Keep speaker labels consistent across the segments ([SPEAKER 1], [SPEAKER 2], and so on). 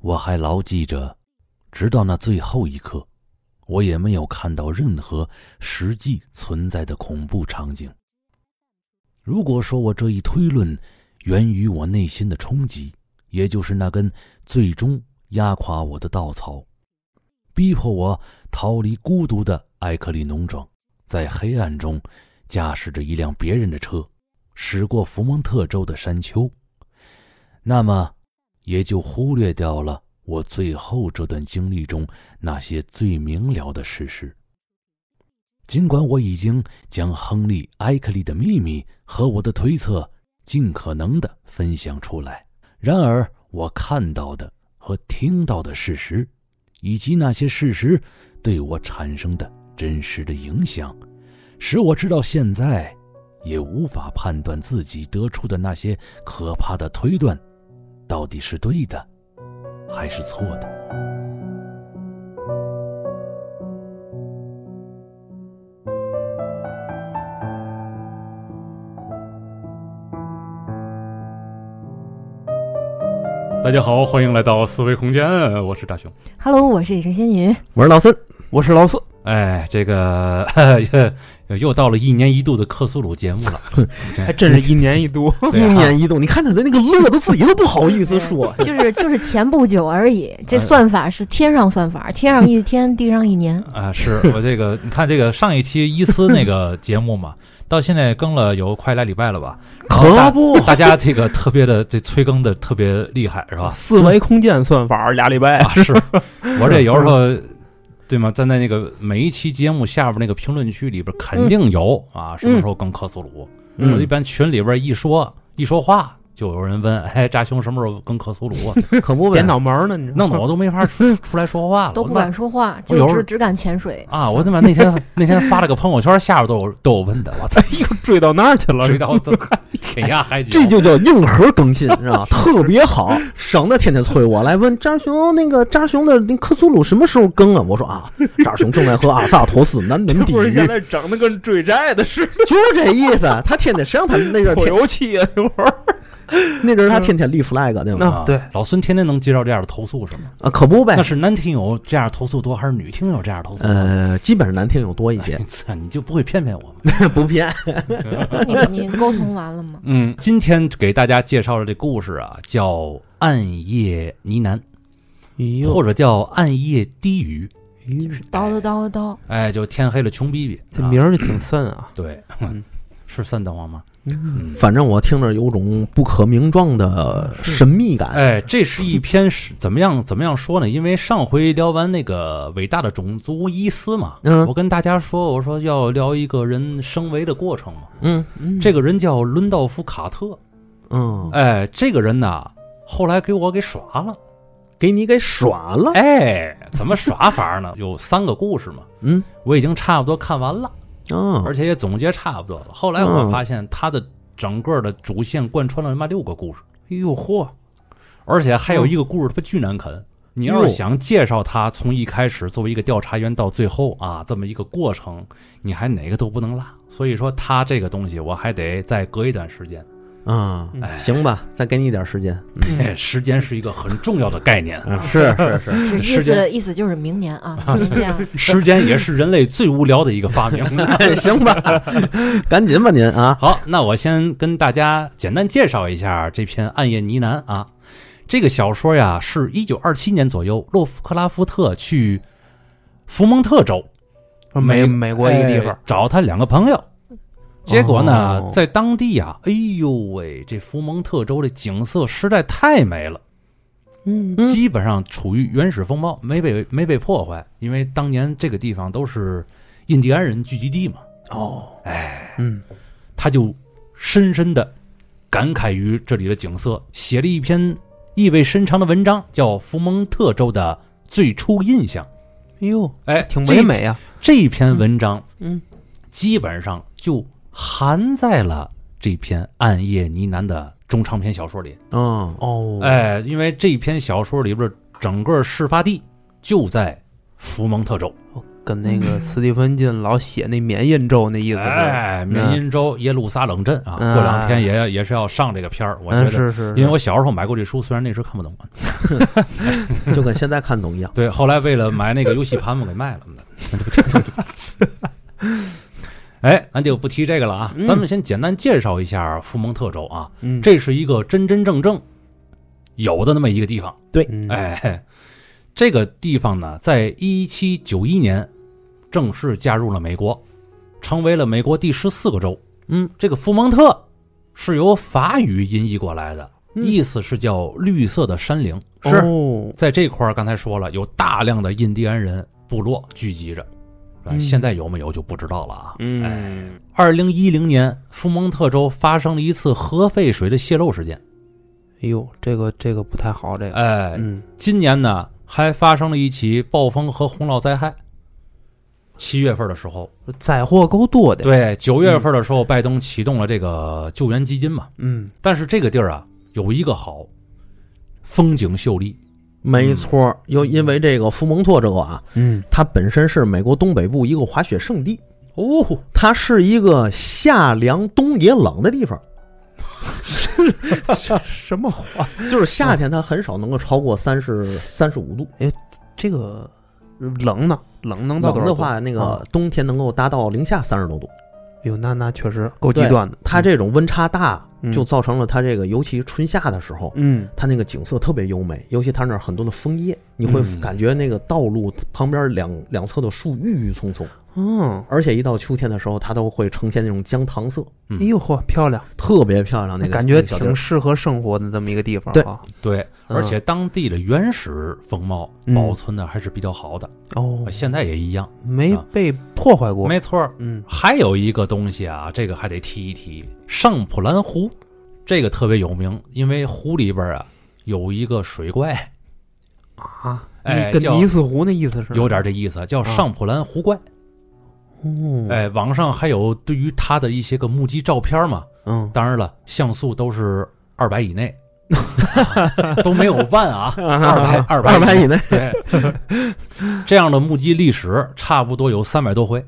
[SPEAKER 1] 我还牢记着，直到那最后一刻，我也没有看到任何实际存在的恐怖场景。如果说我这一推论源于我内心的冲击，也就是那根最终压垮我的稻草，逼迫我逃离孤独的埃克利农庄，在黑暗中驾驶着一辆别人的车，驶过福蒙特州的山丘，那么。也就忽略掉了我最后这段经历中那些最明了的事实。尽管我已经将亨利·埃克利的秘密和我的推测尽可能的分享出来，然而我看到的和听到的事实，以及那些事实对我产生的真实的影响，使我直到现在也无法判断自己得出的那些可怕的推断。到底是对的，还是错的？
[SPEAKER 2] 大家好，欢迎来到四维空间，我是大熊。
[SPEAKER 3] Hello，我是野生 仙女。
[SPEAKER 4] 我是老孙，我是老 四。
[SPEAKER 2] 哎，这个呵呵又到了一年一度的克苏鲁节目了，
[SPEAKER 5] 哎
[SPEAKER 4] 还真是一年一度，一
[SPEAKER 2] 对啊
[SPEAKER 4] 年一度。你看他的那个乐的，自己都不好意思说。
[SPEAKER 3] 就是就是前不久 而已，
[SPEAKER 2] 哎
[SPEAKER 3] 这算法是天上算法，天上一天，地上一 年。
[SPEAKER 2] 啊，是我这个，你看这个上一期伊斯那个节目 嘛，到现在更了有快俩礼拜了吧？
[SPEAKER 4] 可不，
[SPEAKER 2] 大家这个特别的，这催更的特别厉害，是 吧？
[SPEAKER 5] 四维空间算法俩礼拜
[SPEAKER 2] 啊，是我这有时候，对吗？站在那个每一期节目下边那个评论区里边，肯定有、啊，什么时候更克苏鲁？
[SPEAKER 4] 嗯
[SPEAKER 2] 我一般群里边一说一说话，就有人问，哎，扎兄什么时候更克苏鲁啊？
[SPEAKER 4] 可不呗
[SPEAKER 5] 点。脑门儿呢，你知道
[SPEAKER 2] 弄得
[SPEAKER 5] 吗？
[SPEAKER 2] 我都没法出出来说话了，
[SPEAKER 3] 都
[SPEAKER 2] 我
[SPEAKER 3] 不
[SPEAKER 2] 哦那
[SPEAKER 3] 敢说话，
[SPEAKER 2] 我有
[SPEAKER 3] 就
[SPEAKER 2] 时候
[SPEAKER 3] 只只敢 潜水。
[SPEAKER 2] 啊！我他妈那天那天发了个朋友圈，下边都有都有问的，我操，
[SPEAKER 5] 追到那儿去了，
[SPEAKER 2] 追到都哎天涯海角，
[SPEAKER 4] 这就叫硬核更新，是吧？特别 好，省得天天催我来问扎熊那个扎熊的那克苏鲁什么时候更啊？我说啊，扎熊正在和阿萨托斯南门
[SPEAKER 5] 这
[SPEAKER 4] 地
[SPEAKER 5] 不是
[SPEAKER 4] 狱，
[SPEAKER 5] 现在整的跟追债的似的，
[SPEAKER 4] 就这意思。他天天谁让他那阵儿
[SPEAKER 5] 火
[SPEAKER 4] 天
[SPEAKER 5] 油漆啊，那会儿。
[SPEAKER 4] 那阵儿
[SPEAKER 5] 嗯
[SPEAKER 4] 他天天立 flag 对吗？
[SPEAKER 2] 啊，，老孙天天能接到这样的投诉是吗？
[SPEAKER 4] 啊，可不呗
[SPEAKER 5] 哎
[SPEAKER 2] 那。是男听友这样投诉多，还是女听友这样投诉
[SPEAKER 5] 嗯
[SPEAKER 2] 多？
[SPEAKER 4] 呃，基本上难听有多一些
[SPEAKER 2] 哎，操，你就不会骗骗我吗？
[SPEAKER 4] 不偏。
[SPEAKER 3] 你你沟通完了 吗？
[SPEAKER 2] 嗯，今天给大家介绍的这故事啊，叫《暗夜呢喃》，
[SPEAKER 5] 哎
[SPEAKER 2] 或者叫《暗夜低语
[SPEAKER 3] 叨叨叨叨叨，》。
[SPEAKER 2] 哎，就天黑了，穷逼逼。
[SPEAKER 5] 这
[SPEAKER 2] 啊
[SPEAKER 5] 名儿就挺森啊，
[SPEAKER 2] 对
[SPEAKER 5] 嗯，
[SPEAKER 2] 是三等王吗？嗯
[SPEAKER 4] 反正我听着有种不可名状的神秘感。
[SPEAKER 2] 哎，这是一篇是怎么样怎么样说呢？因为上回聊完那个伟大的种族伊斯嘛，
[SPEAKER 4] 嗯
[SPEAKER 2] 我跟大家说，我说要聊一个人升维的过程嘛。
[SPEAKER 4] 嗯
[SPEAKER 2] 这个人叫伦道夫·卡特，
[SPEAKER 4] 嗯，
[SPEAKER 2] 哎，这个人呐，后来给我给耍了。
[SPEAKER 4] 给你给耍了。
[SPEAKER 2] 哎，怎么耍法呢？有三个故事嘛，
[SPEAKER 4] 嗯，
[SPEAKER 2] 我已经差不多看完了，
[SPEAKER 4] 嗯
[SPEAKER 2] 而且也总结差不多了。后来我发现他的整个的主线贯穿了他妈六个故事，
[SPEAKER 5] 哎
[SPEAKER 4] 嗯
[SPEAKER 5] 呦嚯，
[SPEAKER 2] 而且还有一个故事他妈巨难
[SPEAKER 4] 嗯
[SPEAKER 2] 啃。你要是想介绍他从一开始作为一个调查员到最后啊这么一个过程，你还哪个都不能落。所以说他这个东西我还得再隔一段时间。
[SPEAKER 4] 啊，
[SPEAKER 5] 嗯
[SPEAKER 2] 哎，
[SPEAKER 4] 行吧，再给你点时间。嗯
[SPEAKER 2] 哎 时间是一个很重要的概念，啊
[SPEAKER 4] 是是是，
[SPEAKER 3] 其实
[SPEAKER 2] 时
[SPEAKER 3] 意
[SPEAKER 2] 间
[SPEAKER 3] 思意思就是明年啊，明年啊
[SPEAKER 2] 时间也是人类最无聊的一个发明。
[SPEAKER 4] 行吧，赶紧吧您啊。
[SPEAKER 2] 好，那我先跟大家简单介绍一下这篇《暗夜呢喃》啊。这个小说呀，是一九二七年左右，洛夫克拉夫特去福蒙特州
[SPEAKER 5] 哦美美国一个地
[SPEAKER 2] 哎
[SPEAKER 5] 方，
[SPEAKER 2] 找他两个朋友。结果呢，
[SPEAKER 4] 哦
[SPEAKER 2] 在当地呀，哎呦喂，这福蒙特州的景色实在太美了，
[SPEAKER 5] 嗯
[SPEAKER 4] 嗯
[SPEAKER 2] 基本上处于原始风貌，没被没被破坏，因为当年这个地方都是印第安人聚集地嘛。
[SPEAKER 5] 哦，
[SPEAKER 2] 哎，
[SPEAKER 5] 嗯，
[SPEAKER 2] 他就深深的感慨于这里的景色，写了一篇意味深长的文章，叫《福蒙特州的最初印象》。
[SPEAKER 5] 哎呦，
[SPEAKER 2] 哎，
[SPEAKER 5] 挺唯美啊，
[SPEAKER 2] 这。这篇文章，
[SPEAKER 5] 嗯，
[SPEAKER 2] 基本上就含在了这篇《暗夜呢喃》的中长篇小说里。
[SPEAKER 4] 嗯，
[SPEAKER 5] 哦，
[SPEAKER 2] 哎，因为这篇小说里边整个事发地就在福蒙特州。
[SPEAKER 5] 跟那个斯蒂芬金老写那缅因州那意思是，
[SPEAKER 2] 哎，缅因州耶路撒冷镇啊，
[SPEAKER 5] 嗯
[SPEAKER 2] 过两天也也是要上这个片儿。我觉
[SPEAKER 5] 嗯，
[SPEAKER 2] 得，
[SPEAKER 5] 是是，
[SPEAKER 2] 因为我小时候买过这书，虽然那时候看不懂啊。
[SPEAKER 4] 就跟现在看懂一样。
[SPEAKER 2] 对，后来为了买那个游戏盘，我给卖了。 哎，咱就不提这个了啊，
[SPEAKER 5] 嗯
[SPEAKER 2] 咱们先简单介绍一下福蒙特州啊，
[SPEAKER 5] 嗯
[SPEAKER 2] 这是一个真真正正有的那么一个地方。
[SPEAKER 5] 嗯
[SPEAKER 2] 哎，这个地方呢，在一七九一年正式加入了美国，成为了美国第十四个州。
[SPEAKER 4] 嗯，
[SPEAKER 2] 这个福蒙特是由法语音译过来的，
[SPEAKER 4] 嗯
[SPEAKER 2] 意思是叫绿色的山岭。
[SPEAKER 5] 哦
[SPEAKER 2] 在这块儿，刚才说了，有大量的印第安人部落聚集着，啊
[SPEAKER 5] 嗯
[SPEAKER 2] 现在有没有就不知道了啊。哎，
[SPEAKER 5] 嗯
[SPEAKER 2] 二零一零年，福蒙特州发生了一次核废水的泄漏事件。
[SPEAKER 5] 哎呦，这个这个不太好，这个，
[SPEAKER 2] 哎，
[SPEAKER 5] 嗯
[SPEAKER 2] 今年呢还发生了一起暴风和洪涝灾害。七月份的时候，
[SPEAKER 5] 灾祸够多的，
[SPEAKER 2] 对，嗯九月份的时候，拜登启动了这个救援基金嘛。
[SPEAKER 5] 嗯
[SPEAKER 2] 但是这个地儿啊，有一个好，风景秀丽。
[SPEAKER 4] 没错，又因为这个福蒙特州啊，
[SPEAKER 5] 嗯
[SPEAKER 4] 它本身是美国东北部一个滑雪圣地，
[SPEAKER 2] 哦，
[SPEAKER 4] 它是一个夏凉冬也冷的地方，
[SPEAKER 5] 什么话？
[SPEAKER 4] 就是夏天它很少能够超过三十三十五度，
[SPEAKER 5] 这个冷呢？冷能到
[SPEAKER 4] 冷
[SPEAKER 5] 多少
[SPEAKER 4] 的
[SPEAKER 5] 度
[SPEAKER 4] 话，那
[SPEAKER 5] 啊嗯
[SPEAKER 4] 个冬天能够达到零下三十多度。
[SPEAKER 5] 哟，那那确实够极端的。
[SPEAKER 4] 它这种温差大，
[SPEAKER 5] 嗯
[SPEAKER 4] 就造成了它这个，尤其春夏的时候，
[SPEAKER 5] 嗯
[SPEAKER 4] 它那个景色特别优美，尤其它那儿很多的枫叶，你会
[SPEAKER 2] 嗯
[SPEAKER 4] 感觉那个道路旁边两两侧的树郁郁葱葱，
[SPEAKER 5] 嗯，
[SPEAKER 4] 而且一到秋天的时候，它都会呈现那种姜糖色，
[SPEAKER 5] 哎呦嚯，漂亮，
[SPEAKER 4] 特别漂亮。那
[SPEAKER 5] 那
[SPEAKER 4] 个
[SPEAKER 5] 感觉
[SPEAKER 4] 那个小地儿
[SPEAKER 5] 挺适合生活的这么一个地方
[SPEAKER 4] 对
[SPEAKER 5] 啊。
[SPEAKER 2] 对，
[SPEAKER 5] 嗯
[SPEAKER 2] 而且当地的原始风貌
[SPEAKER 5] 嗯
[SPEAKER 2] 保存的还是比较好的，
[SPEAKER 5] 哦，
[SPEAKER 2] 现在也一样。
[SPEAKER 5] 没被破坏过。
[SPEAKER 2] 没错儿，
[SPEAKER 5] 嗯
[SPEAKER 2] 还有一个东西啊，这个还得提一提，上普兰湖，这个特别有名，因为湖里边啊有一个水怪，
[SPEAKER 5] 啊，
[SPEAKER 2] 哎
[SPEAKER 5] 你跟
[SPEAKER 2] 叫
[SPEAKER 5] 尼斯湖那意思是
[SPEAKER 2] 有点这意思，啊叫上普兰湖怪。
[SPEAKER 5] 啊哦，
[SPEAKER 2] 哎，网上还有对于它的一些个目击照片嘛，
[SPEAKER 5] 嗯
[SPEAKER 2] 当然了，像素都是二百以 内，都没有万啊，二百二百
[SPEAKER 4] 二百以内，
[SPEAKER 2] 对，这样的目击历史差不多有三百多回。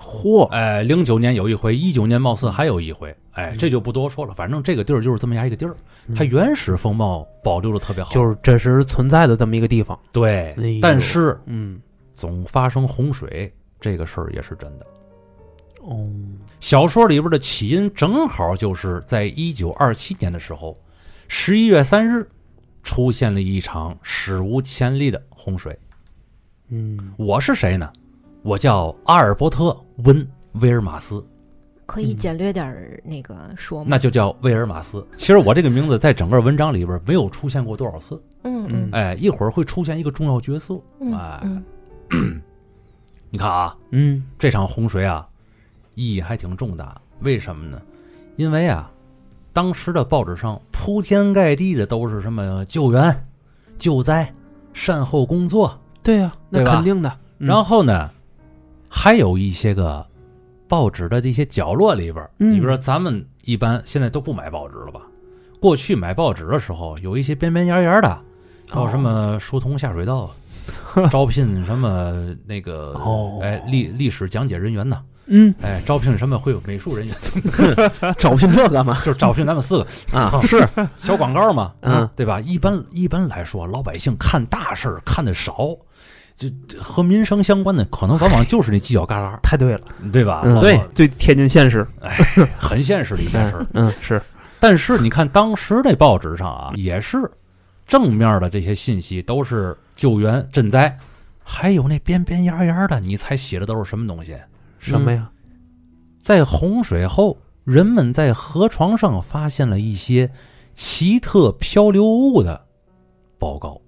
[SPEAKER 2] 嚯！哎，零九年有一回，一九年貌似还有一回，哎，
[SPEAKER 5] 嗯
[SPEAKER 2] 这就不多说了。反正这个地儿就是这么样一个地儿，它原始风貌保留的特别好。
[SPEAKER 5] 就是真实存在的这么一个地方。
[SPEAKER 2] 对
[SPEAKER 5] 哎呦，
[SPEAKER 2] 但是
[SPEAKER 5] 嗯
[SPEAKER 2] 总发生洪水，这个事儿也是真的。
[SPEAKER 5] 哦，
[SPEAKER 2] 小说里边的起因正好就是在一九二七年的时候，十一月三日，出现了一场史无前例的洪水。
[SPEAKER 5] 嗯
[SPEAKER 2] 我是谁呢？我叫阿尔伯特·温·威尔马斯，
[SPEAKER 3] 可以简略点儿那个说吗？
[SPEAKER 2] 那就叫威尔马斯。其实我这个名字在整个文章里边没有出现过多少次，
[SPEAKER 3] 嗯嗯
[SPEAKER 2] 哎，一会儿会出现一个重要角色。
[SPEAKER 3] 嗯
[SPEAKER 2] 哎
[SPEAKER 3] 嗯
[SPEAKER 2] 你看啊，
[SPEAKER 5] 嗯
[SPEAKER 2] 这场洪水啊，意义还挺重大。为什么呢？因为啊，当时的报纸上铺天盖地的都是什么救援、救灾、善后工作，
[SPEAKER 5] 对呀，那
[SPEAKER 2] 对吧
[SPEAKER 5] 肯定的。嗯
[SPEAKER 2] 然后呢，还有一些个报纸的这些角落里边儿，
[SPEAKER 5] 嗯
[SPEAKER 2] 你比如说咱们一般现在都不买报纸了吧？过去买报纸的时候，有一些边边沿沿的，
[SPEAKER 5] 哦
[SPEAKER 2] 到什么疏通下水 道，招聘什么那个
[SPEAKER 5] 哦
[SPEAKER 2] 哎历历史讲解人员呐，
[SPEAKER 5] 嗯
[SPEAKER 2] 哎招聘什么会有美术人员，
[SPEAKER 4] 找拼这干嘛
[SPEAKER 2] 就是招聘咱们四个
[SPEAKER 4] 啊？
[SPEAKER 2] 是小广告嘛，啊
[SPEAKER 5] 嗯
[SPEAKER 2] 对吧？一般一般来说，老百姓看大事儿看的少。就就和民生相关的，可能往往就是那犄角旮旯。
[SPEAKER 5] 太对了，
[SPEAKER 2] 对吧？
[SPEAKER 5] 嗯
[SPEAKER 4] 对
[SPEAKER 5] 最贴近现实。
[SPEAKER 2] 很现实的一件事儿。
[SPEAKER 5] 嗯，是
[SPEAKER 2] 但是你看当时那报纸上啊，也是正面的这些信息都是救援赈灾，还有那边边沿沿的，你猜写的都是什么东西？
[SPEAKER 5] 什么呀？
[SPEAKER 2] 在洪水后，人们在河床上发现了一些奇特漂流物的报告。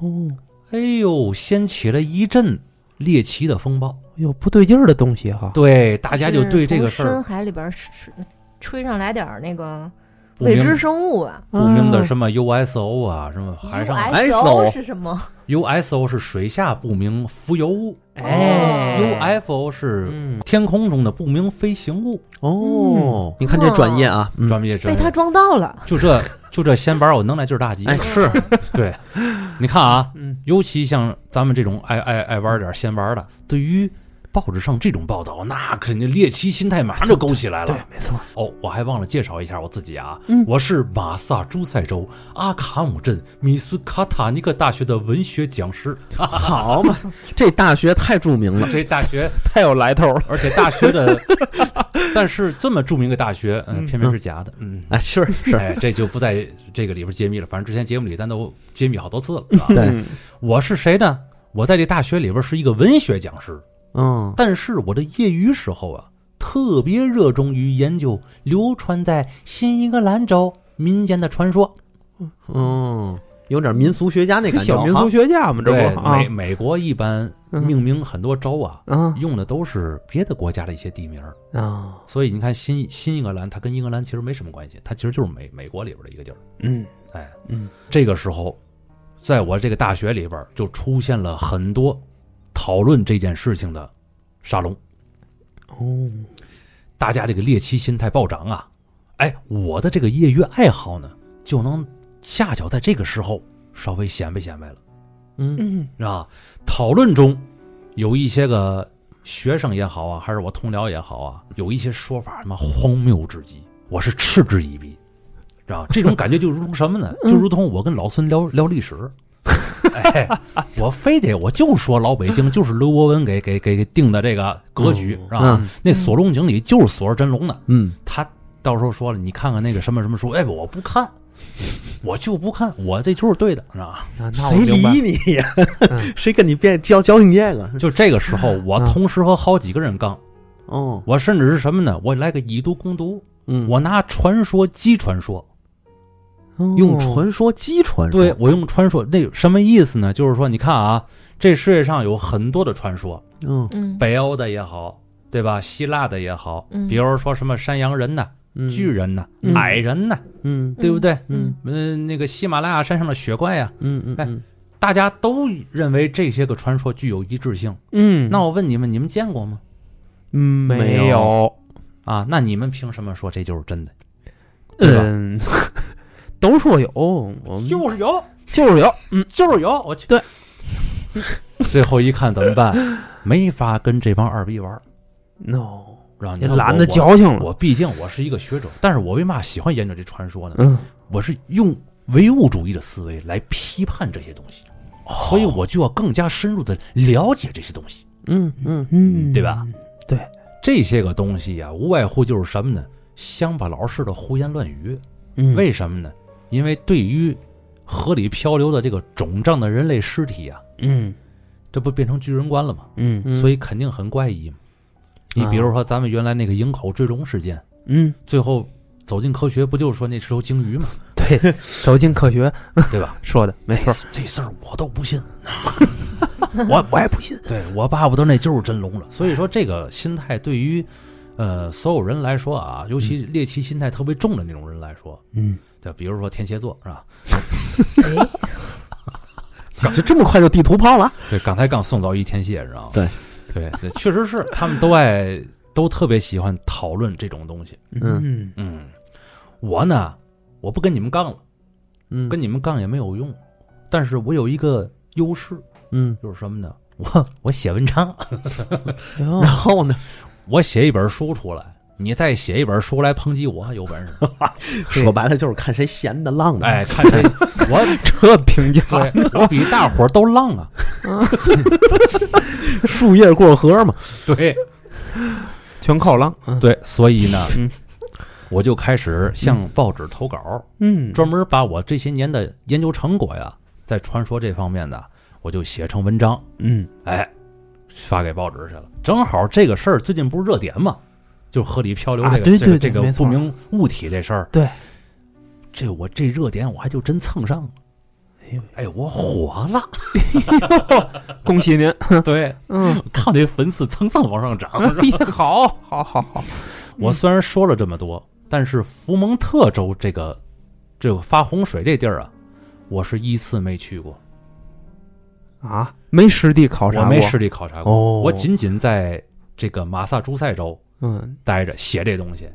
[SPEAKER 5] 哦，
[SPEAKER 2] 哎呦，掀起了一阵猎奇的风暴。
[SPEAKER 5] 有不对劲儿的东西哈。
[SPEAKER 2] 对，大家就对这个
[SPEAKER 3] 是
[SPEAKER 2] 事
[SPEAKER 3] 从
[SPEAKER 2] 儿
[SPEAKER 3] 深海里边儿吹吹上来点儿那个
[SPEAKER 2] 不
[SPEAKER 3] 未知
[SPEAKER 2] 明
[SPEAKER 3] 生物啊哎
[SPEAKER 2] 不明的什么 USO 啊，什么海上
[SPEAKER 4] ISO
[SPEAKER 3] ，USO 是什么？
[SPEAKER 2] USO 是水下不明浮游物
[SPEAKER 5] 哎
[SPEAKER 2] ，UFO 是
[SPEAKER 4] 嗯
[SPEAKER 2] 天空中的不明飞行物。
[SPEAKER 4] 哦，你看这专业啊，嗯
[SPEAKER 2] 专业专
[SPEAKER 3] 被
[SPEAKER 2] 业
[SPEAKER 3] 哎他，撞到了，
[SPEAKER 2] 就这就这先板，我能耐劲儿大极。
[SPEAKER 4] 哎 是
[SPEAKER 2] 对，你看啊，
[SPEAKER 5] 嗯
[SPEAKER 2] 尤其像咱们这种爱爱爱玩点闲玩的，对于报纸上这种报道，那肯定猎奇心态马上就勾起来了。
[SPEAKER 5] 没错，
[SPEAKER 2] 哦，我还忘了介绍一下我自己啊，
[SPEAKER 4] 嗯
[SPEAKER 2] 我是马萨诸塞州阿卡姆镇米斯卡塔尼克大学的文学讲师。
[SPEAKER 4] 好嘛，这大学太著名了，
[SPEAKER 2] 这大学，
[SPEAKER 5] 太有来头了。
[SPEAKER 2] 而且大学的， 但是这么著名的大学，嗯，
[SPEAKER 5] 嗯
[SPEAKER 2] 偏偏是假的，嗯。
[SPEAKER 4] 哎，是是，
[SPEAKER 2] 哎，这就不在这个里边揭秘了。反正之前节目里咱都揭秘好多次了。
[SPEAKER 4] 对，
[SPEAKER 5] 嗯
[SPEAKER 2] 我是谁呢？我在这大学里边是一个文学讲师，
[SPEAKER 4] 嗯，
[SPEAKER 2] 但是我的业余时候啊，特别热衷于研究流传在新英格兰州民间的传说。
[SPEAKER 4] 嗯，有点民俗学家那感觉，
[SPEAKER 5] 小民俗
[SPEAKER 4] 啊
[SPEAKER 5] 学家嘛，这
[SPEAKER 2] 对，
[SPEAKER 5] 不啊
[SPEAKER 2] 美美国一般
[SPEAKER 5] 嗯
[SPEAKER 2] 命名很多州啊，
[SPEAKER 5] 啊
[SPEAKER 2] 用的都是别的国家的一些地名儿，
[SPEAKER 5] 啊，
[SPEAKER 2] 所以你看新新英格兰，它跟英格兰其实没什么关系，它其实就是美美国里边的一个地儿。
[SPEAKER 5] 嗯
[SPEAKER 2] 哎，
[SPEAKER 5] 嗯，
[SPEAKER 2] 这个时候，在我这个大学里边就出现了很多讨论这件事情的沙龙。
[SPEAKER 5] 哦，
[SPEAKER 2] 大家这个猎奇心态暴涨啊！哎，我的这个业余爱好呢，就能恰巧在这个时候稍微显摆显摆了，
[SPEAKER 4] 嗯
[SPEAKER 5] 嗯
[SPEAKER 2] 是吧？讨论中有一些个学生也好啊，还是我同僚也好啊，有一些说法他妈荒谬至极，我是嗤之以鼻，知道吧这种感觉就如同什么呢？就如同我跟老孙聊聊历史。哎，我非得我就说老北京就是刘伯温给给给给定的这个格局
[SPEAKER 4] 嗯
[SPEAKER 2] 是吧
[SPEAKER 4] 嗯？
[SPEAKER 2] 那锁龙井里就是锁着真龙的，
[SPEAKER 4] 嗯，
[SPEAKER 2] 他到时候说了，你看看那个什么什么书，哎，我不看，我就不看，我这就是对的，是吧？
[SPEAKER 5] 啊那我
[SPEAKER 4] 谁
[SPEAKER 5] 明白
[SPEAKER 4] 哎
[SPEAKER 5] 嗯
[SPEAKER 4] 理你呀？ 谁跟你辩教教你这个？
[SPEAKER 2] 就这个时候，我
[SPEAKER 4] 嗯
[SPEAKER 2] 同时和好几个人杠，
[SPEAKER 4] 哦，
[SPEAKER 2] 我甚至是什么呢？我来个以毒攻毒，
[SPEAKER 4] 嗯，
[SPEAKER 2] 我拿传说击传说，
[SPEAKER 5] 哦
[SPEAKER 4] 用传说机传说，
[SPEAKER 2] 对我用传说，那什么意思呢？就是说，你看啊，这世界上有很多的传说，
[SPEAKER 4] 嗯
[SPEAKER 3] 嗯，
[SPEAKER 2] 北欧的也好，对吧？希腊的也好，
[SPEAKER 3] 嗯
[SPEAKER 2] 比如说什么山羊人呐、
[SPEAKER 4] 嗯，
[SPEAKER 2] 巨人呐、
[SPEAKER 4] 嗯
[SPEAKER 2] 矮人呐、
[SPEAKER 4] 嗯，
[SPEAKER 2] 对不对？
[SPEAKER 3] 嗯
[SPEAKER 2] 嗯、那个喜马拉雅山上的雪怪呀、
[SPEAKER 4] 嗯嗯
[SPEAKER 2] 哎
[SPEAKER 4] 嗯
[SPEAKER 2] 大家都认为这些个传说具有一致性。
[SPEAKER 5] 嗯，
[SPEAKER 2] 那我问你们，你们见过吗？
[SPEAKER 5] 嗯没有，
[SPEAKER 2] 啊，那你们凭什么说这就是真的？对吧
[SPEAKER 5] 嗯， 都说有，我们
[SPEAKER 2] 就是有，
[SPEAKER 5] 就是有，嗯，
[SPEAKER 2] 就是有，我去。
[SPEAKER 5] 对，
[SPEAKER 2] 最后一看怎么办？没法跟这帮二逼玩儿，
[SPEAKER 5] no，
[SPEAKER 2] 让你
[SPEAKER 5] 也
[SPEAKER 2] 看
[SPEAKER 5] 懒
[SPEAKER 2] 我
[SPEAKER 5] 得矫情
[SPEAKER 2] 我。
[SPEAKER 5] 了，
[SPEAKER 2] 我毕竟我是一个学者，但是我为嘛喜欢研究这传说呢？
[SPEAKER 5] 嗯，
[SPEAKER 2] 我是用唯物主义的思维来批判这些东西，
[SPEAKER 5] 哦
[SPEAKER 2] 所以我就要更加深入的了解这些东西。
[SPEAKER 4] 嗯嗯
[SPEAKER 5] 嗯，
[SPEAKER 2] 对吧？
[SPEAKER 5] 对，
[SPEAKER 2] 这些个东西呀、无外乎就是什么呢？乡巴佬式的胡言乱语。
[SPEAKER 4] 嗯，
[SPEAKER 2] 为什么呢？因为对于河里漂流的这个肿胀的人类尸体啊，
[SPEAKER 5] 嗯
[SPEAKER 2] 这不变成巨人观了吗？
[SPEAKER 5] 嗯啊
[SPEAKER 4] 嗯
[SPEAKER 2] 所以肯定很怪异嘛。你比如说咱们原来那个营口追龙事件，
[SPEAKER 5] 嗯，
[SPEAKER 2] 最后走进科学不就是说那是头鲸鱼吗？
[SPEAKER 5] 对，走进科学，
[SPEAKER 2] 对吧？
[SPEAKER 5] 说的没错，
[SPEAKER 2] 这，这事儿我都不信。
[SPEAKER 5] 我我也不信。
[SPEAKER 2] 对我巴不得那就是真龙了。
[SPEAKER 5] 嗯
[SPEAKER 2] 所以说这个心态对于呃所有人来说啊，尤其猎奇心态特别重的那种人来说，
[SPEAKER 5] 嗯，
[SPEAKER 2] 对，比如说天蝎座是吧？嗯
[SPEAKER 3] 哎
[SPEAKER 4] 就这么快就地图炮了？
[SPEAKER 2] 对，刚才刚送到一天蝎，知道吗？
[SPEAKER 4] 对，
[SPEAKER 2] 对对，确实是，他们都爱都特别喜欢讨论这种东西。
[SPEAKER 5] 嗯
[SPEAKER 2] 嗯，我呢，我不跟你们杠了，
[SPEAKER 4] 嗯
[SPEAKER 2] 跟你们杠也没有用，但是我有一个优势，
[SPEAKER 4] 嗯，
[SPEAKER 2] 就是什么呢？我我写文章，
[SPEAKER 5] 嗯
[SPEAKER 4] 然后呢？
[SPEAKER 2] 我写一本书出来，你再写一本书来抨击我，有 本事。
[SPEAKER 4] 说白了就是看谁闲的浪的。
[SPEAKER 2] 哎，看谁， 我
[SPEAKER 5] 这评价
[SPEAKER 2] 对我比大伙儿都浪啊！
[SPEAKER 4] 树叶过河嘛。
[SPEAKER 2] 对
[SPEAKER 5] 全靠浪。
[SPEAKER 2] 对，所以呢
[SPEAKER 5] 嗯，
[SPEAKER 2] 我就开始向报纸投稿，
[SPEAKER 5] 嗯
[SPEAKER 2] 专门把我这些年的研究成果呀，在传说这方面的，我就写成文章，
[SPEAKER 5] 嗯
[SPEAKER 2] 哎，发给报纸去了。正好这个事儿最近不是热点嘛，就河里漂流这个、
[SPEAKER 5] 啊对对
[SPEAKER 2] 这个
[SPEAKER 5] 对
[SPEAKER 2] 这
[SPEAKER 5] 没
[SPEAKER 2] 个
[SPEAKER 5] 错
[SPEAKER 2] 不明物体这事儿，
[SPEAKER 5] 对，
[SPEAKER 2] 这我这热点我还就真蹭上了。哎呦，我火 了！
[SPEAKER 5] 恭喜 您。
[SPEAKER 2] 对，
[SPEAKER 5] 嗯，
[SPEAKER 2] 看这粉丝蹭蹭往上涨。
[SPEAKER 5] 哎好好好好，
[SPEAKER 2] 我虽然说了这么多，但是福蒙特州这个这个发洪水这地儿啊，我是依次没去过，
[SPEAKER 5] 啊，没实地考察
[SPEAKER 2] 我
[SPEAKER 5] 过，
[SPEAKER 2] 没实地考察过，
[SPEAKER 5] 哦，
[SPEAKER 2] 我仅仅在这个马萨诸塞州
[SPEAKER 5] 嗯
[SPEAKER 2] 待着写这东西。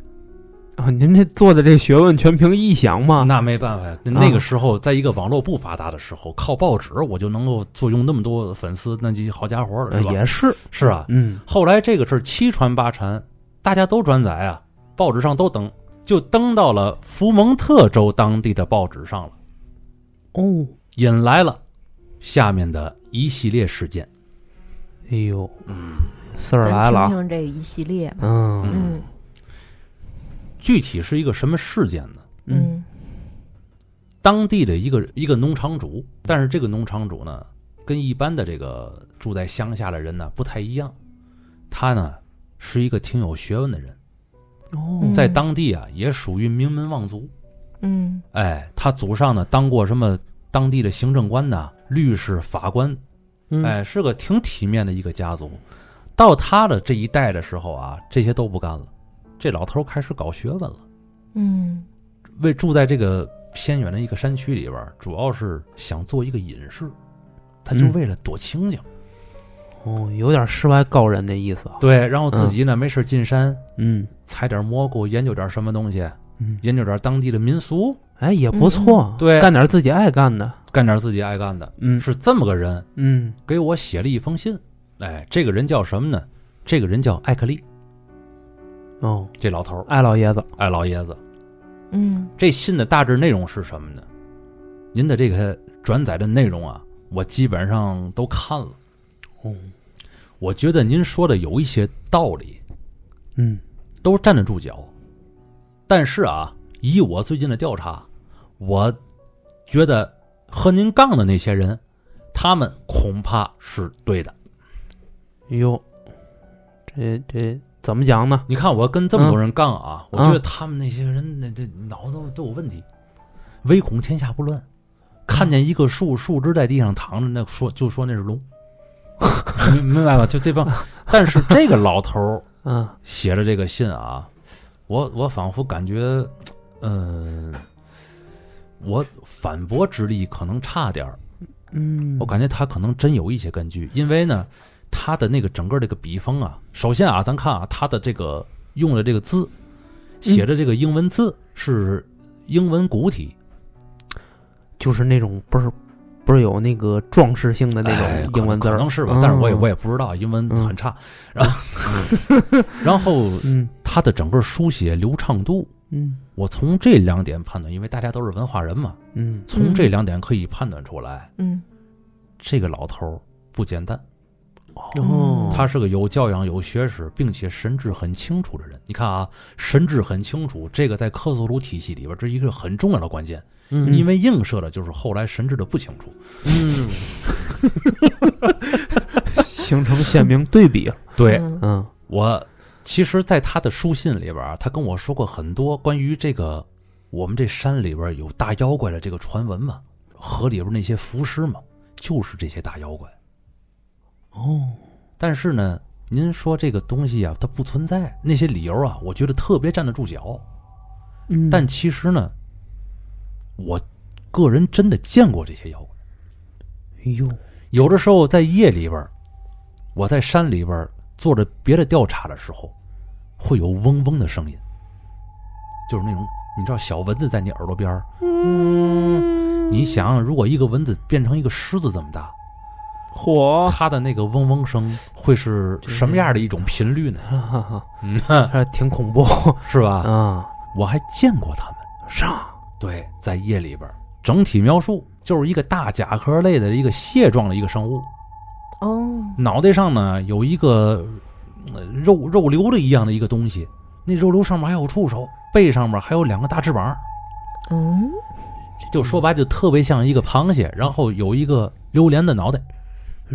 [SPEAKER 5] 啊，您这做的这学问全凭臆想嘛？
[SPEAKER 2] 那没办法呀，
[SPEAKER 5] 啊
[SPEAKER 2] 那个时候在一个网络不发达的时候，靠报纸我就能够坐拥那么多粉丝，那就好家伙了，
[SPEAKER 5] 呃
[SPEAKER 2] 是吧？
[SPEAKER 5] 也是，
[SPEAKER 2] 是啊。
[SPEAKER 5] 嗯，
[SPEAKER 2] 后来这个事儿七传八传，大家都转载啊，报纸上都登，就登到了福蒙特州当地的报纸上了，
[SPEAKER 5] 哦，
[SPEAKER 2] 引来了下面的一系列事件。
[SPEAKER 5] 哎呦，嗯，事 儿来
[SPEAKER 3] 哎咱
[SPEAKER 5] 了
[SPEAKER 3] 听
[SPEAKER 5] 啊，
[SPEAKER 3] 听这一系列吧。
[SPEAKER 5] 嗯
[SPEAKER 3] 嗯
[SPEAKER 2] 具体是一个什么事件呢？
[SPEAKER 5] 嗯
[SPEAKER 3] 嗯
[SPEAKER 2] 当地的一个一个农场主，但是这个农场主呢，跟一般的这个住在乡下的人呢不太一样，他呢是一个挺有学问的人，
[SPEAKER 5] 哦，
[SPEAKER 2] 在当地啊也属于名门望族。
[SPEAKER 3] 嗯
[SPEAKER 2] 哎，他祖上呢当过什么当地的行政官呐、律师、法官，
[SPEAKER 5] 嗯
[SPEAKER 2] 哎，是个挺体面的一个家族。到他的这一代的时候啊，这些都不干了，这老头开始搞学问了。
[SPEAKER 3] 嗯
[SPEAKER 2] 为住在这个偏远的一个山区里边儿，主要是想做一个隐士，他就
[SPEAKER 5] 嗯
[SPEAKER 2] 为了躲清静。
[SPEAKER 5] 哦，有点世外高人的意思啊，
[SPEAKER 2] 对，然后自己呢、没事进山
[SPEAKER 5] 嗯
[SPEAKER 2] 采点蘑菇，研究点什么东西，
[SPEAKER 5] 嗯，
[SPEAKER 2] 研究点当地的民俗，
[SPEAKER 5] 哎，也不错，
[SPEAKER 2] 对
[SPEAKER 5] 干点自己爱干的，
[SPEAKER 2] 干点自己爱干的。
[SPEAKER 5] 嗯
[SPEAKER 2] 是这么个人
[SPEAKER 5] 嗯，
[SPEAKER 2] 给我写了一封信，哎，这个人叫什么呢？这个人叫艾克利，
[SPEAKER 5] 哦，
[SPEAKER 2] 这老头儿，
[SPEAKER 5] 爱老爷子，
[SPEAKER 2] 艾老爷子。
[SPEAKER 3] 嗯
[SPEAKER 2] 这信的大致内容是什么呢？您的这个转载的内容啊，我基本上都看了。
[SPEAKER 5] 哦，
[SPEAKER 2] 我觉得您说的有一些道理，
[SPEAKER 5] 嗯，
[SPEAKER 2] 都站得住脚。但是啊，以我最近的调查，我觉得和您杠的那些人，他们恐怕是对的。
[SPEAKER 5] 哟，这这怎么讲呢？
[SPEAKER 2] 你看，我跟这么多人杠啊，我
[SPEAKER 5] 嗯
[SPEAKER 2] 觉得他们那些人那这脑子都有问题，唯恐天下不乱。看见一个树树枝在地上躺着，那说就说那是龙， 明明白吧？就这帮。 但是这个老头儿
[SPEAKER 5] 嗯，
[SPEAKER 2] 写了这个信啊，我我仿佛感觉，呃，我反驳之力可能差点儿，
[SPEAKER 5] 嗯，
[SPEAKER 2] 我感觉他可能真有一些根据，因为呢，他的那个整个这个笔锋啊，首先啊，咱看啊，他的这个用的这个字，写的这个英文字是英文古体，
[SPEAKER 5] 就是那种不是不是有那个装饰性的那
[SPEAKER 2] 哎
[SPEAKER 5] 种英文字
[SPEAKER 2] 可
[SPEAKER 5] 儿，嗯
[SPEAKER 2] 能是吧，但是我也我
[SPEAKER 5] 也
[SPEAKER 2] 也不知道，英文很差。然后， 然后
[SPEAKER 5] 嗯
[SPEAKER 2] 他的整个书写流畅度，
[SPEAKER 5] 嗯
[SPEAKER 2] 我从这两点判断，因为大家都是文化人嘛，
[SPEAKER 5] 嗯
[SPEAKER 2] 从这两点可以判断出来，
[SPEAKER 3] 嗯
[SPEAKER 2] 这个老头儿不简单，
[SPEAKER 3] 嗯
[SPEAKER 5] 哦，
[SPEAKER 2] 他是个有教养、有学识，并且神智很清楚的人。你看啊，神智很清楚，这个在克苏鲁体系里边，这是一个很重要的关键，
[SPEAKER 5] 嗯
[SPEAKER 2] 因为映射的就是后来神智的不清楚。
[SPEAKER 5] 嗯，形成鲜明对比了，
[SPEAKER 2] 对
[SPEAKER 3] 嗯
[SPEAKER 5] 嗯
[SPEAKER 2] 我，其实，在他的书信里边啊，他跟我说过很多关于这个我们这山里边有大妖怪的这个传闻嘛，河里边那些浮尸嘛，就是这些大妖怪。
[SPEAKER 5] 哦，
[SPEAKER 2] 但是呢，您说这个东西啊，它不存在，那些理由啊，我觉得特别站得住脚。
[SPEAKER 5] 嗯
[SPEAKER 2] 但其实呢，我个人真的见过这些妖怪。
[SPEAKER 5] 哎呦，
[SPEAKER 2] 有的时候在夜里边儿，我在山里边儿做着别的调查的时候，会有嗡嗡的声音，就是那种你知道小蚊子在你耳朵边儿，嗯，你想想，如果一个蚊子变成一个狮子这么大，
[SPEAKER 5] 火，
[SPEAKER 2] 它的那个嗡嗡声会是什么样的一种频率呢？
[SPEAKER 5] 哈哈哈，
[SPEAKER 2] 嗯，
[SPEAKER 5] 还挺恐怖
[SPEAKER 2] 是吧？
[SPEAKER 5] 啊，
[SPEAKER 2] 我还见过他们。
[SPEAKER 5] 上，
[SPEAKER 2] 对，在夜里边儿，整体描述就是一个大甲壳类的一个蟹状的一个生物，
[SPEAKER 3] 哦
[SPEAKER 2] 脑袋上呢有一个呃肉肉瘤的一样的一个东西，那肉瘤上面还有触手，背上面还有两个大翅膀，
[SPEAKER 3] 嗯
[SPEAKER 2] 就说白就特别像一个螃蟹，然后有一个榴莲的脑袋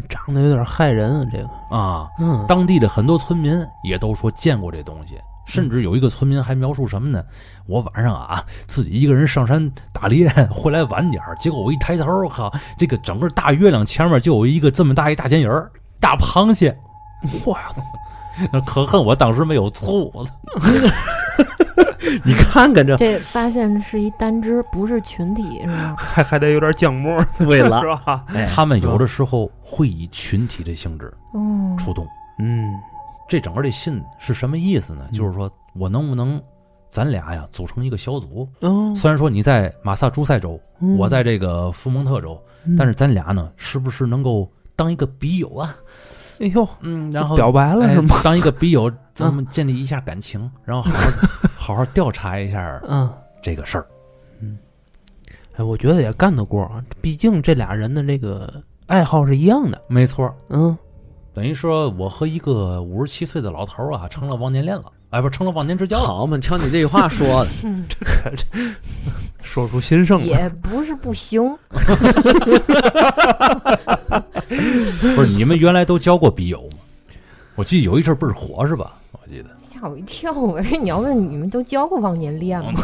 [SPEAKER 5] 长得有点害人啊，这个，
[SPEAKER 2] 啊。
[SPEAKER 5] 嗯，
[SPEAKER 2] 当地的很多村民也都说见过这东西，
[SPEAKER 5] 嗯
[SPEAKER 2] 甚至有一个村民还描述什么呢？我晚上啊自己一个人上山打猎，回来晚点儿，结果我一抬头，我靠，这个整个大月亮前面就有一个这么大一大尖人儿，大螃蟹，哇！可恨我当时没有醋，我操！
[SPEAKER 4] 你看看这，
[SPEAKER 3] 这发现是一单只，不是群体，是吗？
[SPEAKER 5] 还还得有点酱 沫，
[SPEAKER 4] 对了，
[SPEAKER 5] 是吧？
[SPEAKER 4] 哎
[SPEAKER 2] 他们有的时候会以群体的性质
[SPEAKER 3] 嗯，
[SPEAKER 2] 出动。
[SPEAKER 5] 嗯，
[SPEAKER 2] 这整个这信是什么意思呢？就是说我能不能，咱俩呀组成一个小组？
[SPEAKER 5] 哦，
[SPEAKER 2] 虽然说你在马萨诸塞州，
[SPEAKER 5] 嗯
[SPEAKER 2] 我在这个福蒙特州，
[SPEAKER 5] 嗯
[SPEAKER 2] 但是咱俩呢，是不是能够当一个笔友啊？
[SPEAKER 5] 哎呦，
[SPEAKER 2] 嗯，然后
[SPEAKER 5] 表白 了是吗？
[SPEAKER 2] 哎当一个笔 友，咱们建立一下感情，然后好好好好调查一下
[SPEAKER 5] 嗯，
[SPEAKER 2] 这个事儿。
[SPEAKER 5] 哎，我觉得也干得过啊，毕竟这俩人的这个爱好是一样的。
[SPEAKER 2] 没错，
[SPEAKER 5] 嗯，
[SPEAKER 2] 等于说我和一个五十七岁的老头儿啊，成了忘年恋了，哎，不是成了忘年之交了。
[SPEAKER 4] 好嘛，瞧你这句话说的，
[SPEAKER 3] 嗯
[SPEAKER 5] 说出心声了。
[SPEAKER 3] 也不是不行。
[SPEAKER 2] 不是你们原来都交过笔友吗？我记得有一阵儿倍儿火是吧？我记得
[SPEAKER 3] 吓我一跳！我说你要问你们都交过忘年恋吗？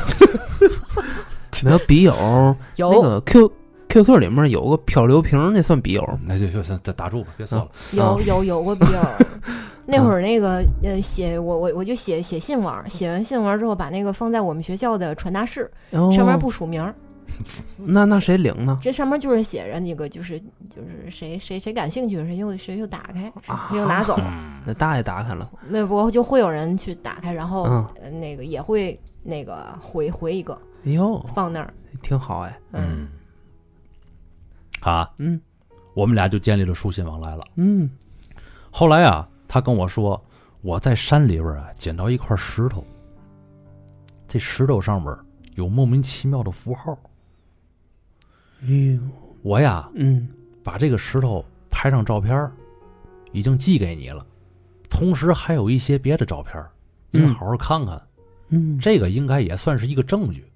[SPEAKER 5] 没有笔友，
[SPEAKER 3] 有，
[SPEAKER 5] 嗯那个 Q Q Q 里面有个漂流瓶，那算笔友吗？
[SPEAKER 2] 那就就就打住吧，别说了。
[SPEAKER 5] 啊
[SPEAKER 3] 有有有 过笔友儿，那会儿那个呃写我我我就写写信玩儿，写完信玩儿之后把那个放在我们学校的传达室，
[SPEAKER 5] 哦
[SPEAKER 3] 上面不署名儿，
[SPEAKER 5] 那那谁领呢？
[SPEAKER 3] 这上面就是写着那个就是就是谁谁谁感兴趣谁就谁就打开
[SPEAKER 5] 啊
[SPEAKER 3] 谁就拿走，
[SPEAKER 2] 嗯，
[SPEAKER 5] 那大爷打开了。
[SPEAKER 3] 那不过就会有人去打开，然后
[SPEAKER 5] 嗯，
[SPEAKER 3] 呃那个也会那个回回一个
[SPEAKER 5] 哎呦，
[SPEAKER 3] 放那儿，
[SPEAKER 5] 挺好哎。
[SPEAKER 2] 嗯，
[SPEAKER 3] 嗯，
[SPEAKER 2] 啊，
[SPEAKER 5] 嗯
[SPEAKER 2] 我们俩就建立了书信往来了。
[SPEAKER 5] 嗯，
[SPEAKER 2] 后来啊，他跟我说，我在山里边啊捡到一块石头，这石头上面有莫名其妙的符号。
[SPEAKER 5] 哎呦，
[SPEAKER 2] 我呀，
[SPEAKER 5] 嗯，
[SPEAKER 2] 把这个石头拍上照片儿，已经寄给你了，同时还有一些别的照片儿，你
[SPEAKER 5] 嗯
[SPEAKER 2] 好好看看。
[SPEAKER 5] 嗯，
[SPEAKER 2] 这个应该也算是一个证据。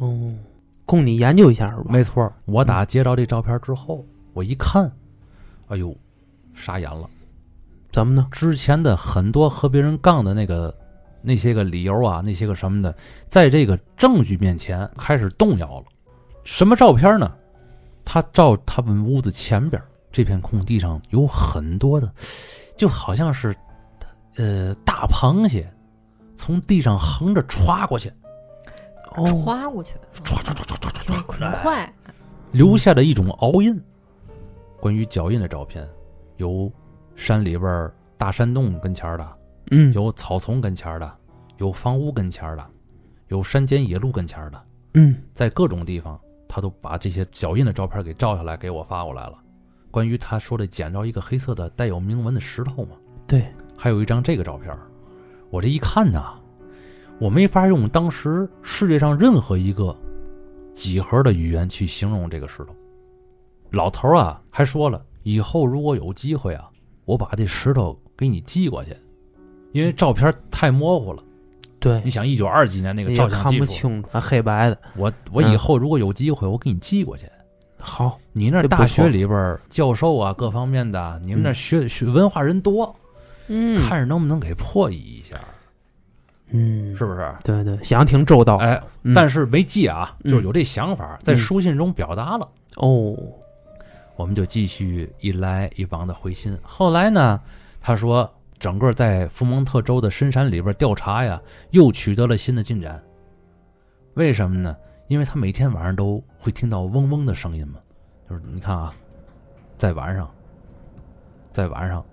[SPEAKER 5] 哦，供你研究一下是吧？
[SPEAKER 2] 没错儿，我打接到这照片之后，我一看，哎呦，傻眼了。
[SPEAKER 5] 怎么呢？
[SPEAKER 2] 之前的很多和别人杠的那个那些个理由啊，那些个什么的，在这个证据面前开始动摇了。什么照片呢？他照他们屋子前边儿这片空地上有很多的，就好像是呃大螃蟹从地上横着歘过去，
[SPEAKER 5] 哦，
[SPEAKER 3] 歘过去，
[SPEAKER 2] 歘歘歘歘歘嗯歘歘，
[SPEAKER 3] 很快，
[SPEAKER 2] 留下的一种鳌印。关于脚印的照片，有山里边儿大山洞跟前儿的，啊
[SPEAKER 5] 嗯，
[SPEAKER 2] 有草丛跟前儿的，有房屋跟前儿的，有山间野路跟前儿的，
[SPEAKER 5] 嗯，
[SPEAKER 2] 在各种地方，他都把这些脚印的照片给照下来，给我发过来了。关于他说的捡着一个黑色的带有铭文的石头嘛，
[SPEAKER 5] 对，
[SPEAKER 2] 还有一张这个照片儿，我这一看呐，我没法用当时世界上任何一个几何的语言去形容这个石头。老头儿啊，还说了，以后如果有机会啊，我把这石头给你寄过去，因为照片儿太模糊了。
[SPEAKER 5] 对
[SPEAKER 2] 你，想，一九二几年那个
[SPEAKER 5] 也
[SPEAKER 2] 照相
[SPEAKER 5] 哎看
[SPEAKER 2] 技
[SPEAKER 5] 不
[SPEAKER 2] 术，
[SPEAKER 5] 清楚，还黑白的。
[SPEAKER 2] 我我以后如果有机会，我给你寄过去。
[SPEAKER 5] 好，
[SPEAKER 2] 你那
[SPEAKER 5] 这不错
[SPEAKER 2] 大学里边儿教授啊，各方面的，你们那学学文化人多，
[SPEAKER 5] 嗯
[SPEAKER 2] 看着能不能给破译一下，
[SPEAKER 5] 嗯，
[SPEAKER 2] 是不是？
[SPEAKER 5] 对对，想挺周到。
[SPEAKER 2] 哎，
[SPEAKER 5] 嗯
[SPEAKER 2] 但是没记啊，
[SPEAKER 5] 嗯
[SPEAKER 2] 就是有这想法，在书信中表达了。
[SPEAKER 5] 哦，
[SPEAKER 2] 我们就继续一来一往的回信。后来呢，他说整个在福蒙特州的深山里边调查呀，又取得了新的进展。为什么呢？因为他每天晚上都会听到嗡嗡的声音嘛，就是你看啊，在晚上，在晚上，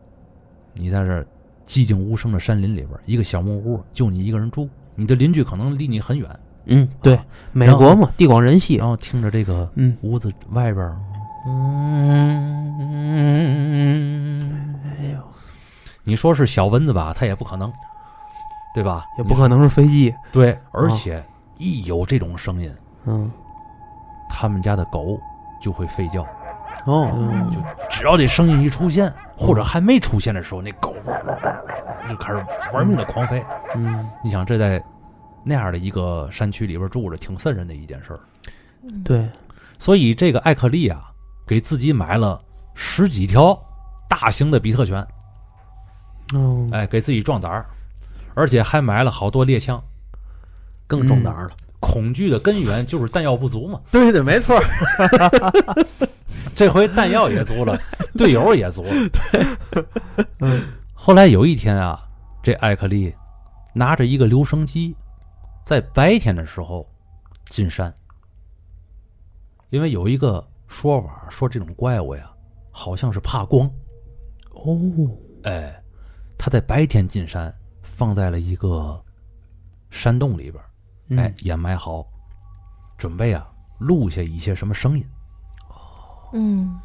[SPEAKER 2] 你在这儿寂静无声的山林里边，一个小木屋，就你一个人住，你的邻居可能离你很远，
[SPEAKER 5] 嗯，对
[SPEAKER 2] 啊，
[SPEAKER 5] 美国嘛，地广人稀啊
[SPEAKER 2] 然。后听着这个
[SPEAKER 5] 嗯
[SPEAKER 2] 屋子外边儿
[SPEAKER 5] 嗯，哎呦，
[SPEAKER 2] 你说是小蚊子吧，它也不可能，对吧？
[SPEAKER 5] 也不可能啊是飞机。
[SPEAKER 2] 你对，而且一有这种声音，
[SPEAKER 5] 嗯，
[SPEAKER 2] 他们家的狗就会吠叫。
[SPEAKER 5] 哦，
[SPEAKER 2] 就只要这声音一出现，或者还没出现的时候，那狗汪汪汪汪汪就开始玩命的狂吠。
[SPEAKER 5] 嗯，
[SPEAKER 2] 你想，这在那样的一个山区里边住着，挺瘆人的一件事儿。
[SPEAKER 3] 嗯
[SPEAKER 5] 对，
[SPEAKER 2] 所以这个艾克利啊，给自己买了十几条大型的比特犬，
[SPEAKER 5] 哦，
[SPEAKER 2] 哎，给自己壮胆儿，而且还买了好多猎枪，更壮胆儿了。恐惧的根源就是弹药不足嘛，
[SPEAKER 4] 嗯对对，没错，
[SPEAKER 2] 这回弹药也足 了，队友也足了。
[SPEAKER 5] 哎
[SPEAKER 2] 后来有一天啊，这艾克利拿着一个留声机在白天的时候进山，因为有一个说法儿说这种怪物呀，好像是怕光，
[SPEAKER 5] 哦，
[SPEAKER 2] 哎，他在白天进山，放在了一个山洞里边儿，
[SPEAKER 5] 嗯
[SPEAKER 2] 哎，，掩埋好，准备啊录下一些什么声音。
[SPEAKER 3] 嗯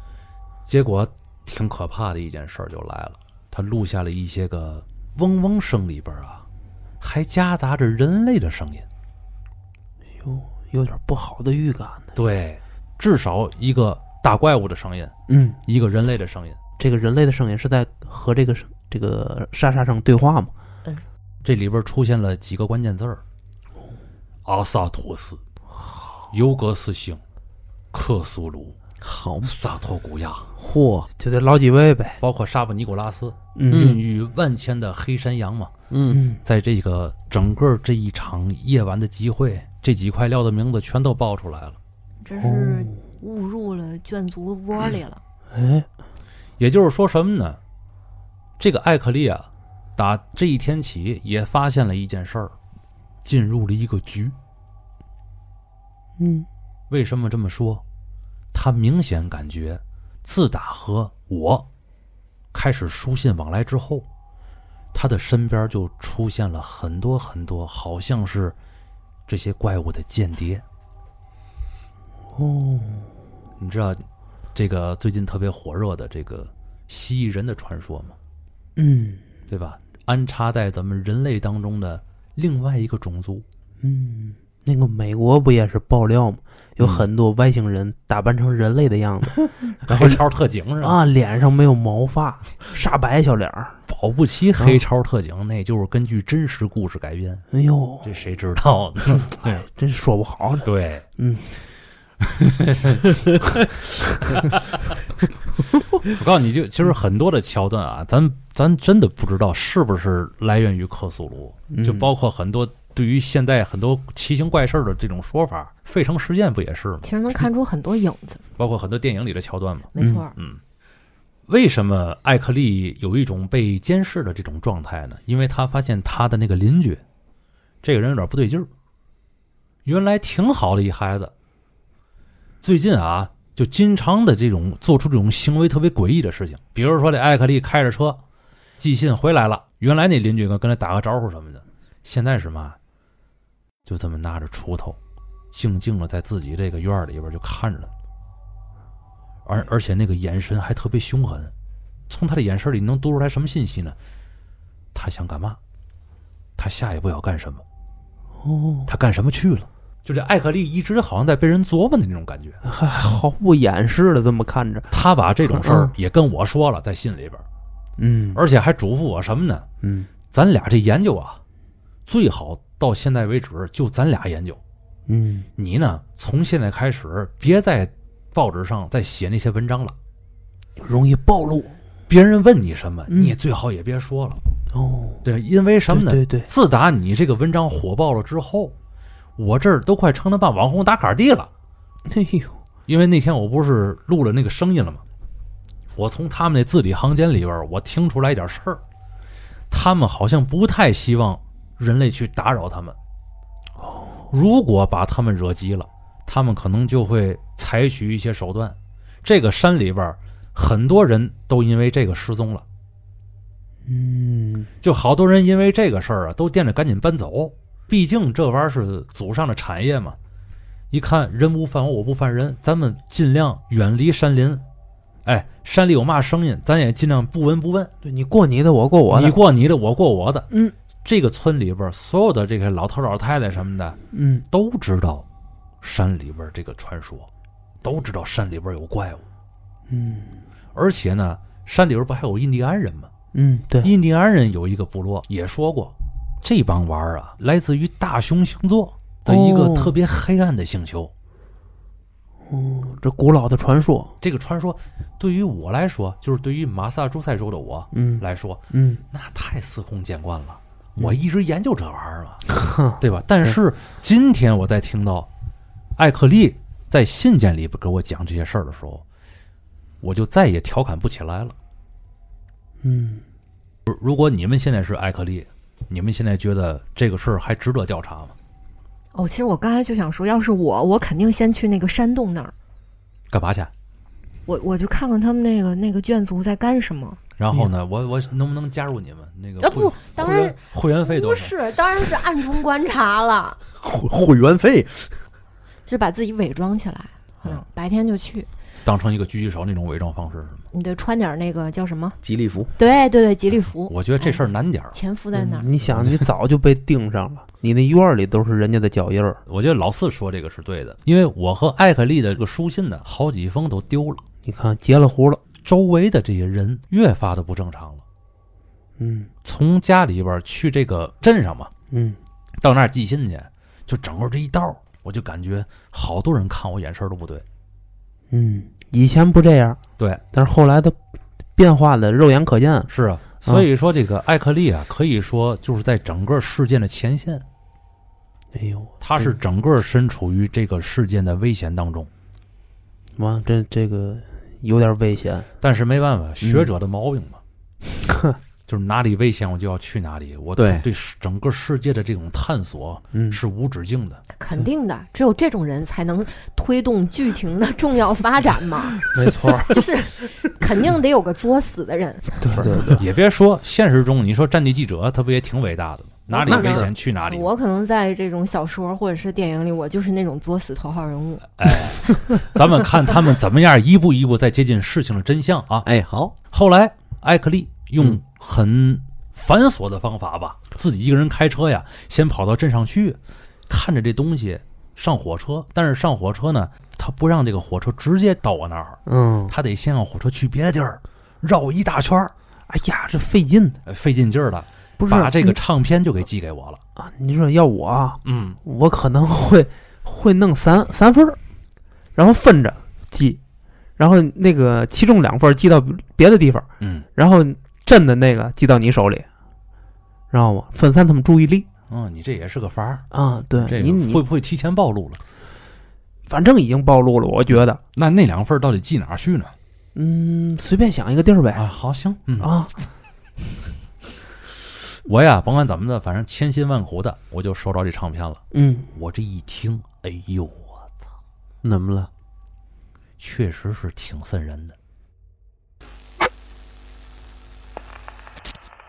[SPEAKER 2] 结果挺可怕的一件事儿就来了，他录下了一些个嗡嗡声里边啊，还夹杂着人类的声音。
[SPEAKER 5] 哟，有点不好的预感呢。
[SPEAKER 2] 对，至少一个大怪物的声音，
[SPEAKER 5] 嗯，
[SPEAKER 2] 一个人类的声音。
[SPEAKER 5] 这个人类的声音是在和这个声这个莎莎上对话吗？
[SPEAKER 2] 这里边出现了几个关键字儿：阿萨托斯、尤格斯星、克苏鲁、
[SPEAKER 4] 好嘛
[SPEAKER 2] 萨托古亚，
[SPEAKER 4] 嚯，
[SPEAKER 5] 就得老几位呗。
[SPEAKER 2] 包括沙布尼古拉斯，孕
[SPEAKER 5] 嗯
[SPEAKER 2] 育万千的黑山羊嘛。
[SPEAKER 4] 嗯，
[SPEAKER 5] 嗯，
[SPEAKER 2] 在这个整个这一场夜晚的集会，这几块料的名字全都爆出来了。
[SPEAKER 3] 这
[SPEAKER 5] 哦
[SPEAKER 3] 是误入了卷族窝里了。
[SPEAKER 5] 哎，
[SPEAKER 2] 也就是说什么呢？这个艾克利啊，打这一天起也发现了一件事儿，进入了一个局。
[SPEAKER 5] 嗯，
[SPEAKER 2] 为什么这么说？他明显感觉，自打和我开始书信往来之后，他的身边就出现了很多很多，好像是这些怪物的间谍。
[SPEAKER 5] 哦，
[SPEAKER 2] 你知道这个最近特别火热的这个蜥蜴人的传说吗？
[SPEAKER 5] 嗯
[SPEAKER 2] 对吧？安插在咱们人类当中的另外一个种族，
[SPEAKER 5] 嗯，那个美国不也是爆料吗？
[SPEAKER 2] 嗯
[SPEAKER 5] 有很多外星人打扮成人类的样子 然后
[SPEAKER 2] 黑超特警是吧？
[SPEAKER 5] 啊，脸上没有毛发，煞白小脸儿。
[SPEAKER 2] 保不齐黑超特警那就是根据真实故事改编，
[SPEAKER 5] 哎呦，
[SPEAKER 2] 这谁知道呢？
[SPEAKER 5] 真说不好呢。
[SPEAKER 2] 哦 对，
[SPEAKER 5] 嗯，
[SPEAKER 2] 我告诉你就，其实很多的桥段啊，咱咱真的不知道是不是来源于克苏鲁，
[SPEAKER 5] 嗯
[SPEAKER 2] 就包括很多对于现在很多奇形怪事儿的这种说法，费城事件不也是吗？
[SPEAKER 3] 其实能看出很多影子，
[SPEAKER 2] 包括很多电影里的桥段嘛。
[SPEAKER 3] 没错儿。
[SPEAKER 2] 嗯，为什么艾克利有一种被监视的这种状态呢？因为他发现他的那个邻居，这个人有点不对劲儿。原来挺好的一孩子，最近啊，就经常的这种做出这种行为特别诡异的事情。比如说，这艾克利开着车寄信回来了，原来那邻居跟跟他打个招呼什么的，现在是嘛，就这么拿着锄头，静静的在自己这个院儿里边就看着他。而而且那个眼神还特别凶狠，从他的眼神里能读出来什么信息呢？他想干嘛？他下一步要干什么？
[SPEAKER 5] 哦，
[SPEAKER 2] 他干什么去了？就这艾克利一直好像在被人琢磨的那种感觉。
[SPEAKER 5] 还哎毫不掩饰的这么看着。
[SPEAKER 2] 他把这种事儿也跟我说了，在信里边，
[SPEAKER 5] 嗯
[SPEAKER 2] 而且还嘱咐我什么呢？
[SPEAKER 5] 嗯
[SPEAKER 2] 咱俩这研究啊，最好到现在为止就咱俩研究。
[SPEAKER 5] 嗯，
[SPEAKER 2] 你呢，从现在开始别在报纸上再写那些文章了。
[SPEAKER 5] 容易暴露。
[SPEAKER 2] 别人问你什么，
[SPEAKER 5] 嗯
[SPEAKER 2] 你也最好也别说了。
[SPEAKER 5] 哦，
[SPEAKER 2] 对，因为什么呢？
[SPEAKER 5] 对对对
[SPEAKER 2] 自打你这个文章火爆了之后，我这儿都快成他妈网红打卡地了。
[SPEAKER 5] 哎呦，
[SPEAKER 2] 因为那天我不是录了那个声音了吗？我从他们那字里行间里边儿，我听出来一点事儿。他们好像不太希望人类去打扰他们。如果把他们惹急了，他们可能就会采取一些手段。这个山里边儿，很多人都因为这个失踪了。
[SPEAKER 5] 嗯，
[SPEAKER 2] 就好多人因为这个事儿啊，都惦着赶紧搬走，毕竟这玩意儿是祖上的产业嘛。一看人无犯我，我不犯人，咱们尽量远离山林。哎，山里有嘛声音，咱也尽量不闻不问。
[SPEAKER 5] 对你过你的，我过我的。
[SPEAKER 2] 你过你的，我过我的。
[SPEAKER 5] 嗯，
[SPEAKER 2] 这个村里边儿所有的这个老头老太太什么的
[SPEAKER 5] 嗯，
[SPEAKER 2] 都知道山里边儿这个传说，都知道山里边儿有怪物。
[SPEAKER 5] 嗯
[SPEAKER 2] 而且呢，山里边儿不还有印第安人吗？
[SPEAKER 5] 嗯，对，
[SPEAKER 2] 印第安人有一个部落也说过，这帮玩意儿啊，来自于大熊星座的一个
[SPEAKER 5] 哦
[SPEAKER 2] 特别黑暗的星球。
[SPEAKER 5] 哦，这古老的传说，
[SPEAKER 2] 这个传说对于我来说，就是对于马萨诸塞州的我
[SPEAKER 5] 嗯
[SPEAKER 2] 来说，
[SPEAKER 5] 嗯，
[SPEAKER 2] 那太司空见惯了。
[SPEAKER 5] 嗯
[SPEAKER 2] 我一直研究这玩意儿嘛，
[SPEAKER 5] 哼，
[SPEAKER 2] 对吧？但是今天我在听到艾克利在信件里边给我讲这些事儿的时候，我就再也调侃不起来了。
[SPEAKER 5] 嗯
[SPEAKER 2] 如如果你们现在是艾克利，你们现在觉得这个事儿还值得调查吗？
[SPEAKER 3] 哦，其实我刚才就想说，要是我，我肯定先去那个山洞那儿，
[SPEAKER 2] 干嘛去？
[SPEAKER 3] 我我就看看他们那个那个卷族在干什么。
[SPEAKER 2] 然后呢，我我能不能加入你们那个
[SPEAKER 3] 哎啊
[SPEAKER 2] 会？
[SPEAKER 3] 不，当
[SPEAKER 2] 会员
[SPEAKER 3] 然
[SPEAKER 2] 会员费
[SPEAKER 3] 不
[SPEAKER 2] 多少？
[SPEAKER 3] 是，当然是暗中观察了，
[SPEAKER 4] 会会员费
[SPEAKER 3] 就是把自己伪装起来，嗯，白天就去，
[SPEAKER 2] 当成一个狙击手那种伪装方式是吗？
[SPEAKER 3] 你得穿点那个叫什么？
[SPEAKER 4] 吉利服，
[SPEAKER 3] 对对对，吉利服，
[SPEAKER 2] 我觉得这事
[SPEAKER 3] 哦
[SPEAKER 2] 儿难点儿。
[SPEAKER 3] 潜伏在那儿。
[SPEAKER 5] 你想，你早就被盯上了，你那院儿里都是人家的脚印儿，
[SPEAKER 2] 我觉得老四说这个是对的，因为我和艾克利的这个书信呢，好几封都丢了，
[SPEAKER 5] 你看截了胡了，
[SPEAKER 2] 周围的这些人越发的不正常了。
[SPEAKER 5] 嗯
[SPEAKER 2] 从家里边去这个镇上嘛，
[SPEAKER 5] 嗯，
[SPEAKER 2] 到那儿寄信去，就整个这一道儿，我就感觉好多人看我眼神儿都不对。
[SPEAKER 5] 嗯，以前不这样，
[SPEAKER 2] 对，
[SPEAKER 5] 但是后来它变化的肉眼可见。
[SPEAKER 2] 是啊，
[SPEAKER 3] 嗯
[SPEAKER 2] 所以说这个艾克利啊，可以说就是在整个事件的前线，
[SPEAKER 5] 哎呦，
[SPEAKER 2] 他
[SPEAKER 4] 嗯
[SPEAKER 2] 是整个身处于这个事件的危险当中。
[SPEAKER 5] 完，这这个有点危险。
[SPEAKER 2] 但是没办
[SPEAKER 4] 嗯
[SPEAKER 2] 法，学者的毛病嘛，就是哪里危险我就要去哪里。我
[SPEAKER 4] 对
[SPEAKER 2] 对世整个世界的这种探索
[SPEAKER 5] 嗯，
[SPEAKER 2] 是无止境的。
[SPEAKER 3] 肯定的，只有这种人才能推动剧情的重要发展嘛。
[SPEAKER 5] 没错儿，
[SPEAKER 3] 就是 肯定得有个作死的人，
[SPEAKER 5] 对对对，
[SPEAKER 2] 也别说现实中，你说战地记者他不也挺伟大的吗？哪里
[SPEAKER 4] 那
[SPEAKER 2] 危
[SPEAKER 4] 是
[SPEAKER 2] 险去哪里。
[SPEAKER 3] 我可能在这种小说或者是电影里，我就是那种作死头号人物。
[SPEAKER 2] 咱们看他们怎么样一步一步在接近事情的真相啊。
[SPEAKER 4] 哎，好，
[SPEAKER 2] 后来艾克利用
[SPEAKER 4] 嗯
[SPEAKER 2] 很繁琐的方法吧，自己一个人开车呀，先跑到镇上去，看着这东西上火车，但是上火车呢，他不让这个火车直接到我那儿。
[SPEAKER 5] 嗯，
[SPEAKER 2] 他得先让火车去别的地儿，绕一大圈儿，
[SPEAKER 5] 哎呀，这费劲的，
[SPEAKER 2] 呃费劲劲儿了，
[SPEAKER 5] 不是
[SPEAKER 2] 把这个
[SPEAKER 5] 你
[SPEAKER 2] 唱片就给寄给我了。
[SPEAKER 5] 啊？你说要我啊，
[SPEAKER 2] 嗯，
[SPEAKER 5] 我可能会会弄三三份儿，然后分着寄，然后那个其中两份儿寄到别的地方，
[SPEAKER 2] 嗯
[SPEAKER 5] 然后朕的那个寄到你手里，知道吗？分散他们注意力
[SPEAKER 2] 嗯，你这也是个法儿，
[SPEAKER 5] 啊。对，
[SPEAKER 2] 这
[SPEAKER 5] 你
[SPEAKER 2] 个会
[SPEAKER 5] 你
[SPEAKER 2] 不会提前暴露了？
[SPEAKER 5] 反正已经暴露了，我觉得，
[SPEAKER 2] 那那两份儿到底寄哪儿去呢？
[SPEAKER 5] 嗯，随便想一个地儿呗
[SPEAKER 2] 啊，好行，嗯，
[SPEAKER 5] 啊，
[SPEAKER 2] 我呀，甭管怎么的，反正千辛万苦的，我就收着这唱片了。
[SPEAKER 5] 嗯，
[SPEAKER 2] 我这一听，哎呦，我
[SPEAKER 4] 怎么了？
[SPEAKER 2] 确实是挺瘆人的。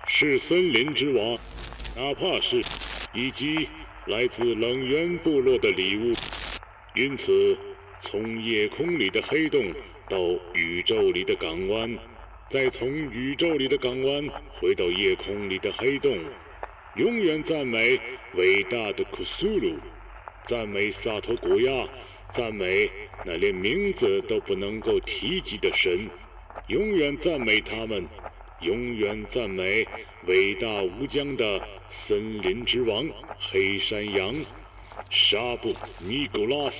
[SPEAKER 6] 是森林之王，哪怕是以及来自冷源部落的礼物。因此，从夜空里的黑洞到宇宙里的港湾，再从宇宙里的港湾回到夜空里的黑洞，永远赞美伟大的库苏鲁，赞美萨托古亚，赞美那连名字都不能够提及的神。永远赞美他们，永远赞美伟大无疆的森林之王黑山羊沙布尼古拉斯，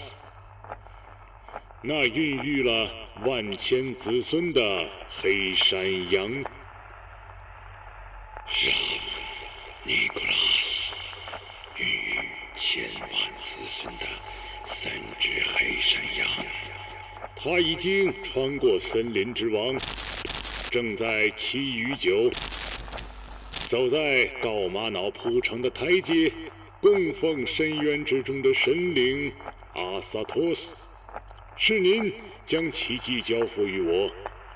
[SPEAKER 6] 那孕育了万千子孙的黑山羊沙布尼古拉斯，孕育千万子孙的三只黑山羊。他已经穿过森林之王，正在七与九，走在高玛瑙铺成的台阶，供奉深渊之中的神灵阿萨托斯。是您将奇迹交付于我，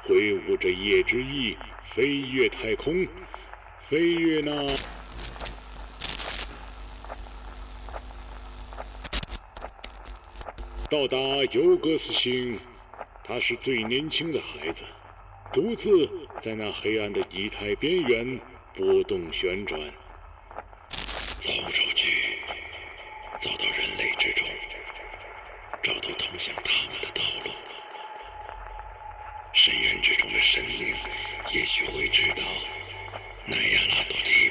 [SPEAKER 6] 挥舞着夜之翼，飞越太空，飞越那。到达尤格斯星，他是最年轻的孩子，独自在那黑暗的仪态边缘波动旋转。走出去，走到人类之中，找到通向他们的道路。深渊之中的神灵也许会知道，奈亚拉多利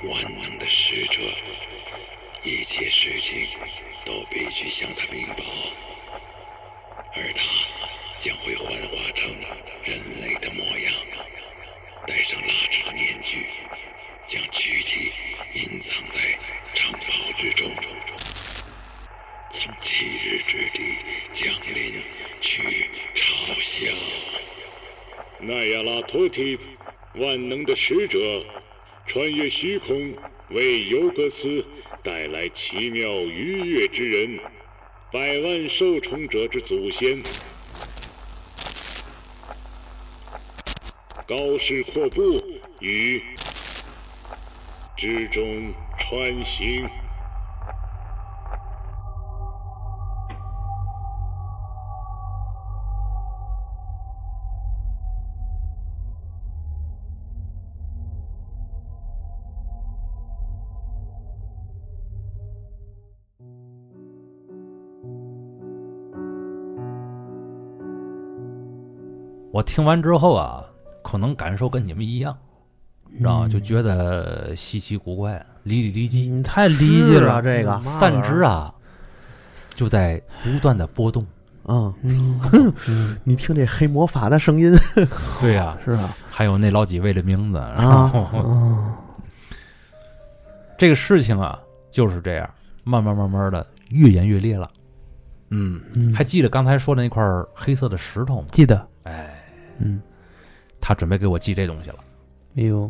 [SPEAKER 6] 布，万能的使者，一切事情都必须向他禀报，而他将会幻化成人类的模样，戴上拉扯的面具，将躯体隐藏在长袍之中。从七日之地降临去嘲笑。奈亚拉托提，万能的使者，穿越虚空，为尤格斯带来奇妙愉悦之人，百万受宠者之祖先。高士阔步于之中穿行。
[SPEAKER 2] 我听完之后啊，可能感受跟你们一样，
[SPEAKER 5] 嗯
[SPEAKER 2] 然后就觉得稀奇古怪，离里离奇，
[SPEAKER 5] 你太理解
[SPEAKER 4] 是
[SPEAKER 5] 嗯了
[SPEAKER 4] 啊这个
[SPEAKER 2] 散值，啊就在不断的波动。
[SPEAKER 4] 嗯，
[SPEAKER 5] 嗯
[SPEAKER 4] 你听这黑魔法的声音
[SPEAKER 2] 对呀、
[SPEAKER 4] 是吧？
[SPEAKER 2] 还有那老几位的名字。然
[SPEAKER 4] 啊
[SPEAKER 2] 后、
[SPEAKER 4] 嗯，
[SPEAKER 2] 这个事情啊就是这样，慢慢慢慢的越演越烈了。嗯，
[SPEAKER 5] 嗯
[SPEAKER 2] 还记得刚才说的那块黑色的石头吗？
[SPEAKER 5] 记得，
[SPEAKER 2] 哎，
[SPEAKER 5] 嗯，
[SPEAKER 2] 他准备给我寄这东西了。
[SPEAKER 5] 哎呦，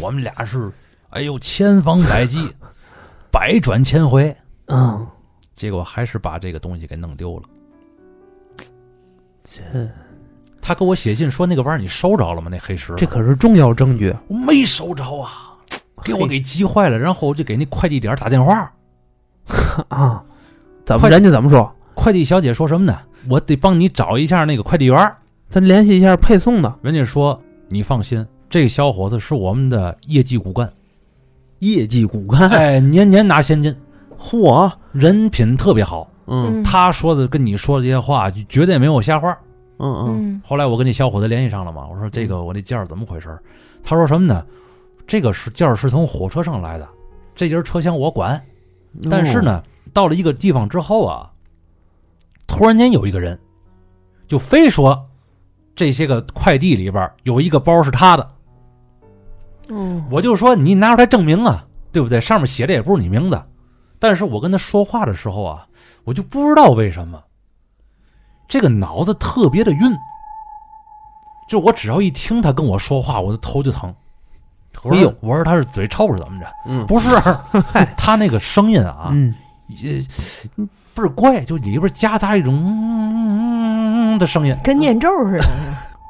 [SPEAKER 2] 我们俩是，哎呦，千方百计， 百转千回，
[SPEAKER 5] 嗯，
[SPEAKER 2] 结果还是把这个东西给弄丢了。
[SPEAKER 5] 这
[SPEAKER 2] 他给我写信说那个玩意儿你收着了吗？那黑石头
[SPEAKER 5] 这可是重要证据，
[SPEAKER 2] 我没收着啊，给我给急坏了。然后我就给那快递点儿打电话，
[SPEAKER 5] 啊，怎么
[SPEAKER 2] 快
[SPEAKER 5] 人家怎么说？
[SPEAKER 2] 快递小姐说什么呢？我得帮你找一下那个快递员儿。
[SPEAKER 5] 咱联系一下配送的，
[SPEAKER 2] 人家说你放心，这个小伙子是我们的业绩骨干，
[SPEAKER 4] 业绩骨 干，
[SPEAKER 2] 哎，年年拿现金，
[SPEAKER 4] 嚯，
[SPEAKER 2] 人品特别好。
[SPEAKER 4] 嗯
[SPEAKER 2] 他说的跟你说的这些话，就绝对没有瞎话。
[SPEAKER 4] 嗯嗯，
[SPEAKER 3] 嗯
[SPEAKER 2] 后来我跟那小伙子联系上了嘛，我说这个我那件儿怎么回事儿？他说什么呢？这个是件儿是从火车上来的，这节儿车厢我管。但是呢，到了一个地方之后啊，突然间有一个人，就非说这些个快递里边儿有一个包是他的。
[SPEAKER 3] 嗯
[SPEAKER 2] 我就说你拿出来证明啊，对不对？上面写的也不是你名字。但是我跟他说话的时候啊，我就不知道为什么，这个脑子特别的晕。就我只要一听他跟我说话，我的头就疼。我
[SPEAKER 4] 哎
[SPEAKER 2] 说
[SPEAKER 4] 呦，
[SPEAKER 2] 我说他是嘴臭是怎么着？
[SPEAKER 4] 嗯
[SPEAKER 2] 不是， 他那个声音啊，
[SPEAKER 5] 嗯，
[SPEAKER 2] 也倍儿怪，就里边夹杂一种嗯的声音。
[SPEAKER 3] 跟念咒似 的。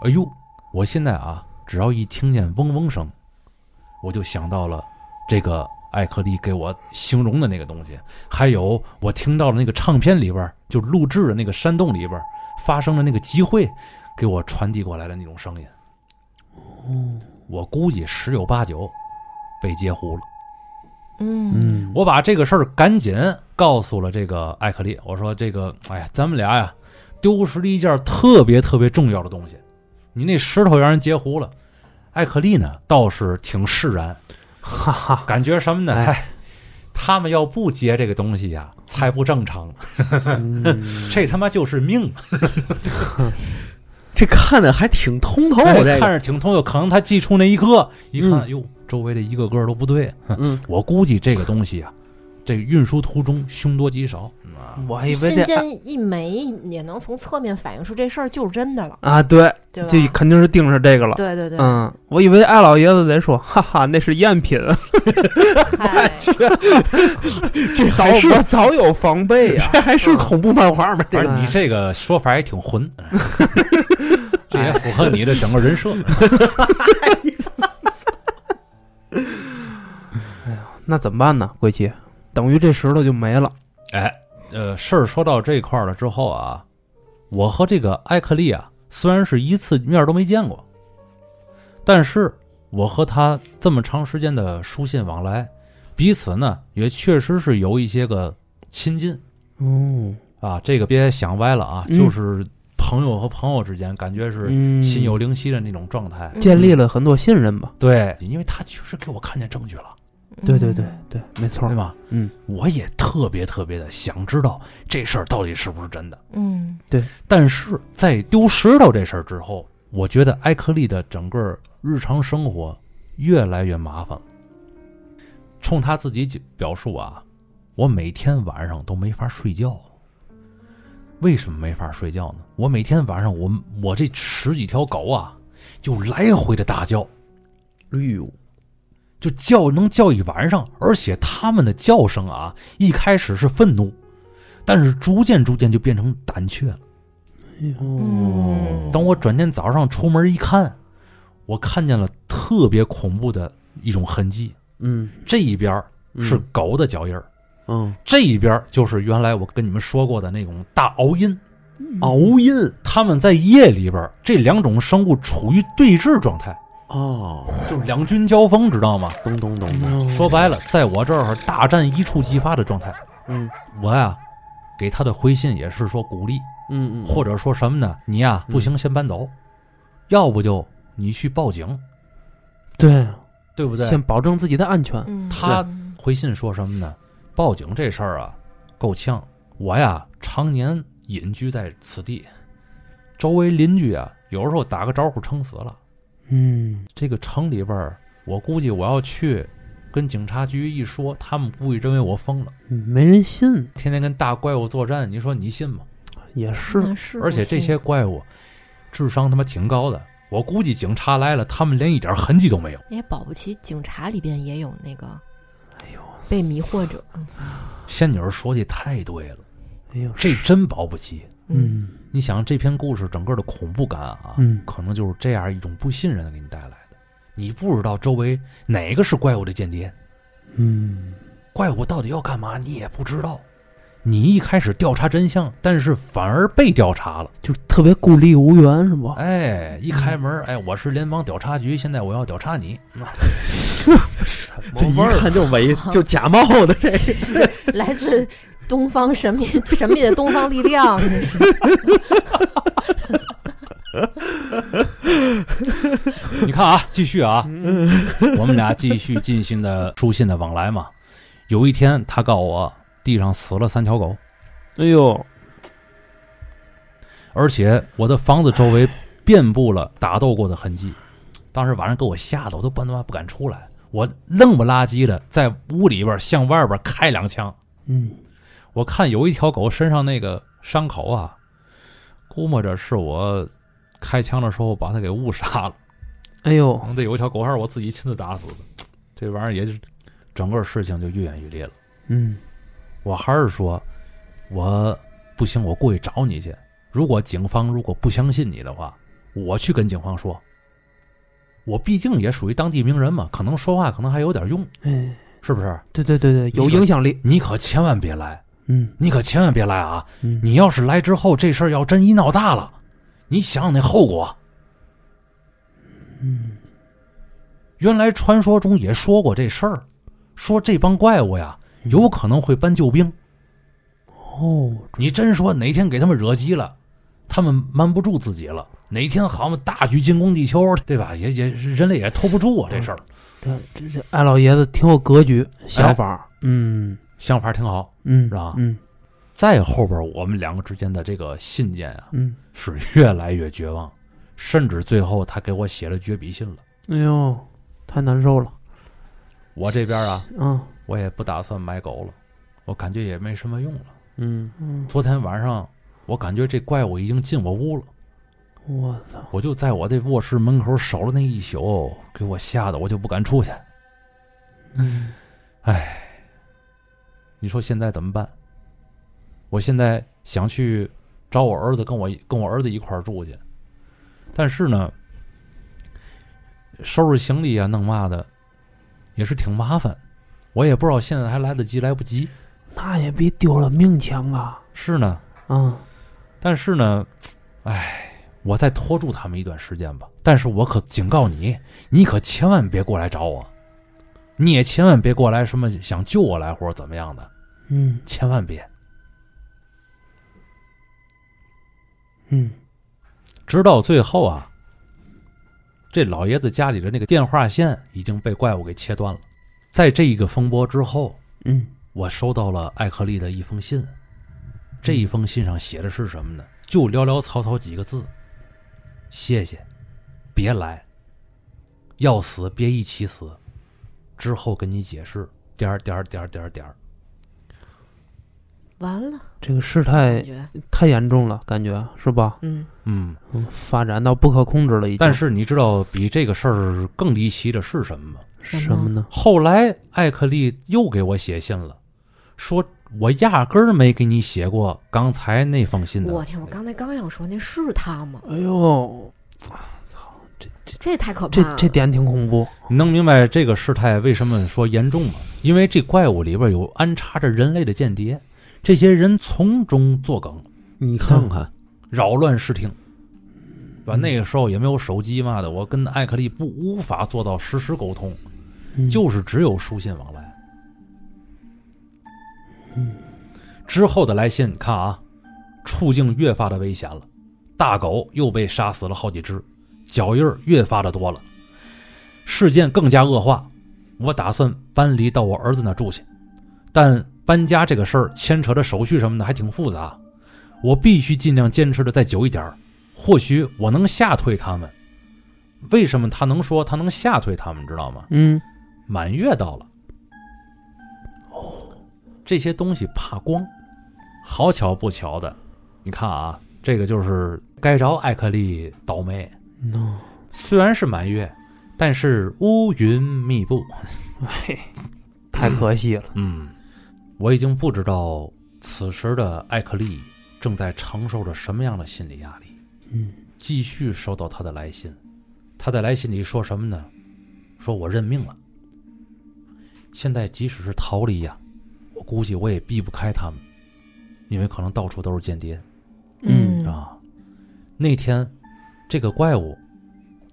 [SPEAKER 2] 哎呦，我现在啊，只要一听见嗡嗡声，我就想到了这个艾克利给我形容的那个东西，还有我听到了那个唱片里边儿就录制的那个山洞里边儿发生的那个集会，给我传递过来的那种声音。我估计十有八九被截胡了。
[SPEAKER 3] 嗯
[SPEAKER 2] 我把这个事儿赶紧告诉了这个艾克利，我说这个，哎呀，咱们俩呀，丢失了一件特别特别重要的东西，你那石头让人截胡了。艾克利呢倒是挺释然，
[SPEAKER 5] 哈哈，
[SPEAKER 2] 感觉什么呢？
[SPEAKER 5] 哎
[SPEAKER 2] 哎，他们要不截这个东西呀，才不正常呢。 这他妈就是命，啊
[SPEAKER 4] 这看的还挺通透，
[SPEAKER 2] 哎
[SPEAKER 4] 哦这个
[SPEAKER 2] 看着挺通透。可能他寄出那一刻，一看
[SPEAKER 4] 嗯
[SPEAKER 2] 哟，周围的一个个都不对。啊
[SPEAKER 4] 嗯，
[SPEAKER 2] 我估计这个东西啊，这运输途中凶多吉少。嗯啊
[SPEAKER 5] 我还以为
[SPEAKER 3] 信
[SPEAKER 5] 这
[SPEAKER 3] 件一枚也能从侧面反映出这事儿就是真的了，
[SPEAKER 5] 啊，对，
[SPEAKER 3] 对吧？
[SPEAKER 5] 这肯定是盯上这个了。
[SPEAKER 3] 对对对，
[SPEAKER 5] 嗯，我以为艾老爷子得说，哈哈，那是赝品，
[SPEAKER 3] 哎
[SPEAKER 4] 这
[SPEAKER 5] 早
[SPEAKER 4] 还是
[SPEAKER 5] 我早有防备呀、
[SPEAKER 4] 这还是恐怖漫画吗？这
[SPEAKER 2] 而
[SPEAKER 4] 个
[SPEAKER 5] 个
[SPEAKER 2] 你这个说法也挺混，这也符合你的整个人设。
[SPEAKER 5] 那怎么办呢？鬼奇，等于这石头就没了。
[SPEAKER 2] 哎，呃，事儿说到这块儿了之后啊，我和这个艾克利啊，虽然是一次面儿都没见过，但是我和他这么长时间的书信往来，彼此呢也确实是有一些个亲近
[SPEAKER 5] 哦，
[SPEAKER 2] 啊。这个别想歪了啊，
[SPEAKER 5] 嗯
[SPEAKER 2] 就是朋友和朋友之间，感觉是
[SPEAKER 5] 嗯，
[SPEAKER 2] 心有灵犀的那种状
[SPEAKER 3] 嗯
[SPEAKER 2] 态。
[SPEAKER 5] 建立了很多信任吧？
[SPEAKER 2] 对，因为他确实给我看见证据了。
[SPEAKER 5] 对对对嗯对，没错
[SPEAKER 2] 对。吧？
[SPEAKER 5] 嗯，
[SPEAKER 2] 我也特别特别的想知道这事儿到底是不是真的。
[SPEAKER 3] 嗯，
[SPEAKER 2] 但是在丢石头这事儿之后，我觉得艾克利的整个日常生活越来越麻烦了。冲他自己表述啊，我每天晚上都没法睡觉。为什么没法睡觉呢？我每天晚上我我这十几条狗啊，就来回的大叫，
[SPEAKER 4] 哎呦，
[SPEAKER 2] 就叫能叫一晚上，而且他们的叫声啊，一开始是愤怒，但是逐渐逐渐就变成胆怯了。
[SPEAKER 3] 嗯，
[SPEAKER 2] 等我转天早上出门一看，我看见了特别恐怖的一种痕迹，
[SPEAKER 4] 嗯
[SPEAKER 2] 这一边儿是狗的脚印儿，
[SPEAKER 4] 嗯，
[SPEAKER 2] 这一边儿就是原来我跟你们说过的那种大鳌音。
[SPEAKER 4] 熬音
[SPEAKER 2] 他们在夜里边儿，这两种生物处于对峙状态，
[SPEAKER 4] 哦，
[SPEAKER 2] 就是两军交锋，知道吗？
[SPEAKER 4] 咚咚咚咚，
[SPEAKER 2] 说白了，在我这儿大战一触即发的状态。
[SPEAKER 4] 嗯
[SPEAKER 2] 我呀，给他的回信也是说鼓励，
[SPEAKER 4] 嗯嗯，
[SPEAKER 2] 或者说什么呢？你呀，不行，先搬走，要不就你去报警，
[SPEAKER 5] 对，
[SPEAKER 2] 对不对？
[SPEAKER 5] 先保证自己的安全。
[SPEAKER 3] 嗯
[SPEAKER 2] 他
[SPEAKER 3] 嗯
[SPEAKER 2] 回信说什么呢？报警这事儿啊，够呛。我呀，常年隐居在此地，周围邻居啊，有时候打个招呼撑死了。
[SPEAKER 5] 嗯，
[SPEAKER 2] 这个城里边儿，我估计我要去跟警察局一说，他们估计认为我疯了，
[SPEAKER 5] 没人信
[SPEAKER 2] 天天跟大怪物作战，你说你信吗？
[SPEAKER 5] 也是，
[SPEAKER 3] 那是
[SPEAKER 2] 而且这些怪物智商他妈挺高的，我估计警察来了，他们连一点痕迹都没有。
[SPEAKER 3] 也保不齐警察里边也有那个，哎呦，被迷惑者，
[SPEAKER 5] 嗯
[SPEAKER 2] 仙女儿说的太对了，
[SPEAKER 5] 哎呦，
[SPEAKER 2] 这真保不齐。
[SPEAKER 3] 嗯，
[SPEAKER 5] 嗯
[SPEAKER 2] 你想这篇故事整个的恐怖感啊，
[SPEAKER 5] 嗯
[SPEAKER 2] 可能就是这样一种不信任给你带来的。你不知道周围哪个是怪物的间谍，
[SPEAKER 5] 嗯，
[SPEAKER 2] 怪物到底要干嘛，你也不知道。你一开始调查真相，但是反而被调查了。
[SPEAKER 5] 就是特别孤立无援，是吧？
[SPEAKER 2] 哎，一开门，哎，我是联邦调查局，现在我要调查 你。
[SPEAKER 4] 这一看就伪就假冒的这 个，
[SPEAKER 3] 来自东方神秘神秘的东方力量，这是
[SPEAKER 2] 你看啊，继续啊，我们俩继续进行的书信的往来嘛。有一天，他告诉我地上死了三条狗，
[SPEAKER 5] 哎呦，
[SPEAKER 2] 而且我的房子周围遍布了打斗过的痕迹。当时晚上给我吓得，我都半他妈不敢出来。我愣不拉几的在屋里边向外边开两枪。
[SPEAKER 5] 嗯，
[SPEAKER 2] 我看有一条狗身上那个伤口啊，估摸着是我开枪的时候把它给误杀了。
[SPEAKER 5] 哎呦
[SPEAKER 2] 可，能得有一条狗还是我自己亲自打死的。这玩意儿也就是整个事情就愈演愈烈了。
[SPEAKER 5] 嗯
[SPEAKER 2] 我还是说，我不行，我过去找你去。如果警方如果不相信你的话，我去跟警方说。我毕竟也属于当地名人嘛，可能说话可能还有点用，
[SPEAKER 5] 哎，
[SPEAKER 2] 是不是？
[SPEAKER 5] 对对对对，有影响力。
[SPEAKER 2] 你可千万别来，
[SPEAKER 5] 嗯
[SPEAKER 2] 你可千万别来啊！
[SPEAKER 5] 嗯，
[SPEAKER 2] 你要是来之后，这事儿要真一闹大了，你想想那后果。
[SPEAKER 5] 嗯
[SPEAKER 2] 原来传说中也说过这事儿，说这帮怪物呀，有可能会搬救兵。
[SPEAKER 5] 嗯哦，
[SPEAKER 2] 你真说哪天给他们惹急了，他们瞒不住自己了，哪天好嘛大举进攻地球，对吧？也也人类也拖不住啊这事儿。
[SPEAKER 5] 这这这艾老爷子挺有格局，想法儿。嗯
[SPEAKER 2] 想法挺好。
[SPEAKER 5] 嗯，
[SPEAKER 2] 是吧
[SPEAKER 5] 嗯
[SPEAKER 2] 再后边我们两个之间的这个信件啊，
[SPEAKER 5] 嗯，
[SPEAKER 2] 是越来越绝望，甚至最后他给我写了绝笔信了。
[SPEAKER 5] 哎呦，太难受了。
[SPEAKER 2] 我这边啊，
[SPEAKER 5] 嗯
[SPEAKER 2] 我也不打算买狗了，我感觉也没什么用了。
[SPEAKER 4] 嗯
[SPEAKER 5] 嗯，
[SPEAKER 2] 昨天晚上，我感觉这怪物已经进我屋了。
[SPEAKER 5] 我操，
[SPEAKER 2] 我就在我这卧室门口守了那一宿，给我吓得我就不敢出去。哎，你说现在怎么办？我现在想去找我儿子，跟我跟我儿子一块儿住去，但是呢，收拾行李啊，弄嘛的，也是挺麻烦。我也不知道现在还来得及来不及。
[SPEAKER 5] 那也比丢了命强啊！
[SPEAKER 2] 是呢，
[SPEAKER 5] 啊，
[SPEAKER 2] 但是呢，哎，我再拖住他们一段时间吧。但是我可警告你，你可千万别过来找我，你也千万别过来什么想救我来或者怎么样的，
[SPEAKER 5] 嗯
[SPEAKER 2] 千万别。
[SPEAKER 5] 嗯，
[SPEAKER 2] 直到最后啊，这老爷子家里的那个电话线已经被怪物给切断了。在这一个风波之后，
[SPEAKER 5] 嗯，
[SPEAKER 2] 我收到了艾克利的一封信，这一封信上写的是什么呢？就寥寥草草几个字：“谢谢，别来，要死别一起死，之后跟你解释。”点儿点儿点儿点儿点儿，
[SPEAKER 3] 完了，
[SPEAKER 5] 这个事
[SPEAKER 3] 感
[SPEAKER 5] 态
[SPEAKER 3] 觉，
[SPEAKER 5] 太严重了，感觉是吧？
[SPEAKER 3] 嗯，
[SPEAKER 2] 嗯。
[SPEAKER 5] 嗯，发展到不可控制了，已经。
[SPEAKER 2] 但是你知道比这个事儿更离奇的是什么吗？
[SPEAKER 5] 什么呢？
[SPEAKER 2] 后来艾克利又给我写信了，说我压根儿没给你写过刚才那封信的。
[SPEAKER 3] 我天！我刚才刚想说，那是他吗？
[SPEAKER 5] 哎呦，
[SPEAKER 3] 这也太可怕
[SPEAKER 5] 这
[SPEAKER 3] 了。
[SPEAKER 5] 这点挺恐怖。嗯
[SPEAKER 2] 你能明白这个事态为什么说严重吗？因为这怪物里边有安插着人类的间谍，这些人从中作梗，
[SPEAKER 4] 你看看，
[SPEAKER 2] 扰乱视听。对吧？
[SPEAKER 5] 嗯
[SPEAKER 2] 那个时候也没有手机嘛的，我跟艾克利不无法做到实时沟通，就是只有书信往来。
[SPEAKER 5] 嗯，
[SPEAKER 2] 之后的来信，看啊，处境越发的危险了。大狗又被杀死了好几只，脚印儿越发的多了。事件更加恶化，我打算搬离到我儿子那住去，但搬家这个事儿牵扯的手续什么的还挺复杂，我必须尽量坚持的再久一点儿，或许我能吓退他们。为什么他能说他能吓退他们，知道吗？
[SPEAKER 5] 嗯，
[SPEAKER 2] 满月到了。哦，这些东西怕光。好巧不巧的，你看啊，这个就是该着艾克利倒霉。
[SPEAKER 5] no，
[SPEAKER 2] 虽然是满月，但是乌云密布。
[SPEAKER 5] 哎，太可惜了。
[SPEAKER 2] 嗯，我已经不知道此时的艾克利正在承受着什么样的心理压力。
[SPEAKER 5] 嗯，
[SPEAKER 2] 继续收到他的来信，他在来信里说什么呢？说我认命了。现在即使是逃离呀、我估计我也避不开他们，因为可能到处都是间谍
[SPEAKER 5] 嗯
[SPEAKER 3] 嗯，
[SPEAKER 2] 啊。那天，这个怪物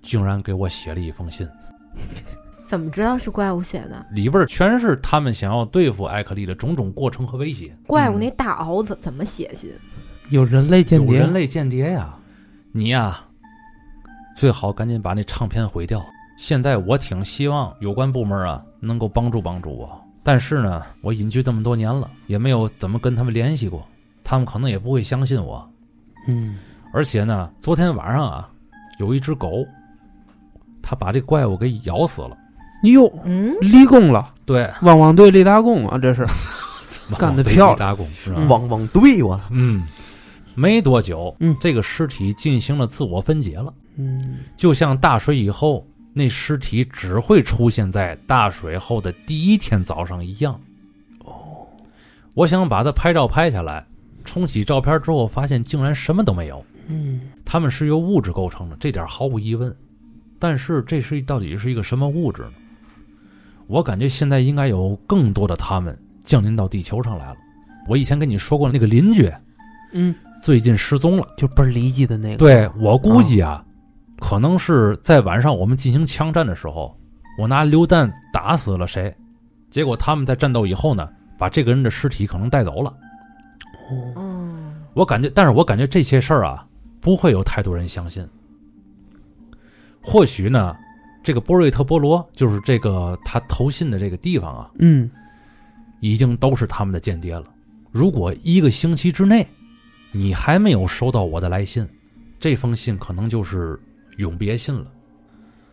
[SPEAKER 2] 竟然给我写了一封信，
[SPEAKER 3] 怎么知道是怪物写的？
[SPEAKER 2] 里边全是他们想要对付艾克利的种种过程和威胁。
[SPEAKER 3] 怪物那大袄怎怎么写信？
[SPEAKER 5] 有人类间谍，
[SPEAKER 2] 有人类间谍呀！你呀，最好赶紧把那唱片毁掉。现在我挺希望有关部门啊能够帮助帮助我，但是呢，我隐居这么多年了，也没有怎么跟他们联系过，他们可能也不会相信我。
[SPEAKER 5] 嗯，
[SPEAKER 2] 而且呢，昨天晚上啊，有一只狗，它把这怪物给咬死了。
[SPEAKER 5] 哟，
[SPEAKER 3] 嗯，
[SPEAKER 5] 立功了，
[SPEAKER 2] 对，
[SPEAKER 5] 汪汪队立大功啊，这是干得漂亮
[SPEAKER 2] 打工是吧？
[SPEAKER 4] 汪汪队，我操！
[SPEAKER 2] 嗯，没多久，
[SPEAKER 5] 嗯
[SPEAKER 2] 这个尸体进行了自我分解了。
[SPEAKER 5] 嗯，
[SPEAKER 2] 就像大水以后，那尸体只会出现在大水后的第一天早上一样。哦，我想把它拍照拍下来，冲洗照片之后，发现竟然什么都没有。
[SPEAKER 5] 嗯，
[SPEAKER 2] 它们是由物质构成的，这点毫无疑问。但是这是到底是一个什么物质呢？我感觉现在应该有更多的它们降临到地球上来了。我以前跟你说过那个邻居，
[SPEAKER 5] 嗯，
[SPEAKER 2] 最近失踪了。
[SPEAKER 5] 就倍儿离奇的那个，，
[SPEAKER 2] 对我估计啊，可能是在晚上我们进行枪战的时候，我拿榴弹打死了谁，结果他们在战斗以后呢，把这个人的尸体可能带走了。
[SPEAKER 3] 嗯，
[SPEAKER 2] 我感觉，但是我感觉这些事儿啊，不会有太多人相信。或许呢，这个波瑞特波罗就是这个他投信的这个地方啊，
[SPEAKER 5] 嗯，
[SPEAKER 2] 已经都是他们的间谍了。如果一个星期之内你还没有收到我的来信，这封信可能就是永别信了，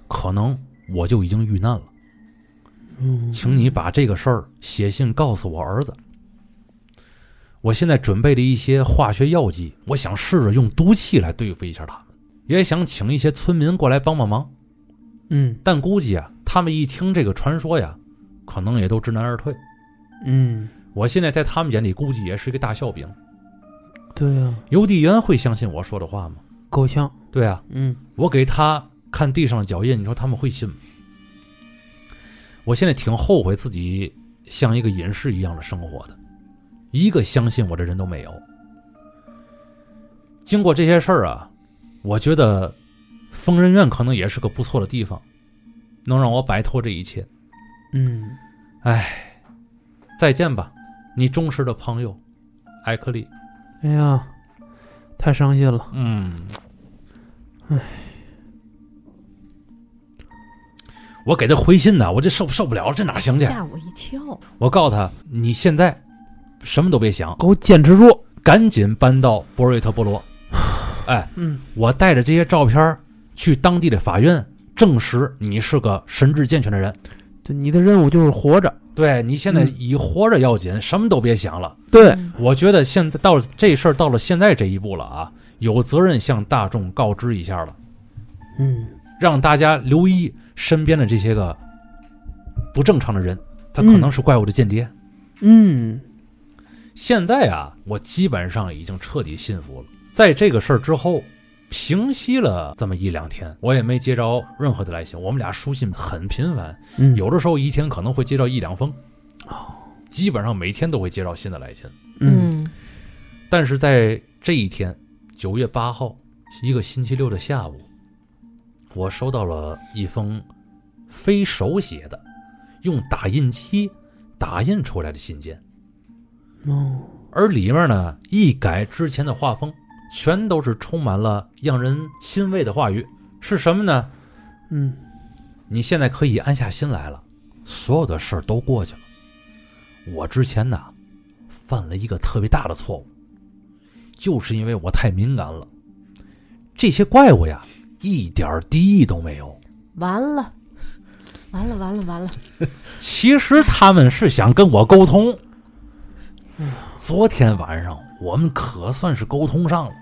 [SPEAKER 2] 可能我就已经遇难了。
[SPEAKER 5] 嗯
[SPEAKER 2] 请你把这个事儿写信告诉我儿子。我现在准备了一些化学药剂，我想试着用毒气来对付一下他们，也想请一些村民过来帮帮忙。
[SPEAKER 5] 嗯
[SPEAKER 2] 但估计啊，他们一听这个传说呀，可能也都知难而退。
[SPEAKER 5] 嗯，
[SPEAKER 2] 我现在在他们眼里估计也是一个大笑柄。
[SPEAKER 5] 对啊，
[SPEAKER 2] 邮递员会相信我说的话吗？
[SPEAKER 5] 够呛，
[SPEAKER 2] 对啊，
[SPEAKER 5] 嗯
[SPEAKER 2] 我给他看地上的脚印，你说他们会信吗？我现在挺后悔自己像一个隐士一样的生活的，一个相信我的人都没有。经过这些事儿啊，我觉得疯人院可能也是个不错的地方，能让我摆脱这一切。
[SPEAKER 5] 嗯，
[SPEAKER 2] 再见吧，你忠实的朋友，艾克利。
[SPEAKER 5] 哎呀，太伤心了，
[SPEAKER 2] 嗯，
[SPEAKER 5] 唉，
[SPEAKER 2] 我给他回信呢，我这受受不了，这哪行去？
[SPEAKER 3] 吓我一跳。
[SPEAKER 2] 我告诉他，你现在什么都别想，
[SPEAKER 5] 给我坚持住，
[SPEAKER 2] 赶紧搬到博瑞特波罗。
[SPEAKER 5] 嗯
[SPEAKER 2] 我带着这些照片儿去当地的法院证实你是个神智健全的人。
[SPEAKER 5] 对，你的任务就是活着，
[SPEAKER 2] 对你现在
[SPEAKER 5] 嗯
[SPEAKER 2] 以活着要紧，什么都别想了。
[SPEAKER 5] 对
[SPEAKER 3] 嗯
[SPEAKER 2] 我觉得现在到了这事儿到了现在这一步了啊，有责任向大众告知一下了。
[SPEAKER 5] 嗯
[SPEAKER 2] 让大家留意身边的这些个不正常的人，他可能是怪物的间谍。
[SPEAKER 5] 嗯
[SPEAKER 2] 现在啊，我基本上已经彻底信服了。在这个事儿之后，平息了这么一两天，我也没接着任何的来信。我们俩书信很频繁，
[SPEAKER 5] 嗯，
[SPEAKER 2] 有的时候一天可能会接到一两封，基本上每天都会接到新的来信。
[SPEAKER 5] 嗯
[SPEAKER 2] 但是在这一天，九月八号，一个星期六的下午，我收到了一封非手写的、用打印机打印出来的信件，
[SPEAKER 5] 哦
[SPEAKER 2] 而里面呢一改之前的画风，全都是充满了让人欣慰的话语。是什么呢？
[SPEAKER 5] 嗯
[SPEAKER 2] 你现在可以安下心来了，所有的事儿都过去了。我之前呐，犯了一个特别大的错误，就是因为我太敏感了。这些怪物呀，一点儿敌意都没有。
[SPEAKER 3] 完了，完了，完了，完了，
[SPEAKER 2] 其实他们是想跟我沟通。昨天晚上我们可算是沟通上了。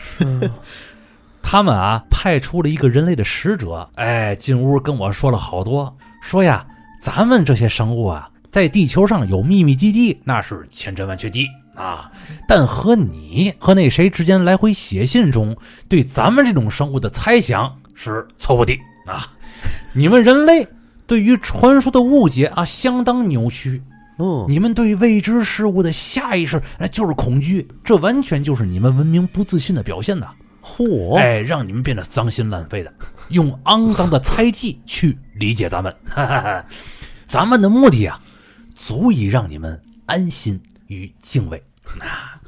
[SPEAKER 5] 是
[SPEAKER 2] 他们啊派出了一个人类的使者，哎，进屋跟我说了好多，说呀，咱们这些生物啊，在地球上有秘密基地，那是千真万确的啊。但和你和那谁之间来回写信中，对咱们这种生物的猜想是错误的啊。你们人类对于传说的误解啊，相当扭曲。
[SPEAKER 4] 嗯，
[SPEAKER 2] 你们对未知事物的下意识，那就是恐惧，这完全就是你们文明不自信的表现呐、
[SPEAKER 4] 嚯，
[SPEAKER 2] 哎，让你们变得脏心烂 肺的，用肮脏的猜忌去理解咱们， 哈哈哈，咱们的目的啊，足以让你们安心与敬畏。 啊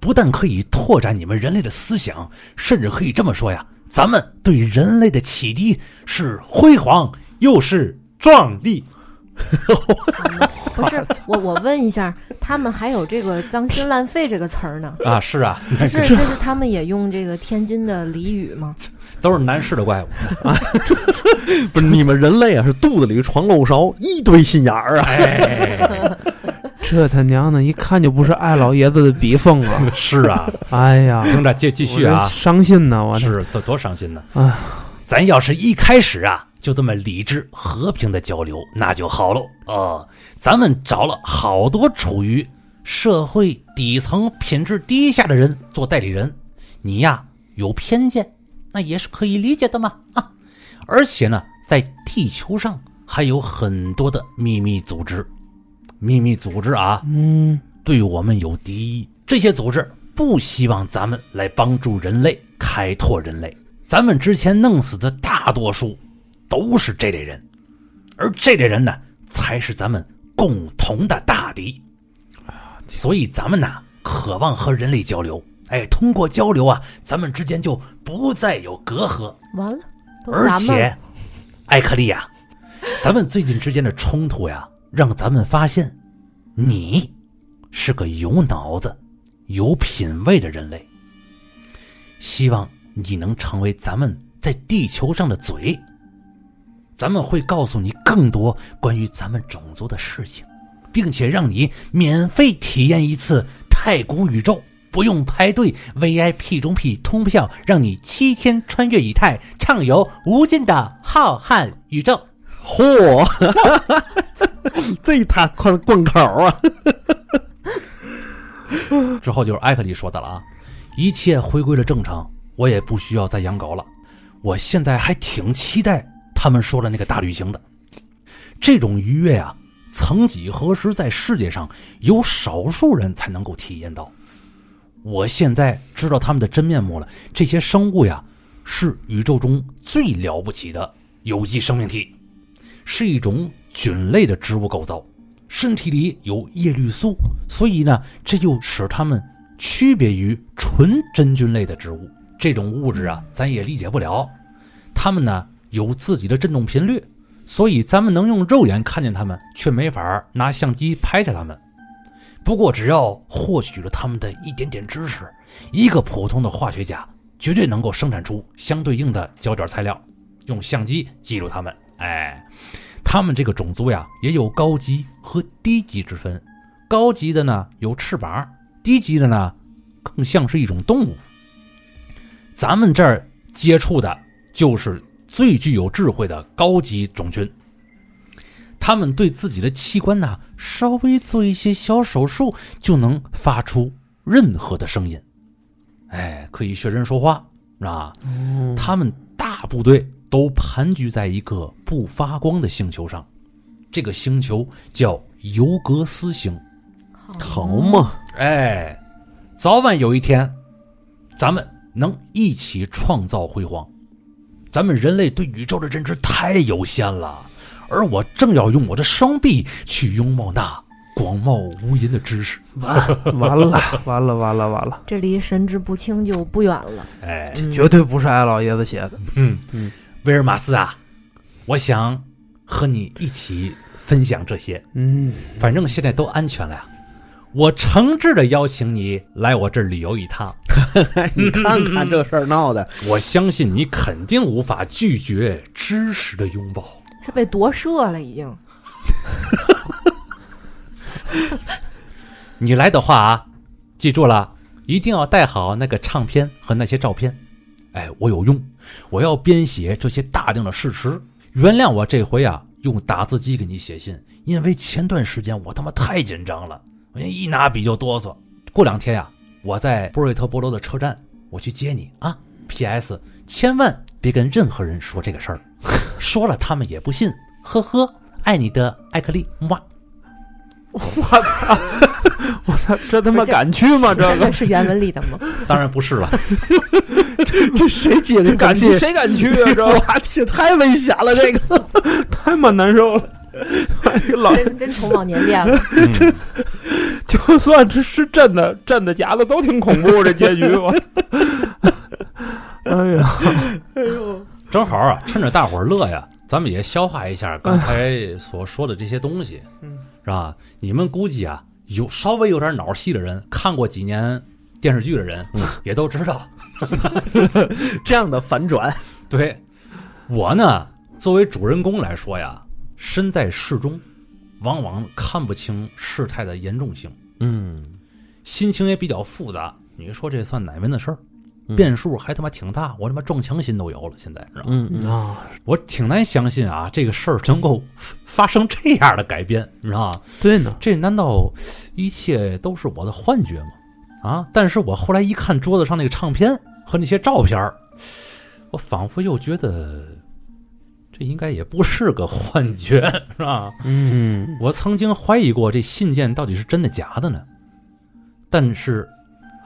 [SPEAKER 2] 不但可以拓展你们人类的思想，甚至可以这么说呀，咱们对人类的启迪是辉煌又是壮丽。
[SPEAKER 3] 不是我，我问一下，他们还有这个“脏心烂肺”这个词儿呢？
[SPEAKER 2] 啊，是啊，
[SPEAKER 3] 这是这是他们也用这个天津的俚语吗？
[SPEAKER 2] 都是男士的怪物。
[SPEAKER 4] 不是你们人类啊，是肚子里闯漏勺，一堆心眼儿啊！
[SPEAKER 2] 哎，
[SPEAKER 5] 这他娘的，一看就不是艾老爷子的笔锋啊！
[SPEAKER 2] 是啊，
[SPEAKER 5] 哎呀，
[SPEAKER 2] 听着，继继
[SPEAKER 5] 继
[SPEAKER 2] 续啊，
[SPEAKER 5] 伤心呢，我这
[SPEAKER 2] 是多多伤心呢
[SPEAKER 5] 啊！
[SPEAKER 2] 咱要是一开始啊，就这么理智和平的交流，那就好喽。呃，咱们找了好多处于社会底层、品质低下的人做代理人，你呀有偏见，那也是可以理解的嘛啊！而且呢，在地球上还有很多的秘密组织，秘密组织啊，
[SPEAKER 5] 嗯
[SPEAKER 2] 对我们有敌意。这些组织不希望咱们来帮助人类开拓人类。咱们之前弄死的大多数都是这类人，而这类人呢，才是咱们共同的大敌。所以咱们呐，渴望和人类交流。哎，通过交流啊，咱们之间就不再有隔阂。
[SPEAKER 3] 完了，都
[SPEAKER 2] 而
[SPEAKER 3] 咱们
[SPEAKER 2] 且，艾克利亚，咱们最近之间的冲突呀，让咱们发现，你是个有脑子、有品位的人类。希望你能成为咱们在地球上的嘴。咱们会告诉你更多关于咱们种族的事情，并且让你免费体验一次太古宇宙，不用排队 VIP 中 P 通票，让你七天穿越以太，畅游无尽的浩瀚宇宙。
[SPEAKER 4] 嚯， 这他灌灌口啊！
[SPEAKER 2] 之后就是艾克利说的了啊，一切回归了正常，我也不需要再养狗了。我现在还挺期待他们说的那个大旅行的，这种愉悦啊，曾几何时在世界上有少数人才能够体验到。我现在知道他们的真面目了，这些生物呀，是宇宙中最了不起的有机生命体，是一种菌类的植物构造。身体里有叶绿素，所以呢，这就使它们区别于纯真菌类的植物。这种物质啊，咱也理解不了。它们呢有自己的振动频率，所以咱们能用肉眼看见它们，却没法儿拿相机拍下它们。不过，只要获取了它们的一点点知识，一个普通的化学家绝对能够生产出相对应的胶卷材料，用相机记录它们。哎。他们这个种族呀，也有高级和低级之分。高级的呢有翅膀，低级的呢更像是一种动物。咱们这儿接触的就是最具有智慧的高级种群，他们对自己的器官呐、稍微做一些小手术，就能发出任何的声音。哎，可以学人说话，是吧？他们大部队都盘踞在一个不发光的星球上，这个星球叫尤格斯星。
[SPEAKER 4] 好嘛，
[SPEAKER 2] 哎，早晚有一天，咱们能一起创造辉煌。咱们人类对宇宙的认知太有限了，而我正要用我的双臂去拥抱那广袤无垠的知识。
[SPEAKER 5] 完了，完了，完了，完 了，
[SPEAKER 3] 这离神志不清就不远了。
[SPEAKER 2] 哎，
[SPEAKER 5] 绝对不是艾老爷子写的。
[SPEAKER 2] 嗯
[SPEAKER 5] 嗯，
[SPEAKER 2] 威尔马斯啊，我想和你一起分享这些。
[SPEAKER 5] 嗯，
[SPEAKER 2] 反正现在都安全了呀。我诚挚的邀请你来我这儿旅游一趟，
[SPEAKER 4] 哎你看看这事儿闹的，
[SPEAKER 2] 我相信你肯定无法拒绝知识的拥抱。
[SPEAKER 3] 是被夺舍了，已经。
[SPEAKER 2] 你来的话啊，记住了，一定要带好那个唱片和那些照片。哎，我有用，我要编写这些大量的事实。原谅我这回啊，用打字机给你写信，因为前段时间我他妈太紧张了，我一拿笔就哆嗦。过两天呀、我在波瑞特波罗的车站，我去接你啊。P.S. 千万别跟任何人说这个事儿，说了他们也不信。呵呵，爱你的艾克利，么。
[SPEAKER 5] 我操，这他妈
[SPEAKER 3] 不是
[SPEAKER 5] 敢去吗？这 个
[SPEAKER 3] 是原文里的吗？
[SPEAKER 2] 当然不是了。
[SPEAKER 4] 这谁接这
[SPEAKER 5] 敢
[SPEAKER 4] 敢
[SPEAKER 5] 去
[SPEAKER 4] 接？
[SPEAKER 5] 谁敢去啊？ 这
[SPEAKER 4] 哇，这太危险了，这个
[SPEAKER 5] 太妈难受了。哎 老
[SPEAKER 3] 真真重往年变了。
[SPEAKER 5] 就算这是真的，真的假的都挺恐怖，这结局 我。哎呀，
[SPEAKER 2] 正好啊，趁着大伙儿乐呀，咱们也消化一下刚才所说的这些东西，
[SPEAKER 5] 嗯，
[SPEAKER 2] 是吧？你们估计啊，有稍微有点脑细的人，看过几年电视剧的人，也都知道。
[SPEAKER 4] 这样的反转，
[SPEAKER 2] 对我呢，作为主人公来说呀，身在事中，往往看不清事态的严重性，
[SPEAKER 4] 嗯，
[SPEAKER 2] 心情也比较复杂。你说这算哪门子事儿？
[SPEAKER 4] 嗯
[SPEAKER 2] 变数还他妈挺大，我他妈撞墙心都有了，现在是吧？
[SPEAKER 4] 嗯嗯
[SPEAKER 5] 啊，
[SPEAKER 2] 我挺难相信啊，这个事儿能够发发生这样的改变，你知道吗？
[SPEAKER 5] 对呢，
[SPEAKER 2] 这难道一切都是我的幻觉吗？啊！但是我后来一看桌子上那个唱片和那些照片儿，我仿佛又觉得这应该也不是个幻觉，是吧？
[SPEAKER 5] 嗯，
[SPEAKER 2] 我曾经怀疑过这信件到底是真的假的呢，但是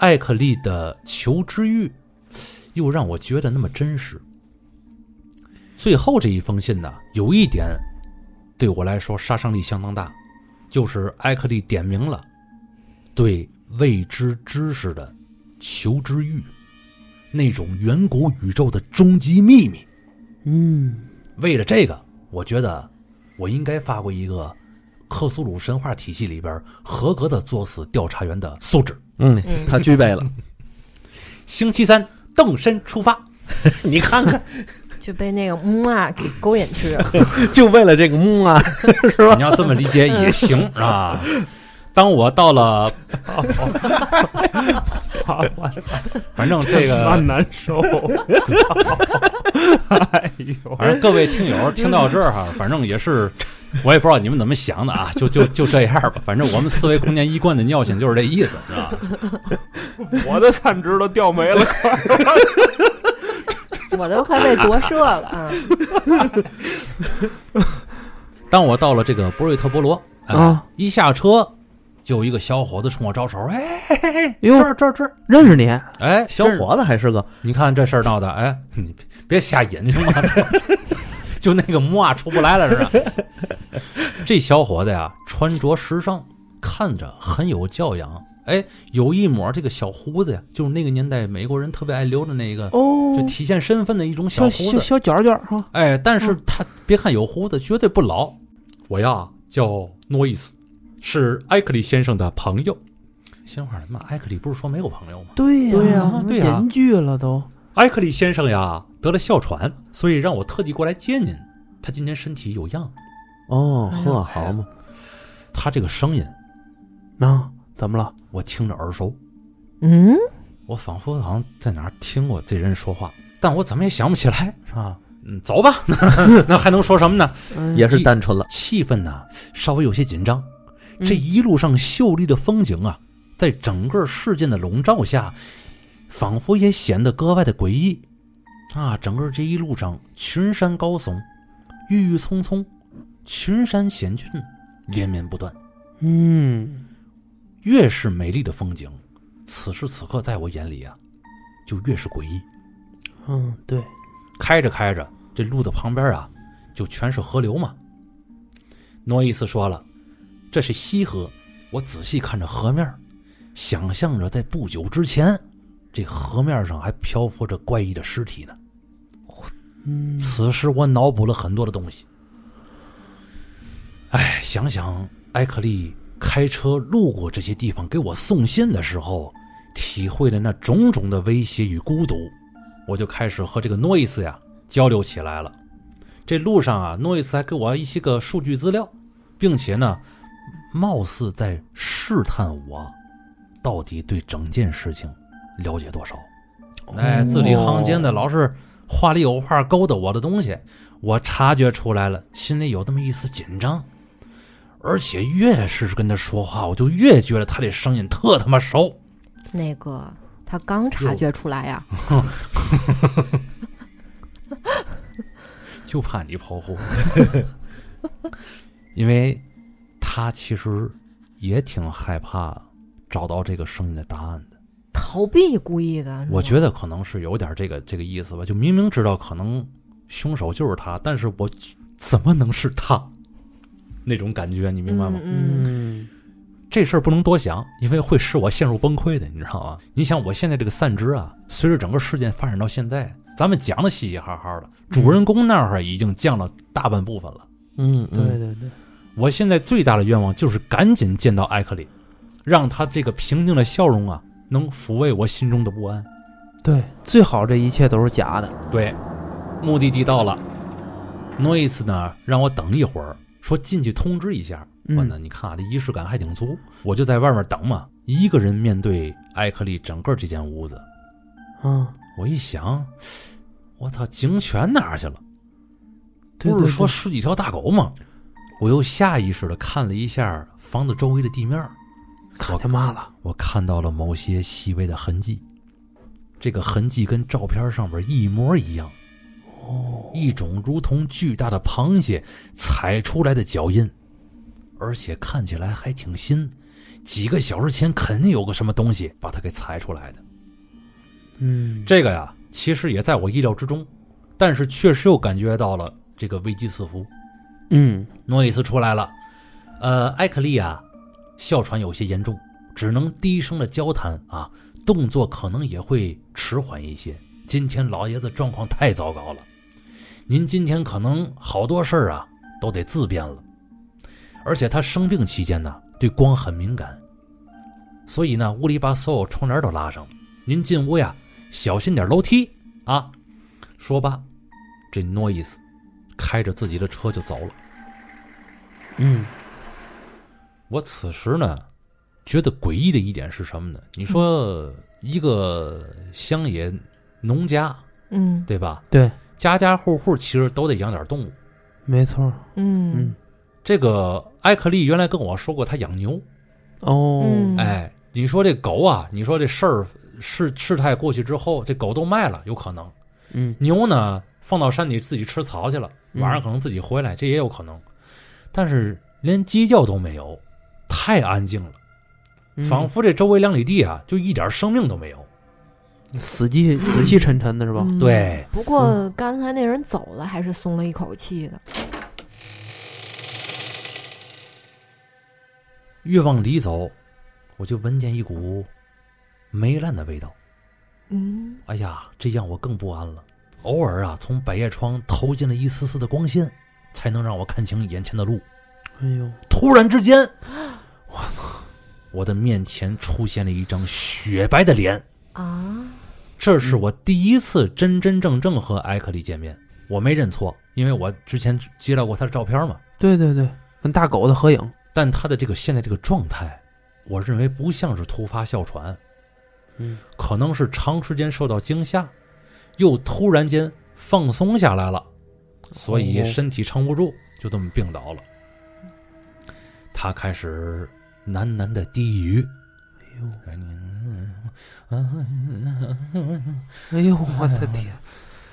[SPEAKER 2] 艾克利的求知欲又让我觉得那么真实。最后这一封信呢，有一点对我来说杀伤力相当大，就是艾克利点明了对未知知识的求知欲，那种远古宇宙的终极秘密。
[SPEAKER 5] 嗯，
[SPEAKER 2] 为了这个，我觉得我应该发过一个克苏鲁神话体系里边合格的作死调查员的素质。
[SPEAKER 4] 嗯，
[SPEAKER 3] 嗯，
[SPEAKER 4] 他具备了，
[SPEAKER 2] 星期三动身出发，
[SPEAKER 4] 你看看，
[SPEAKER 3] 就被那个嗯啊给勾引去了。
[SPEAKER 4] 就为了这个木 啊，
[SPEAKER 2] 你要这么理解也行啊。当我到了，
[SPEAKER 5] 好，我
[SPEAKER 2] 反正这
[SPEAKER 5] 他妈
[SPEAKER 2] 个，
[SPEAKER 5] 难受。 哎呦，
[SPEAKER 2] 反正各位听友听到这儿哈，反正也是，我也不知道你们怎么想的啊，就就就这样吧。反正我们思维空间一贯的尿性就是这意思，是吧？
[SPEAKER 5] 我的餐纸都掉没了，
[SPEAKER 3] 我都快被夺舍了啊！
[SPEAKER 2] 当我到了这个博瑞特波罗哎
[SPEAKER 5] 啊
[SPEAKER 2] 一下车就有一个小伙子冲我招手，哎，
[SPEAKER 5] 哟，这这这认识你？
[SPEAKER 2] 哎，
[SPEAKER 4] 小伙子还是个，
[SPEAKER 2] 你看这事儿闹的，哎， 你别别瞎引 行吗？就那个木啊出不来了是吧？ 这小伙子呀，穿着时尚，看着很有教养。哎，有一抹这个小胡子呀，就是那个年代美国人特别爱留的那个，
[SPEAKER 5] 哦
[SPEAKER 2] 就体现身份的一种小
[SPEAKER 5] 小
[SPEAKER 2] 胡
[SPEAKER 5] 小
[SPEAKER 2] 子。
[SPEAKER 5] 小角角哈，
[SPEAKER 2] 哎，但是他别看有胡子，绝对不老。我呀叫诺伊斯，是埃克利先生的朋友。先话，他妈埃克利不是说没有朋友吗？
[SPEAKER 5] 对
[SPEAKER 2] 对呀
[SPEAKER 5] 呀，
[SPEAKER 2] 对呀
[SPEAKER 5] 人聚了都。
[SPEAKER 2] 埃克利先生呀得了哮喘，所以让我特地过来接您。他今年身体有恙，
[SPEAKER 4] 哦，呵，好嘛，
[SPEAKER 2] 他这个声音
[SPEAKER 5] 啊，怎么了？
[SPEAKER 2] 我听着耳熟，
[SPEAKER 3] 嗯，
[SPEAKER 2] 我仿佛好像在哪儿听过这人说话，但我怎么也想不起来，是吧？嗯，走吧， 那还能说什么呢？
[SPEAKER 5] 哎
[SPEAKER 4] 也是单纯了。
[SPEAKER 2] 气氛呢、稍微有些紧张。
[SPEAKER 5] 嗯
[SPEAKER 2] 这一路上秀丽的风景啊，在整个事件的笼罩下，仿佛也显得格外的诡异啊！整个这一路上，群山高耸，郁郁葱葱，群山险峻，连绵不断。
[SPEAKER 5] 嗯，
[SPEAKER 2] 越是美丽的风景，此时此刻在我眼里啊，就越是诡异。
[SPEAKER 5] 嗯，对，
[SPEAKER 2] 开着开着，这路的旁边啊，就全是河流嘛。诺伊斯说了，这是西河。我仔细看着河面儿，想象着在不久之前，这河面上还漂浮着怪异的尸体呢。
[SPEAKER 5] 嗯
[SPEAKER 2] 此时我脑补了很多的东西。哎，想想埃克利开车路过这些地方给我送信的时候，体会了那种种的威胁与孤独，我就开始和这个诺伊斯呀交流起来了。这路上啊，诺伊斯还给我一些个数据资料，并且呢，貌似在试探我到底对整件事情了解多少。哎，字里行间的老是话里有话勾搭我的东西，我察觉出来了，心里有那么一丝紧张，而且越是跟他说话，我就越觉得他这声音特他妈熟。
[SPEAKER 3] 那个他刚察觉出来呀、
[SPEAKER 2] 就怕你跑火，因为他其实也挺害怕找到这个声音的答案的。
[SPEAKER 3] 逃避故意的。
[SPEAKER 2] 我
[SPEAKER 3] 得
[SPEAKER 2] 觉得可能是有点这个这个意思吧，就明明知道可能凶手就是他，但是我怎么能是他？那种感觉，你明白吗？
[SPEAKER 3] 嗯，嗯
[SPEAKER 2] 这事儿不能多想，因为会使我陷入崩溃的，你知道吗？你想我现在这个散值啊，随着整个事件发展到现在，咱们讲的嘻嘻哈哈的，主人公那儿已经降了大半部分了。
[SPEAKER 4] 嗯，
[SPEAKER 5] 对对对，
[SPEAKER 2] 我现在最大的愿望就是赶紧见到艾克里，让他这个平静的笑容啊，能抚慰我心中的不安。
[SPEAKER 5] 对，最好这一切都是假的。
[SPEAKER 2] 对，目的地到了，诺伊斯呢让我等一会儿，说进去通知一下。我呢，
[SPEAKER 5] 嗯，
[SPEAKER 2] 你看啊，这仪式感还挺足，我就在外面等嘛，一个人面对艾克利整个这间屋子。
[SPEAKER 5] 啊，
[SPEAKER 2] 我一想，我操，警犬哪儿去了？
[SPEAKER 5] 对
[SPEAKER 2] 不
[SPEAKER 5] 对
[SPEAKER 2] 是说
[SPEAKER 5] 对
[SPEAKER 2] 十几条大狗吗？我又下意识的看了一下房子周围的地面儿，
[SPEAKER 5] 看见嘛了？
[SPEAKER 2] 我看到了某些细微的痕迹，这个痕迹跟照片上边一模一样。哦，一种如同巨大的螃蟹踩出来的脚印，而且看起来还挺新，几个小时前肯定有个什么东西把它给踩出来的。
[SPEAKER 5] 嗯，
[SPEAKER 2] 这个呀，其实也在我意料之中，但是确实又感觉到了这个危机四伏。
[SPEAKER 5] 嗯，
[SPEAKER 2] 诺伊斯出来了，呃，埃克利啊，哮喘有些严重，只能低声的交谈啊，动作可能也会迟缓一些。今天老爷子状况太糟糕了，您今天可能好多事儿啊都得自便了，而且他生病期间呢，对光很敏感，所以呢，屋里把所有窗帘都拉上了。您进屋呀，小心点楼梯啊。说罢，这诺伊斯开着自己的车就走了。
[SPEAKER 5] 嗯，
[SPEAKER 2] 我此时呢，觉得诡异的一点是什么呢？你
[SPEAKER 5] 嗯
[SPEAKER 2] 说一个乡野农家，
[SPEAKER 3] 嗯
[SPEAKER 2] 对吧？
[SPEAKER 5] 对，
[SPEAKER 2] 家家户户其实都得养点动物。
[SPEAKER 5] 没错儿。
[SPEAKER 3] 嗯
[SPEAKER 5] 嗯，
[SPEAKER 2] 这个埃克利原来跟我说过，他养牛。
[SPEAKER 5] 哦，
[SPEAKER 3] 嗯
[SPEAKER 2] 哎，你说这狗啊，你说这事儿事事态过去之后，这狗都卖了，有可能。
[SPEAKER 5] 嗯
[SPEAKER 2] 牛呢，放到山里自己吃草去了，
[SPEAKER 5] 嗯
[SPEAKER 2] 晚上可能自己回来，这也有可能。但是连鸡叫都没有，太安静了。
[SPEAKER 5] 嗯
[SPEAKER 2] 仿佛这周围两里地啊，就一点生命都没有。
[SPEAKER 5] 嗯死气死气沉沉的是吧？
[SPEAKER 3] 嗯。
[SPEAKER 2] 对，
[SPEAKER 3] 不过刚才那人走了，还是松了一口气的。
[SPEAKER 2] 越往里走，我就闻见一股霉烂的味道。
[SPEAKER 3] 嗯，
[SPEAKER 2] 哎呀，这让我更不安了。偶尔啊，从百叶窗投进了一丝丝的光线，才能让我看清眼前的路。
[SPEAKER 5] 哎呦，
[SPEAKER 2] 突然之间，我操！我的面前出现了一张雪白的脸。
[SPEAKER 3] 啊，
[SPEAKER 2] 这是我第一次真真正正和埃克利见面，我没认错，因为我之前接到过他的照片嘛。
[SPEAKER 5] 对对对，跟大狗的合影。
[SPEAKER 2] 但他的这个现在这个状态，我认为不像是突发哮喘，
[SPEAKER 5] 嗯，
[SPEAKER 2] 可能是长时间受到惊吓，又突然间放松下来了，所以身体撑不住，就这么病倒了。他开始喃喃的低语，哎呦，
[SPEAKER 5] 哎呦，我的天，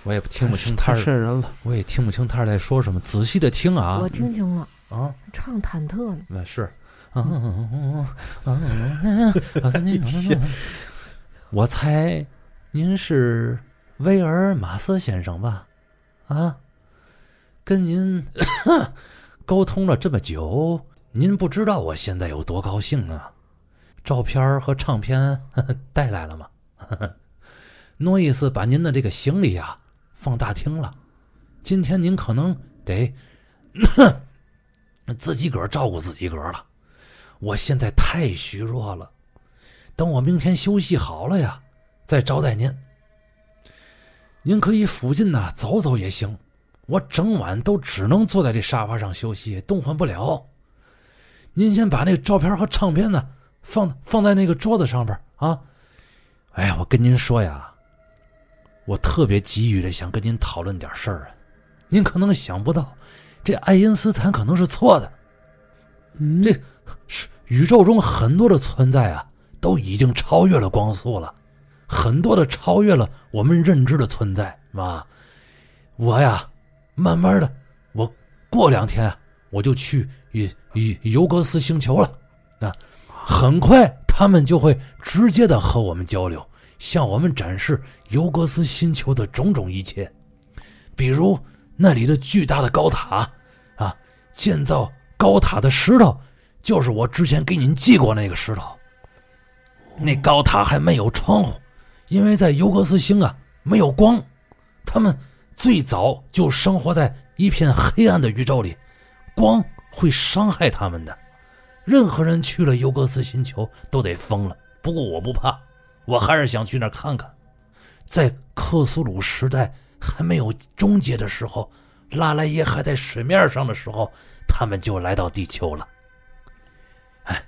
[SPEAKER 2] 我也 听不清他
[SPEAKER 5] 太
[SPEAKER 2] 是，
[SPEAKER 5] 瘆人了。
[SPEAKER 2] 我也听不清他是在说什么，仔细的听啊
[SPEAKER 3] 我听清了，
[SPEAKER 2] 啊，
[SPEAKER 3] 唱忐忑呢，
[SPEAKER 2] 那是啊啊啊！我猜您是威尔马斯先生吧？啊，跟您沟通了这么久，您不知道我现在有多高兴啊！照片儿和唱片带来了吗？诺伊斯把您的这个行李啊放大厅了，今天您可能得自己个儿照顾自己个儿了。我现在太虚弱了，等我明天休息好了呀，再招待您。您可以附近呢走走也行，我整晚都只能坐在这沙发上休息，动换不了。您先把那个照片和唱片呢放放在那个桌子上边儿啊。哎呀，我跟您说呀，我特别急于的想跟您讨论点事儿啊，您可能想不到，这爱因斯坦可能是错的。
[SPEAKER 5] 嗯
[SPEAKER 2] 这是宇宙中很多的存在啊，都已经超越了光速了，很多的超越了我们认知的存在，是吧？我呀，慢慢的，我过两天啊，我就去尤尤尤格斯星球了啊，很快他们就会直接的和我们交流，向我们展示尤格斯星球的种种一切，比如那里的巨大的高塔啊，建造高塔的石头就是我之前给您寄过那个石头。那高塔还没有窗户，因为在尤格斯星啊没有光，他们最早就生活在一片黑暗的宇宙里，光会伤害他们的。任何人去了尤格斯星球都得疯了。不过我不怕，我还是想去那儿看看。在克苏鲁时代还没有终结的时候，拉莱耶还在水面上的时候，他们就来到地球了。哎，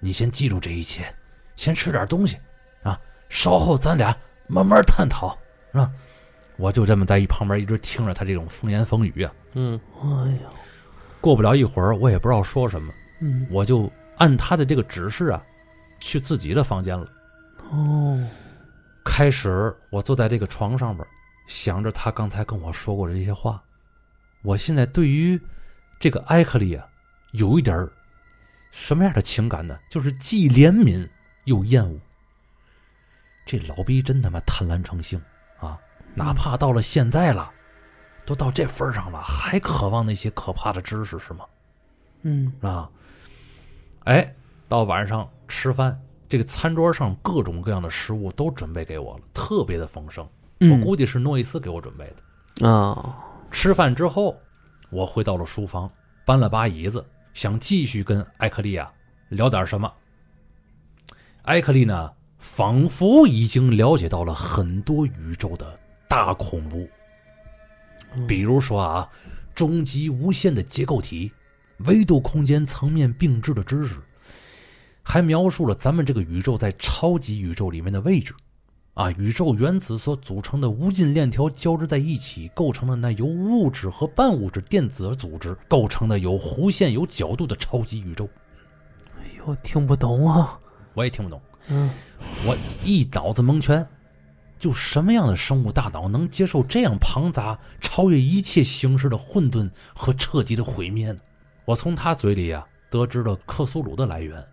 [SPEAKER 2] 你先记住这一切，先吃点东西啊，稍后咱俩慢慢探讨，是吧？我就这么在一旁边一直听着他这种风言风语啊。
[SPEAKER 4] 嗯，
[SPEAKER 5] 哎呀，
[SPEAKER 2] 过不了一会儿，我也不知道说什么，
[SPEAKER 5] 嗯，
[SPEAKER 2] 我就按他的这个指示啊，去自己的房间了。
[SPEAKER 5] 哦，
[SPEAKER 2] 开始我坐在这个床上边儿，想着他刚才跟我说过的这些话。我现在对于这个艾克利啊，有一点儿什么样的情感呢？就是既怜悯又厌恶。这老逼真他妈贪婪成性啊！哪怕到了现在了，都到这份儿上了，还渴望那些可怕的知识是吗？
[SPEAKER 5] 嗯，
[SPEAKER 2] 啊，哎，到晚上吃饭，这个餐桌上各种各样的食物都准备给我了，特别的丰盛。
[SPEAKER 5] 嗯
[SPEAKER 2] 我估计是诺伊斯给我准备的。
[SPEAKER 4] 啊，
[SPEAKER 2] 吃饭之后，我回到了书房，搬了把椅子，想继续跟艾克利啊聊点什么。艾克利呢，仿佛已经了解到了很多宇宙的大恐怖，比如说啊，终极无限的结构体、维度空间层面并置的知识，还描述了咱们这个宇宙在超级宇宙里面的位置。啊，宇宙原子所组成的无尽链条交织在一起，构成了那由物质和半物质电子组织构成的有弧线、有角度的超级宇宙。
[SPEAKER 5] 哎呦，听不懂啊，
[SPEAKER 2] 我也听不懂，
[SPEAKER 5] 嗯，
[SPEAKER 2] 我一脑子蒙圈。就什么样的生物大脑能接受这样庞杂、超越一切形式的混沌和彻底的毁灭呢？我从他嘴里啊得知了克苏鲁的来源，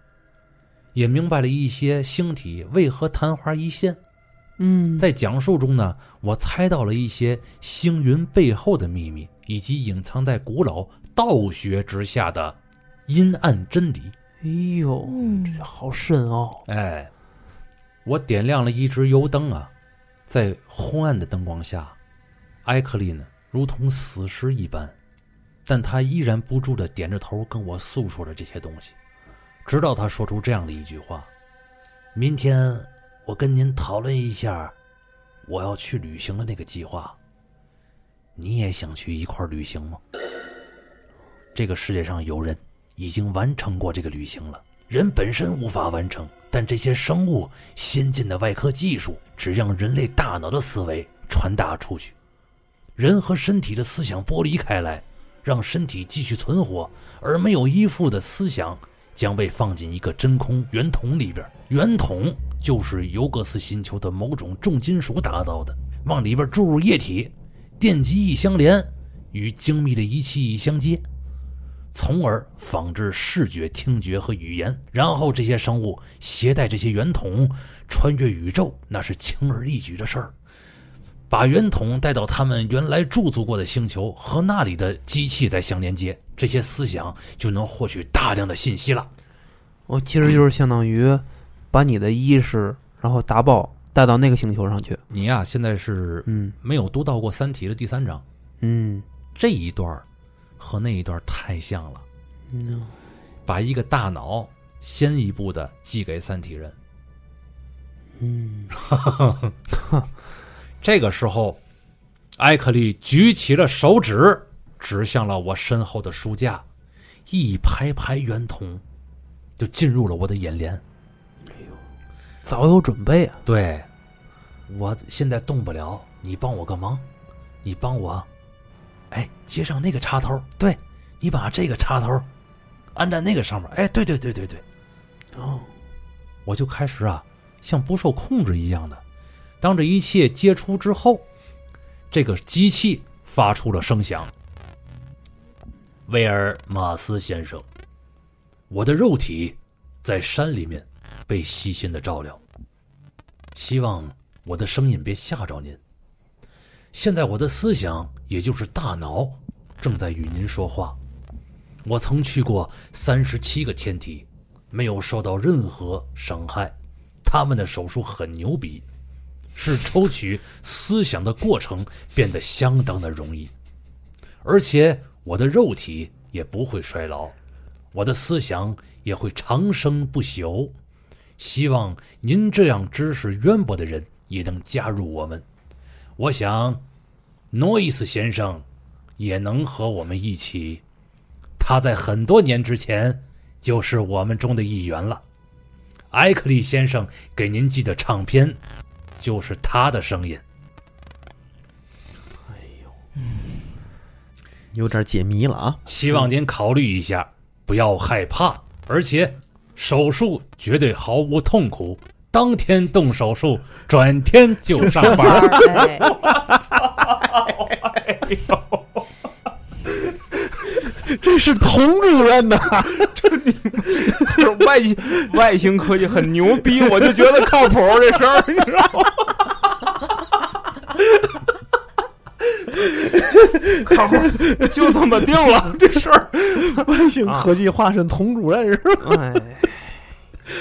[SPEAKER 2] 也明白了一些星体为何昙花一现。
[SPEAKER 5] 嗯，
[SPEAKER 2] 在讲述中呢，我猜到了一些星云背后的秘密，以及隐藏在古老道学之下的阴暗真理。
[SPEAKER 5] 哎呦，
[SPEAKER 3] 嗯，
[SPEAKER 5] 好哦深奥，
[SPEAKER 2] 哎，我点亮了一支油灯啊，在昏暗的灯光下，艾克利呢如同死尸一般，但他依然不住的点着头跟我诉说着这些东西，直到他说出这样的一句话：“明天我跟您讨论一下我要去旅行的那个计划。你也想去一块儿旅行吗？这个世界上有人已经完成过这个旅行了。”人本身无法完成，但这些生物先进的外科技术只让人类大脑的思维传达出去。
[SPEAKER 1] 人和身体的思想剥离开来，让身体继续存活，而没有依附的思想将被放进一个真空圆筒里边。圆筒就是尤格斯星球的某种重金属打造的，往里边注入液体，电极一相连，与精密的仪器一相接，从而仿制视觉、听觉和语言。然后这些生物携带这些圆筒穿越宇宙，那是轻而易举的事儿。把圆筒带到他们原来驻足过的星球，和那里的机器再相连接，这些思想就能获取大量的信息了。
[SPEAKER 5] 哦，其实就是相当于把你的意识，然后打包带到那个星球上去。
[SPEAKER 2] 你呀、现在是
[SPEAKER 5] 嗯
[SPEAKER 2] 没有读到过《三体》的第三章，
[SPEAKER 5] 嗯
[SPEAKER 2] 这一段儿和那一段儿太像了。
[SPEAKER 5] 嗯，
[SPEAKER 2] 把一个大脑先一步的寄给三体人。
[SPEAKER 5] 嗯，
[SPEAKER 2] 这个时候，艾克利举起了手指，指向了我身后的书架，一排排圆筒就进入了我的眼帘。
[SPEAKER 5] 早有准备啊。
[SPEAKER 2] 对，我现在动不了，你帮我个忙，你帮我，哎，接上那个插头，对，你把这个插头安在那个上面，哎，对对对对对，
[SPEAKER 5] 哦，
[SPEAKER 2] 我就开始啊，像不受控制一样的。当这一切接触之后，这个机器发出了声响。威尔马斯先生，我的肉体在山里面被悉心的照料，希望我的声音别吓着您。现在我的思想，也就是大脑，正在与您说话。我曾去过三十七个天体，没有受到任何伤害。他们的手术很牛逼，是抽取思想的过程变得相当的容易，而且我的肉体也不会衰老，我的思想也会长生不朽。希望您这样知识渊博的人也能加入我们。我想，诺伊斯先生也能和我们一起。他在很多年之前就是我们中的一员了。埃克利先生给您寄的唱片，就是他的声音。
[SPEAKER 4] 有点解谜了啊！
[SPEAKER 2] 希望您考虑一下，不要害怕，而且手术绝对毫无痛苦。当天动手术，转天就上班。
[SPEAKER 3] 玩哎，
[SPEAKER 4] 这是童主任 呐，
[SPEAKER 5] 外星外星科技很牛逼，我就觉得靠谱这事儿，你知道吗？靠谱，就这么定了这事儿。
[SPEAKER 4] 外星哎科技化身童主任是吧？
[SPEAKER 5] 哎，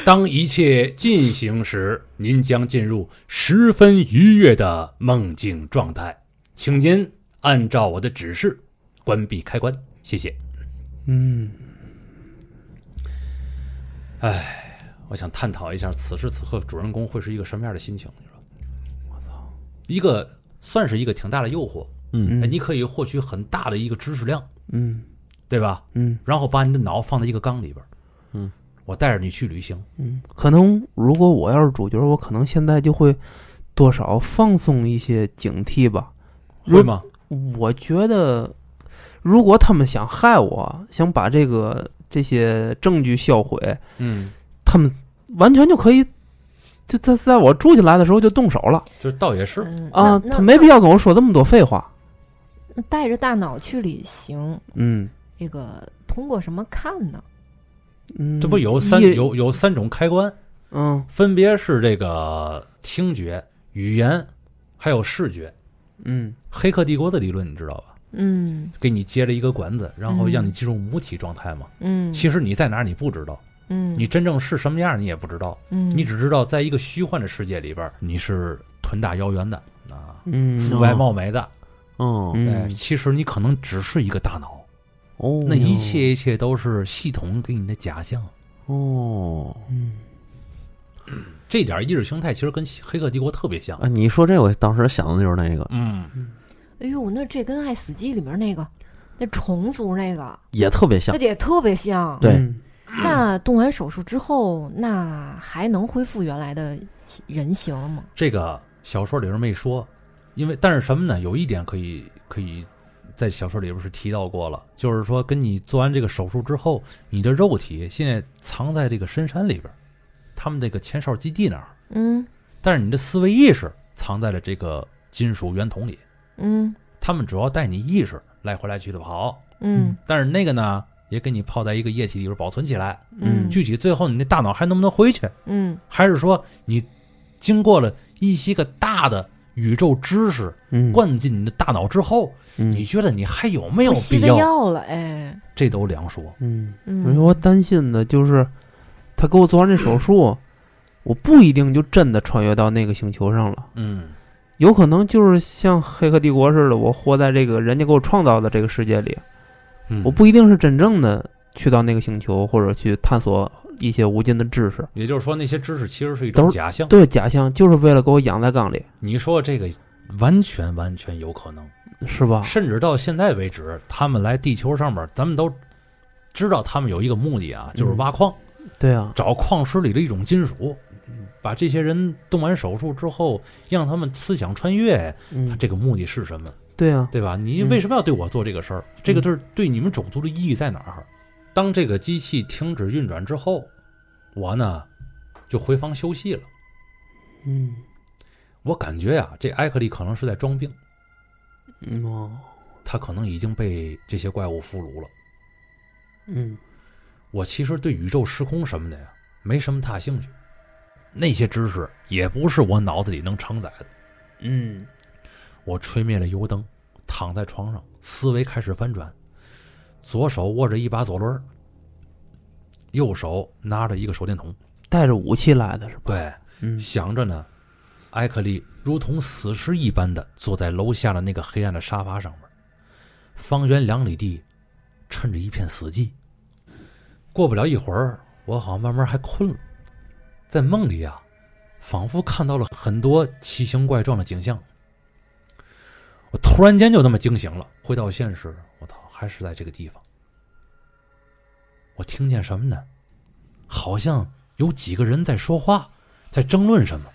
[SPEAKER 2] 当一切进行时，您将进入十分愉悦的梦境状态。请您按照我的指示关闭开关，谢谢。
[SPEAKER 5] 嗯，
[SPEAKER 2] 我想探讨一下，此时此刻主人公会是一个什么样的心情？你说，我操，一个算是一个挺大的诱惑，
[SPEAKER 4] 嗯
[SPEAKER 2] 哎你可以获取很大的一个知识量，
[SPEAKER 5] 嗯
[SPEAKER 2] 对吧？
[SPEAKER 5] 嗯
[SPEAKER 2] 然后把你的脑放在一个缸里边，
[SPEAKER 4] 嗯，
[SPEAKER 2] 我带着你去旅行，
[SPEAKER 5] 嗯，可能如果我要是主角，我可能现在就会多少放松一些警惕吧。如
[SPEAKER 2] 会吗？
[SPEAKER 5] 我觉得，如果他们想害我，想把这个这些证据销毁，
[SPEAKER 2] 嗯，
[SPEAKER 5] 他们完全就可以，就他在我住进来的时候就动手了
[SPEAKER 2] 就倒也是，
[SPEAKER 3] 嗯
[SPEAKER 5] 啊！
[SPEAKER 3] 那
[SPEAKER 5] 他没必要跟我说这么多废话。
[SPEAKER 3] 那带着大脑去旅行，
[SPEAKER 5] 嗯
[SPEAKER 3] 这个通过什么看呢？
[SPEAKER 5] 嗯，
[SPEAKER 2] 这不有三
[SPEAKER 5] 一
[SPEAKER 2] 有有三种开关，
[SPEAKER 5] 嗯
[SPEAKER 2] 分别是这个听觉、语言，还有视觉。
[SPEAKER 5] 嗯
[SPEAKER 2] 黑客帝国的理论你知道吧？
[SPEAKER 3] 嗯
[SPEAKER 2] 给你接了一个管子，然后让你
[SPEAKER 3] 嗯
[SPEAKER 2] 进入母体状态嘛。
[SPEAKER 3] 嗯，
[SPEAKER 2] 其实你在哪儿你不知道，
[SPEAKER 3] 嗯
[SPEAKER 2] 你真正是什么样你也不知道，
[SPEAKER 3] 嗯
[SPEAKER 2] 你只知道在一个虚幻的世界里边儿，你是臀大腰圆的啊，
[SPEAKER 5] 嗯
[SPEAKER 2] 肤白貌美
[SPEAKER 3] 哦
[SPEAKER 2] 的，
[SPEAKER 4] 嗯
[SPEAKER 2] 哎，
[SPEAKER 5] 嗯
[SPEAKER 2] 其实你可能只是一个大脑，
[SPEAKER 4] 哦，
[SPEAKER 2] 那一切一切都是系统给你的假象。
[SPEAKER 4] 哦
[SPEAKER 5] 嗯
[SPEAKER 2] 这点意识形态其实跟《黑客帝国》特别像
[SPEAKER 4] 啊！，你说这，我当时想的就是那个，
[SPEAKER 2] 嗯，
[SPEAKER 3] 哎呦，那这跟《爱死机》里面那个那虫族那个，
[SPEAKER 4] 也特别像
[SPEAKER 3] 那，也特别像。
[SPEAKER 4] 对
[SPEAKER 5] 嗯
[SPEAKER 3] 那动完手术之后，那还能恢复原来的人形吗？
[SPEAKER 2] 这个小说里边没说，因为但是什么呢？有一点可以可以在小说里边是提到过了，就是说跟你做完这个手术之后，你的肉体现在藏在这个深山里边，他们这个前哨基地那儿，
[SPEAKER 3] 嗯
[SPEAKER 2] 但是你的思维意识藏在了这个金属圆筒里，
[SPEAKER 3] 嗯
[SPEAKER 2] 他们主要带你意识来回来去的跑，
[SPEAKER 3] 嗯
[SPEAKER 2] 但是那个呢也给你泡在一个液体里边保存起来，
[SPEAKER 3] 嗯，
[SPEAKER 2] 具体最后你那大脑还能不能回去？
[SPEAKER 3] 嗯
[SPEAKER 2] 还是说你经过了一些个大的宇宙知识
[SPEAKER 5] 嗯，
[SPEAKER 2] 灌进你的大脑之后，
[SPEAKER 5] 嗯
[SPEAKER 2] 你觉得你还有没有
[SPEAKER 3] 不吸
[SPEAKER 2] 必
[SPEAKER 3] 的
[SPEAKER 2] 要？
[SPEAKER 3] 药了，哎，
[SPEAKER 2] 这都两说。
[SPEAKER 5] 嗯，所以
[SPEAKER 3] 嗯
[SPEAKER 5] 我担心的就是，他给我做完这手术，我不一定就真的穿越到那个星球上了，
[SPEAKER 2] 嗯
[SPEAKER 5] 有可能就是像《黑客帝国》似的，我活在这个人家给我创造的这个世界里，
[SPEAKER 2] 嗯
[SPEAKER 5] 我，不一定是真正的去到那个星球，或者去探索一些无尽的知识。
[SPEAKER 2] 也就是说那些知识其实是一种
[SPEAKER 5] 都是
[SPEAKER 2] 假象。
[SPEAKER 5] 对，假象就是为了给我养在缸里，
[SPEAKER 2] 你说这个完全完全有可能，
[SPEAKER 5] 是吧？
[SPEAKER 2] 甚至到现在为止，他们来地球上面，咱们都知道他们有一个目的啊，就是挖矿，
[SPEAKER 5] 对啊，
[SPEAKER 2] 找矿石里的一种金属。把这些人动完手术之后，让他们思想穿越，他
[SPEAKER 5] 嗯，
[SPEAKER 2] 这个目的是什么？
[SPEAKER 5] 对啊，
[SPEAKER 2] 对吧？你
[SPEAKER 5] 嗯
[SPEAKER 2] 为什么要对我做这个事儿？这个就是对你们种族的意义在哪儿？当这个机器停止运转之后，我呢就回房休息了。
[SPEAKER 5] 嗯
[SPEAKER 2] 我感觉呀、这艾克利可能是在装病，
[SPEAKER 5] 嗯哦，
[SPEAKER 2] 他可能已经被这些怪物俘虏了。
[SPEAKER 5] 嗯
[SPEAKER 2] 我其实对宇宙时空什么的呀，没什么大兴趣，那些知识也不是我脑子里能承载的。
[SPEAKER 5] 嗯
[SPEAKER 2] 我吹灭了油灯，躺在床上，思维开始翻转。左手握着一把左轮儿，右手拿着一个手电筒。
[SPEAKER 5] 带着武器来的是吧？
[SPEAKER 2] 对，
[SPEAKER 5] 嗯
[SPEAKER 2] 想着呢，艾克利如同死尸一般的坐在楼下的那个黑暗的沙发上面，方圆两里地，趁着一片死寂。过不了一会儿，我好像慢慢还困了，在梦里啊，仿佛看到了很多奇形怪状的景象。我突然间就那么惊醒了，回到现实，我操，还是在这个地方。我听见什么呢？好像有几个人在说话，在争论什么。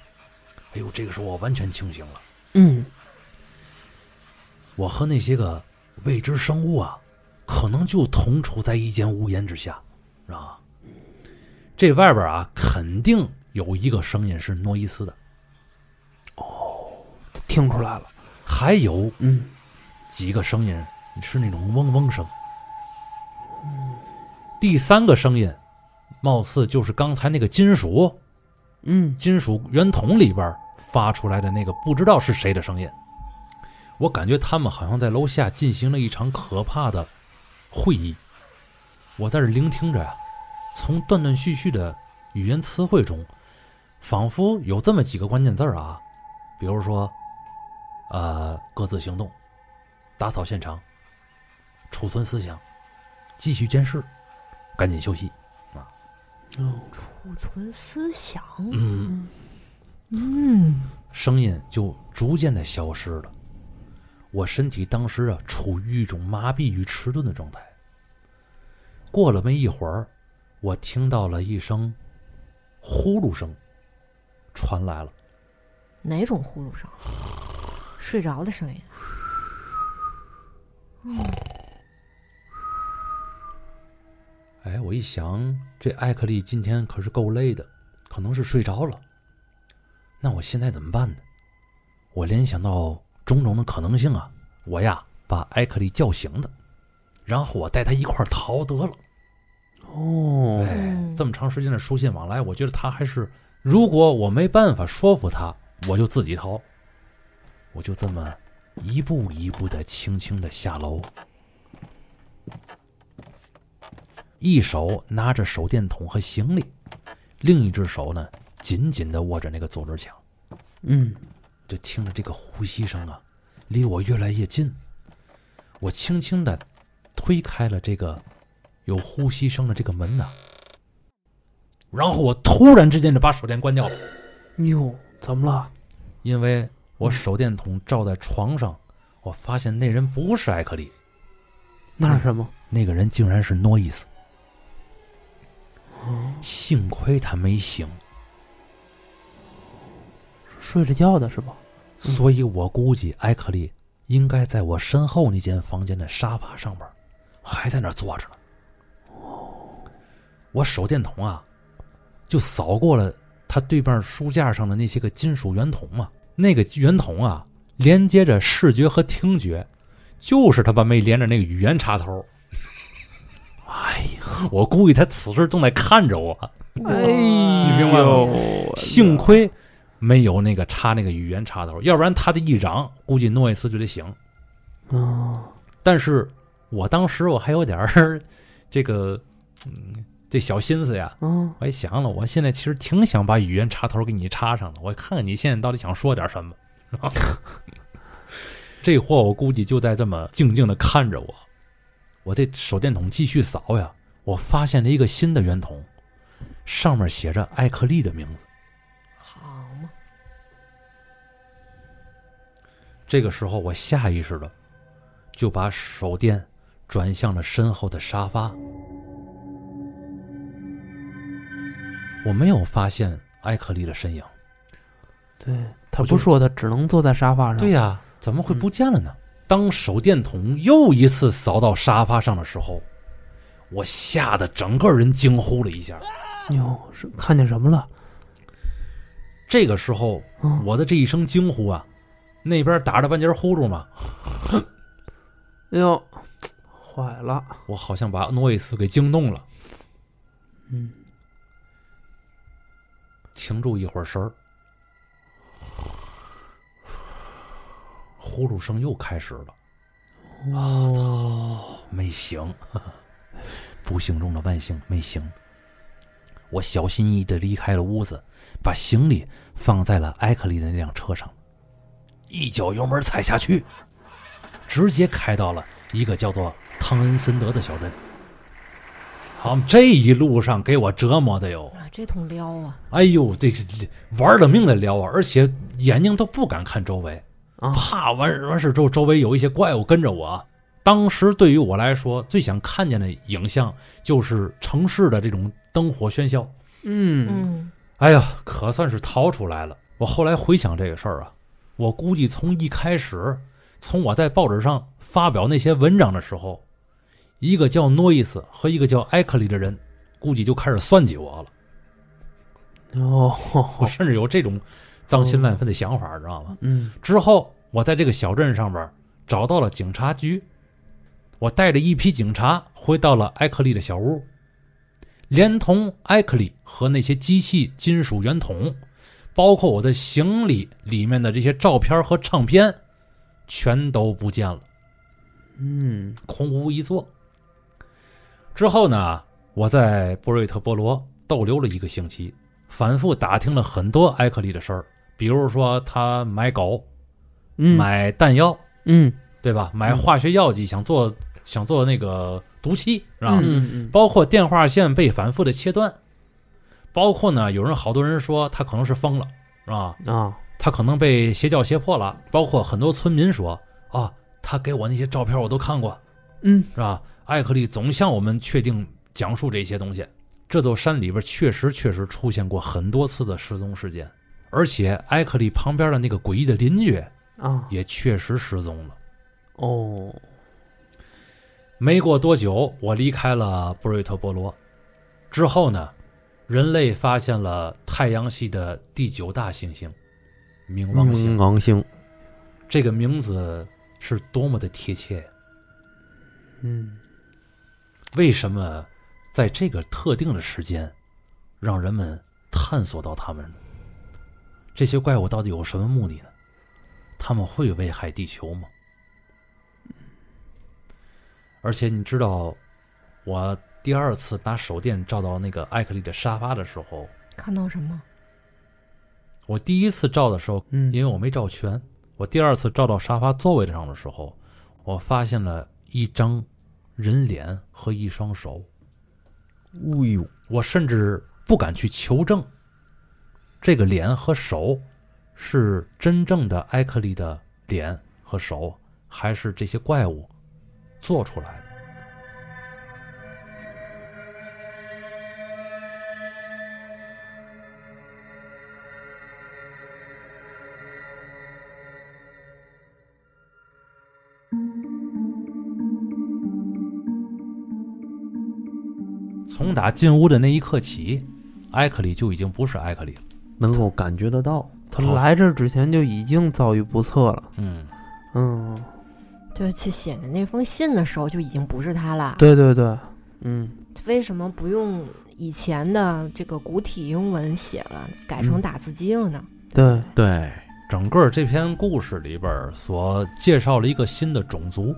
[SPEAKER 2] 哎呦，这个时候我完全清醒了。
[SPEAKER 5] 嗯
[SPEAKER 2] 我和那些个未知生物啊，可能就同处在一间屋檐之下，是吧？这外边啊，肯定有一个声音是诺伊斯的，
[SPEAKER 5] 听出来了，
[SPEAKER 2] 还有
[SPEAKER 5] 嗯
[SPEAKER 2] 几个声音是那种嗡嗡声。第三个声音，貌似就是刚才那个金属
[SPEAKER 5] 嗯
[SPEAKER 2] 金属圆筒里边发出来的那个不知道是谁的声音。我感觉他们好像在楼下进行了一场可怕的会议。我在这聆听着呀、从断断续续的语言词汇中，仿佛有这么几个关键字儿啊，比如说，呃，各自行动，打扫现场，储存思想，继续监视，赶紧休息。
[SPEAKER 3] 储存思想，
[SPEAKER 2] 嗯。
[SPEAKER 3] 嗯
[SPEAKER 2] 声音就逐渐的消失了。我身体当时啊，处于一种麻痹与迟钝的状态。过了没一会儿，我听到了一声呼噜声，传来了。
[SPEAKER 3] 哪种呼噜声？睡着的声音，
[SPEAKER 2] 哎，我一想，这艾克利今天可是够累的，可能是睡着了。那我现在怎么办呢？我联想到种种的可能性啊，我呀把艾克利叫醒的，然后我带他一块儿逃得了。
[SPEAKER 5] 哦，
[SPEAKER 2] 哎
[SPEAKER 3] 嗯，
[SPEAKER 2] 这么长时间的书信往来，我觉得他还是，如果我没办法说服他，我就自己逃。我就这么一步一步的轻轻的下楼，一手拿着手电筒和行李，另一只手呢紧紧的握着那个左轮枪。
[SPEAKER 5] 嗯
[SPEAKER 2] 就听着这个呼吸声啊，离我越来越近。我轻轻的推开了这个有呼吸声的这个门呐、然后我突然之间就把手电关掉了，
[SPEAKER 5] 哟，怎么了？
[SPEAKER 2] 因为我手电筒照在床上，我发现那人不是艾克利，
[SPEAKER 5] 那是什么？
[SPEAKER 2] 那个人竟然是诺伊斯。幸亏他没醒，
[SPEAKER 5] 睡着觉的是吧？
[SPEAKER 2] 所以我估计埃克利应该在我身后那间房间的沙发上边，还在那儿坐着呢。我手电筒啊，就扫过了他对面书架上的那些个金属圆筒嘛。那个圆筒啊，连接着视觉和听觉，就是他妈没连着那个语言插头。 哎呀，我估计他此时正在看着我。
[SPEAKER 5] 哎
[SPEAKER 2] 你明白
[SPEAKER 5] 呦
[SPEAKER 2] 吗，幸亏没有那个插那个语言插头，要不然他这一嚷，估计诺伊斯就得醒。
[SPEAKER 5] 啊，
[SPEAKER 2] 但是我当时我还有点儿这个，嗯，这小心思呀，
[SPEAKER 5] 嗯，
[SPEAKER 2] 我也想了，我现在其实挺想把语言插头给你插上的，我看看你现在到底想说点什么。 这货我估计就在这么静静的看着我，我这手电筒继续扫呀，我发现了一个新的圆筒，上面写着艾克利的名字。
[SPEAKER 3] 好嘛，
[SPEAKER 2] 这个时候，我下意识的就把手电转向了身后的沙发。我没有发现艾克利的身影。
[SPEAKER 5] 对他
[SPEAKER 2] 我就
[SPEAKER 5] 不说，他只能坐在沙发上。
[SPEAKER 2] 对呀、怎么会不见了呢？当手电筒又一次扫到沙发上的时候，我吓得整个人惊呼了一下。
[SPEAKER 5] 哟，是看见什么了？
[SPEAKER 2] 这个时候，
[SPEAKER 5] 嗯
[SPEAKER 2] 我的这一声惊呼啊，那边打着半截呼噜嘛，
[SPEAKER 5] 哎呦，坏了，
[SPEAKER 2] 我好像把诺伊斯给惊动了。
[SPEAKER 5] 嗯，
[SPEAKER 2] 停住一会儿神儿，呼噜声又开始了，
[SPEAKER 5] 哦，
[SPEAKER 2] 没醒，不幸中的万幸，没醒。我小心翼翼的离开了屋子，把行李放在了埃克利的那辆车上，一脚油门踩下去，直接开到了一个叫做汤恩森德的小镇。好，这一路上给我折磨的哟。
[SPEAKER 3] 啊，这通撩啊，
[SPEAKER 2] 哎呦，这是玩了命的撩啊！而且眼睛都不敢看周围，
[SPEAKER 5] 啊
[SPEAKER 2] 怕完完事之后周围有一些怪物跟着我啊。当时对于我来说，最想看见的影像就是城市的这种灯火喧嚣。
[SPEAKER 5] 嗯，
[SPEAKER 3] 嗯，
[SPEAKER 2] 哎呀，可算是逃出来了。我后来回想这个事儿啊，我估计从一开始，从我在报纸上发表那些文章的时候，一个叫诺伊斯和一个叫埃克里的人，估计就开始算计我了。我
[SPEAKER 5] 哦，
[SPEAKER 2] 甚至有这种脏心烂肺的想法，知道吗？
[SPEAKER 5] 嗯，
[SPEAKER 2] 之后我在这个小镇上边找到了警察局，我带着一批警察回到了埃克利的小屋，连同埃克利和那些机器、金属圆筒，包括我的行李里面的这些照片和唱片，全都不见了。
[SPEAKER 5] 嗯，
[SPEAKER 2] 空无一座。之后呢，我在布瑞特波罗逗留了一个星期，反复打听了很多埃克利的事儿，比如说他买狗、
[SPEAKER 5] 嗯，，
[SPEAKER 2] 买弹药，
[SPEAKER 5] 嗯，
[SPEAKER 2] 对吧？买化学药剂，想做想做那个毒气，是吧？
[SPEAKER 5] 嗯，
[SPEAKER 2] 包括电话线被反复的切断，包括呢，有人好多人说他可能是疯了，是吧？
[SPEAKER 5] 嗯，啊，
[SPEAKER 2] 他可能被邪教胁迫了，包括很多村民说啊，他给我那些照片我都看过，
[SPEAKER 5] 嗯，
[SPEAKER 2] 是吧？艾克利总向我们确定讲述这些东西。这座山里边确实确实出现过很多次的失踪事件，而且艾克利旁边的那个诡异的邻居
[SPEAKER 5] 啊，
[SPEAKER 2] 也确实失踪了。
[SPEAKER 5] 哦，
[SPEAKER 2] 没过多久，我离开了布瑞特波罗，之后呢，人类发现了太阳系的第九大行星——冥嗯王星。
[SPEAKER 4] 冥
[SPEAKER 5] 嗯
[SPEAKER 4] 王星，
[SPEAKER 2] 这个名字是多么的贴切呀！
[SPEAKER 5] 嗯，
[SPEAKER 2] 为什么在这个特定的时间，让人们探索到它们呢？这些怪物到底有什么目的呢？他们会危害地球吗？而且你知道，我第二次拿手电照到那个艾克利的沙发的时候，
[SPEAKER 3] 看到什么？
[SPEAKER 2] 我第一次照的时候，
[SPEAKER 5] 嗯
[SPEAKER 2] 因为我没照全，我第二次照到沙发座位上的时候，我发现了一张人脸和一双手。
[SPEAKER 4] 哎呦，
[SPEAKER 2] 我甚至不敢去求证这个脸和手是真正的埃克利的脸和手，还是这些怪物做出来的。从打进屋的那一刻起，埃克里就已经不是埃克里了。
[SPEAKER 4] 能够感觉得到。
[SPEAKER 5] 他来这儿之前就已经遭遇不测了。
[SPEAKER 2] 嗯，
[SPEAKER 5] 嗯，
[SPEAKER 3] 就是去写的那封信的时候就已经不是他了。
[SPEAKER 5] 对对对，
[SPEAKER 4] 嗯，
[SPEAKER 3] 为什么不用以前的这个古体英文写了，改成
[SPEAKER 5] 嗯
[SPEAKER 3] 打字机了呢？
[SPEAKER 5] 对，
[SPEAKER 4] 对，
[SPEAKER 2] 整个这篇故事里边儿所介绍了一个新的种族，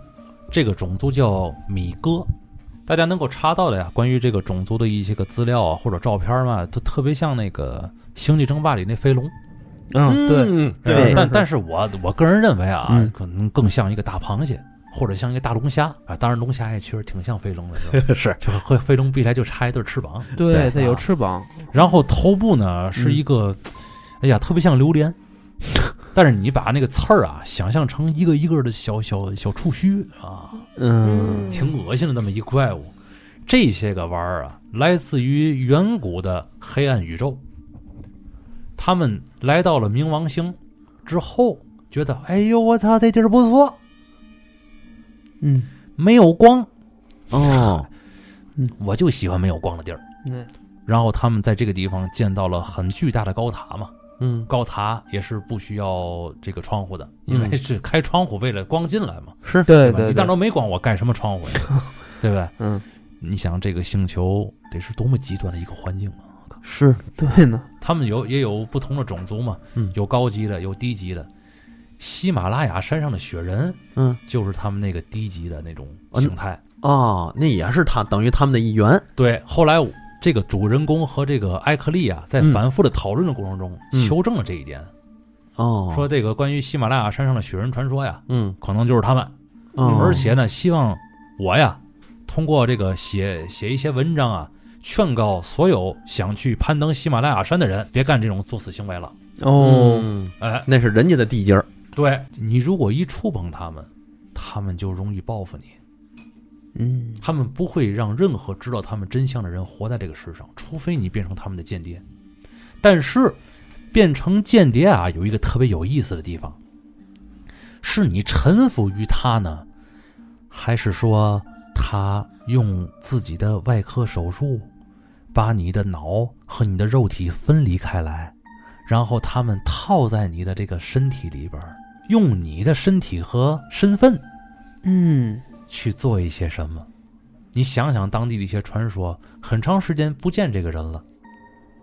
[SPEAKER 2] 这个种族叫米哥。大家能够查到的呀，关于这个种族的一些个资料啊，或者照片儿嘛，都特别像那个《星际争霸》里那飞龙。
[SPEAKER 5] 嗯对，
[SPEAKER 4] 对，
[SPEAKER 2] 但但是我我个人认为啊，
[SPEAKER 5] 嗯
[SPEAKER 2] 可能更像一个大螃蟹，或者像一个大龙虾啊。当然，龙虾也确实挺像飞龙的，是吧
[SPEAKER 4] 是
[SPEAKER 2] 就和飞龙比起来就差一对翅膀。
[SPEAKER 5] 对，
[SPEAKER 2] 对
[SPEAKER 5] 它有翅膀，
[SPEAKER 2] 然后头部呢是一个，哎呀，特别像榴莲，但是你把那个刺儿啊想象成一个一个的小小小触须啊，
[SPEAKER 4] 嗯，
[SPEAKER 2] 挺恶心的那么一怪物。这些个玩意儿啊，来自于远古的黑暗宇宙。他们来到了冥王星之后，觉得哎呦我操，这地儿不错，
[SPEAKER 5] 嗯，
[SPEAKER 2] 没有光，
[SPEAKER 4] 哦，
[SPEAKER 2] 我就喜欢没有光的地儿。
[SPEAKER 5] 对，
[SPEAKER 2] 然后他们在这个地方建到了很巨大的高塔嘛，
[SPEAKER 4] 嗯，
[SPEAKER 2] 高塔也是不需要这个窗户的，因为
[SPEAKER 4] 嗯
[SPEAKER 2] 是开窗户为了光进来嘛，
[SPEAKER 4] 是，
[SPEAKER 5] 对
[SPEAKER 2] 吧？你
[SPEAKER 5] 对
[SPEAKER 2] 当
[SPEAKER 5] 对，
[SPEAKER 2] 着没光，我盖什么窗户呀？ 对吧？
[SPEAKER 4] 嗯，
[SPEAKER 2] 你想这个星球得是多么极端的一个环境啊！
[SPEAKER 4] 是，
[SPEAKER 5] 对呢，
[SPEAKER 2] 他们有也有不同的种族嘛，
[SPEAKER 4] 嗯
[SPEAKER 2] 有高级的，有低级的。喜马拉雅山上的雪人，
[SPEAKER 4] 嗯，
[SPEAKER 2] 就是他们那个低级的那种形态。
[SPEAKER 4] 哦，那也是他等于他们的一员，
[SPEAKER 2] 对，后来这个主人公和这个艾克利啊，在
[SPEAKER 4] 嗯
[SPEAKER 2] 反复的讨论的过程中，
[SPEAKER 4] 嗯
[SPEAKER 2] 求证了这一点，
[SPEAKER 4] 哦，
[SPEAKER 2] 说，这个关于喜马拉雅山上的雪人传说呀，
[SPEAKER 4] 嗯，
[SPEAKER 2] 可能就是他们。
[SPEAKER 5] 嗯
[SPEAKER 4] 哦
[SPEAKER 2] 嗯而且呢，希望我呀，通过这个写写一些文章啊，劝告所有想去攀登喜马拉雅山的人，别干这种作死行为了。
[SPEAKER 5] 哦，
[SPEAKER 4] 嗯，
[SPEAKER 2] 哎，
[SPEAKER 4] 那是人家的地界儿，
[SPEAKER 2] 对你如果一触碰他们，他们就容易报复你。
[SPEAKER 5] 嗯，
[SPEAKER 2] 他们不会让任何知道他们真相的人活在这个世上，除非你变成他们的间谍。但是，变成间谍啊，有一个特别有意思的地方，是你臣服于他呢，还是说他用自己的外科手术把你的脑和你的肉体分离开来，然后他们套在你的这个身体里边儿，用你的身体和身份
[SPEAKER 5] 嗯，
[SPEAKER 2] 去做一些什么。你想想当地的一些传说，很长时间不见这个人了。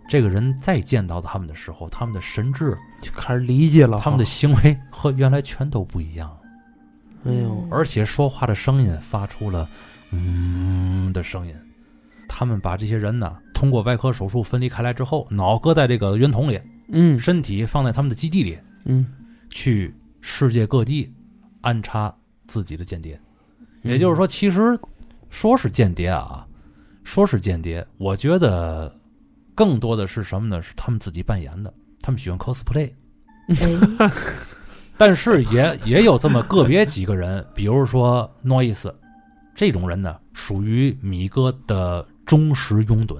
[SPEAKER 2] 这个人再见到他们的时候，他们的神智、
[SPEAKER 5] 就开始理解了
[SPEAKER 2] 他们的
[SPEAKER 5] 哈，
[SPEAKER 2] 行为和原来全都不一样，
[SPEAKER 5] 哎
[SPEAKER 3] 嗯
[SPEAKER 5] 呦，
[SPEAKER 2] 而且说话的声音发出了“嗯”的声音。他们把这些人呢，通过外科手术分离开来之后，脑搁在这个圆筒里，
[SPEAKER 5] 嗯
[SPEAKER 2] 身体放在他们的基地里，
[SPEAKER 5] 嗯，
[SPEAKER 2] 去世界各地安插自己的间谍。也就是说，其实说是间谍啊，说是间谍，我觉得更多的是什么呢？是他们自己扮演的，他们喜欢 cosplay。
[SPEAKER 3] 哎，
[SPEAKER 2] 但是也也有这么个别几个人，比如说 Noise 这种人呢，属于米哥的忠实拥趸。